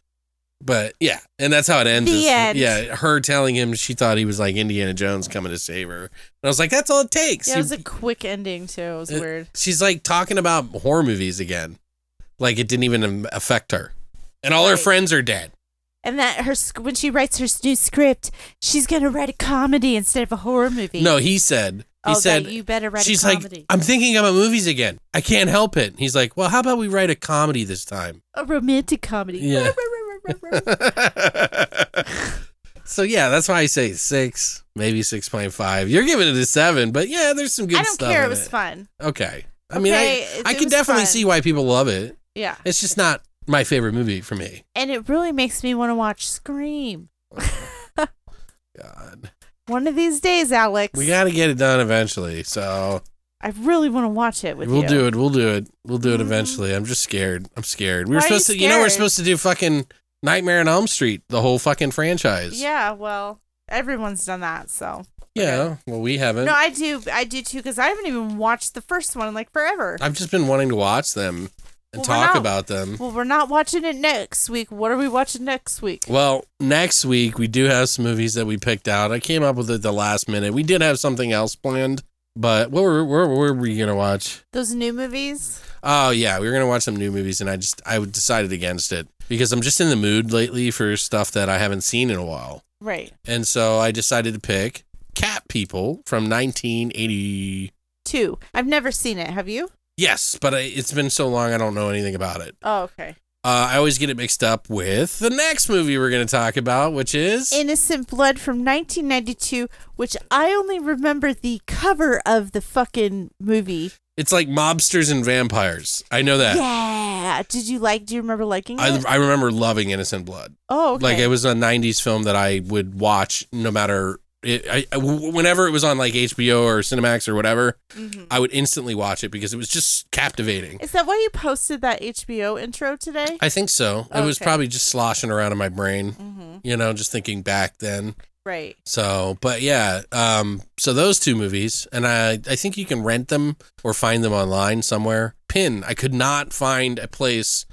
Speaker 1: But yeah, and that's how it ends.
Speaker 2: The
Speaker 1: is-
Speaker 2: end.
Speaker 1: Yeah, her telling him she thought he was like Indiana Jones coming to save her. And I was like, that's all it takes.
Speaker 2: Yeah, it
Speaker 1: You-
Speaker 2: was a quick ending, too. It was
Speaker 1: it-
Speaker 2: weird.
Speaker 1: She's like talking about horror movies again. Like it didn't even am- affect her. And all her
Speaker 2: Right.
Speaker 1: friends are dead.
Speaker 2: And that her sc- when she writes her s- new script, she's going to write a comedy instead of a horror movie.
Speaker 1: No, he said. He
Speaker 2: Oh, that
Speaker 1: said
Speaker 2: you better write a
Speaker 1: She's like,
Speaker 2: comedy.
Speaker 1: I'm thinking about movies again. I can't help it. He's like, well, how about we write a comedy this time?
Speaker 2: A romantic comedy. [laughs]
Speaker 1: Yeah. [laughs] so yeah, that's why I say six, maybe six point five. You're giving it a seven, but yeah, there's some good
Speaker 2: I don't
Speaker 1: stuff.
Speaker 2: care.
Speaker 1: in
Speaker 2: It was fun.
Speaker 1: Okay. I mean,
Speaker 2: Okay,
Speaker 1: I,
Speaker 2: it-
Speaker 1: I
Speaker 2: it
Speaker 1: can
Speaker 2: was
Speaker 1: definitely
Speaker 2: fun.
Speaker 1: see why people love it.
Speaker 2: Yeah.
Speaker 1: It's just not my favorite movie for me.
Speaker 2: And it really makes me want to watch Scream.
Speaker 1: God,
Speaker 2: One of these days, Alex.
Speaker 1: we got to get it done eventually. So
Speaker 2: I really want to watch it with
Speaker 1: we'll
Speaker 2: you. Mm-hmm.
Speaker 1: do it. We'll do it. We'll do it eventually. I'm just scared. I'm scared. We were
Speaker 2: Why are you
Speaker 1: supposed to, you know, we're
Speaker 2: scared?
Speaker 1: supposed to do fucking Nightmare on Elm Street, the whole fucking franchise.
Speaker 2: Yeah, well, everyone's done that, so.
Speaker 1: Yeah. Well, we haven't.
Speaker 2: No, I do. I do too because I haven't even watched the first one in like forever.
Speaker 1: I've just been wanting to watch them and
Speaker 2: Well, we're
Speaker 1: talk
Speaker 2: not-
Speaker 1: about them.
Speaker 2: Well, we're not watching it next week. What are we watching next week?
Speaker 1: Well, next week we do have some movies that we picked out. I came up with it the last minute. We did have something else planned, but what were what were we gonna watch?
Speaker 2: Those new movies.
Speaker 1: Oh yeah, we were gonna watch some new movies, and I just I decided against it because I'm just in the mood lately for stuff that I haven't seen in a while,
Speaker 2: Right.
Speaker 1: and so I decided to pick Cat People from 1980.
Speaker 2: Two. I've never seen it. Have you?
Speaker 1: Yes, but I, it's been so long I don't know anything about it.
Speaker 2: Oh, okay.
Speaker 1: Uh, I always get it mixed up with the next movie we're going to talk about, which is
Speaker 2: Innocent Blood from 1992, which I only remember the cover of the fucking movie.
Speaker 1: it's like mobsters and vampires. I know that.
Speaker 2: Yeah. Did you like? Do you remember liking it?
Speaker 1: I, I remember loving Innocent Blood.
Speaker 2: oh, okay.
Speaker 1: Like it was a '90s film that I would watch no matter it, I, I- w- whenever it was on like HBO or Cinemax or whatever.
Speaker 2: Mm-hmm.
Speaker 1: I would instantly watch it because it was just captivating.
Speaker 2: Is that why you posted that HBO intro today?
Speaker 1: I think so. It was
Speaker 2: Okay.
Speaker 1: probably just sloshing around in my brain, you know, just thinking back then.
Speaker 2: Mm-hmm. Right.
Speaker 1: So, but yeah, um, so those two movies, and I, I think you can rent them or find them online somewhere. Pin, I could not find a place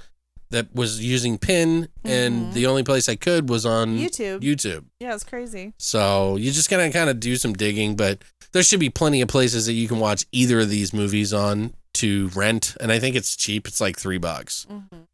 Speaker 1: that was using Pin, and the only place I could was on
Speaker 2: YouTube.
Speaker 1: YouTube.
Speaker 2: Yeah, it's crazy.
Speaker 1: So you just gotta kind of do some digging, but there should be plenty of places that you can watch either of these movies on to rent, and I think it's cheap. It's like three bucks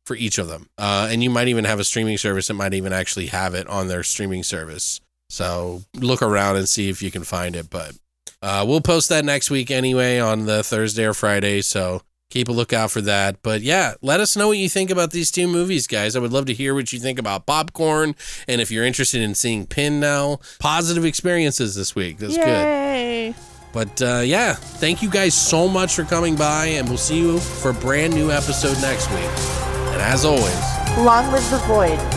Speaker 1: for each of them, uh, and you might even have a streaming service that might even actually have it on their streaming service. So look around and see if you can find it. But uh, we'll post that next week anyway on the Thursday or Friday. So keep a lookout for that. But yeah, let us know what you think about these two movies, guys. I would love to hear what you think about popcorn and if you're interested in seeing Pin now. Positive experiences this week. That's good.
Speaker 2: Yay.
Speaker 1: But uh, yeah, thank you guys so much for coming by, and we'll see you for a brand new episode next week. And as always,
Speaker 2: Long live the void.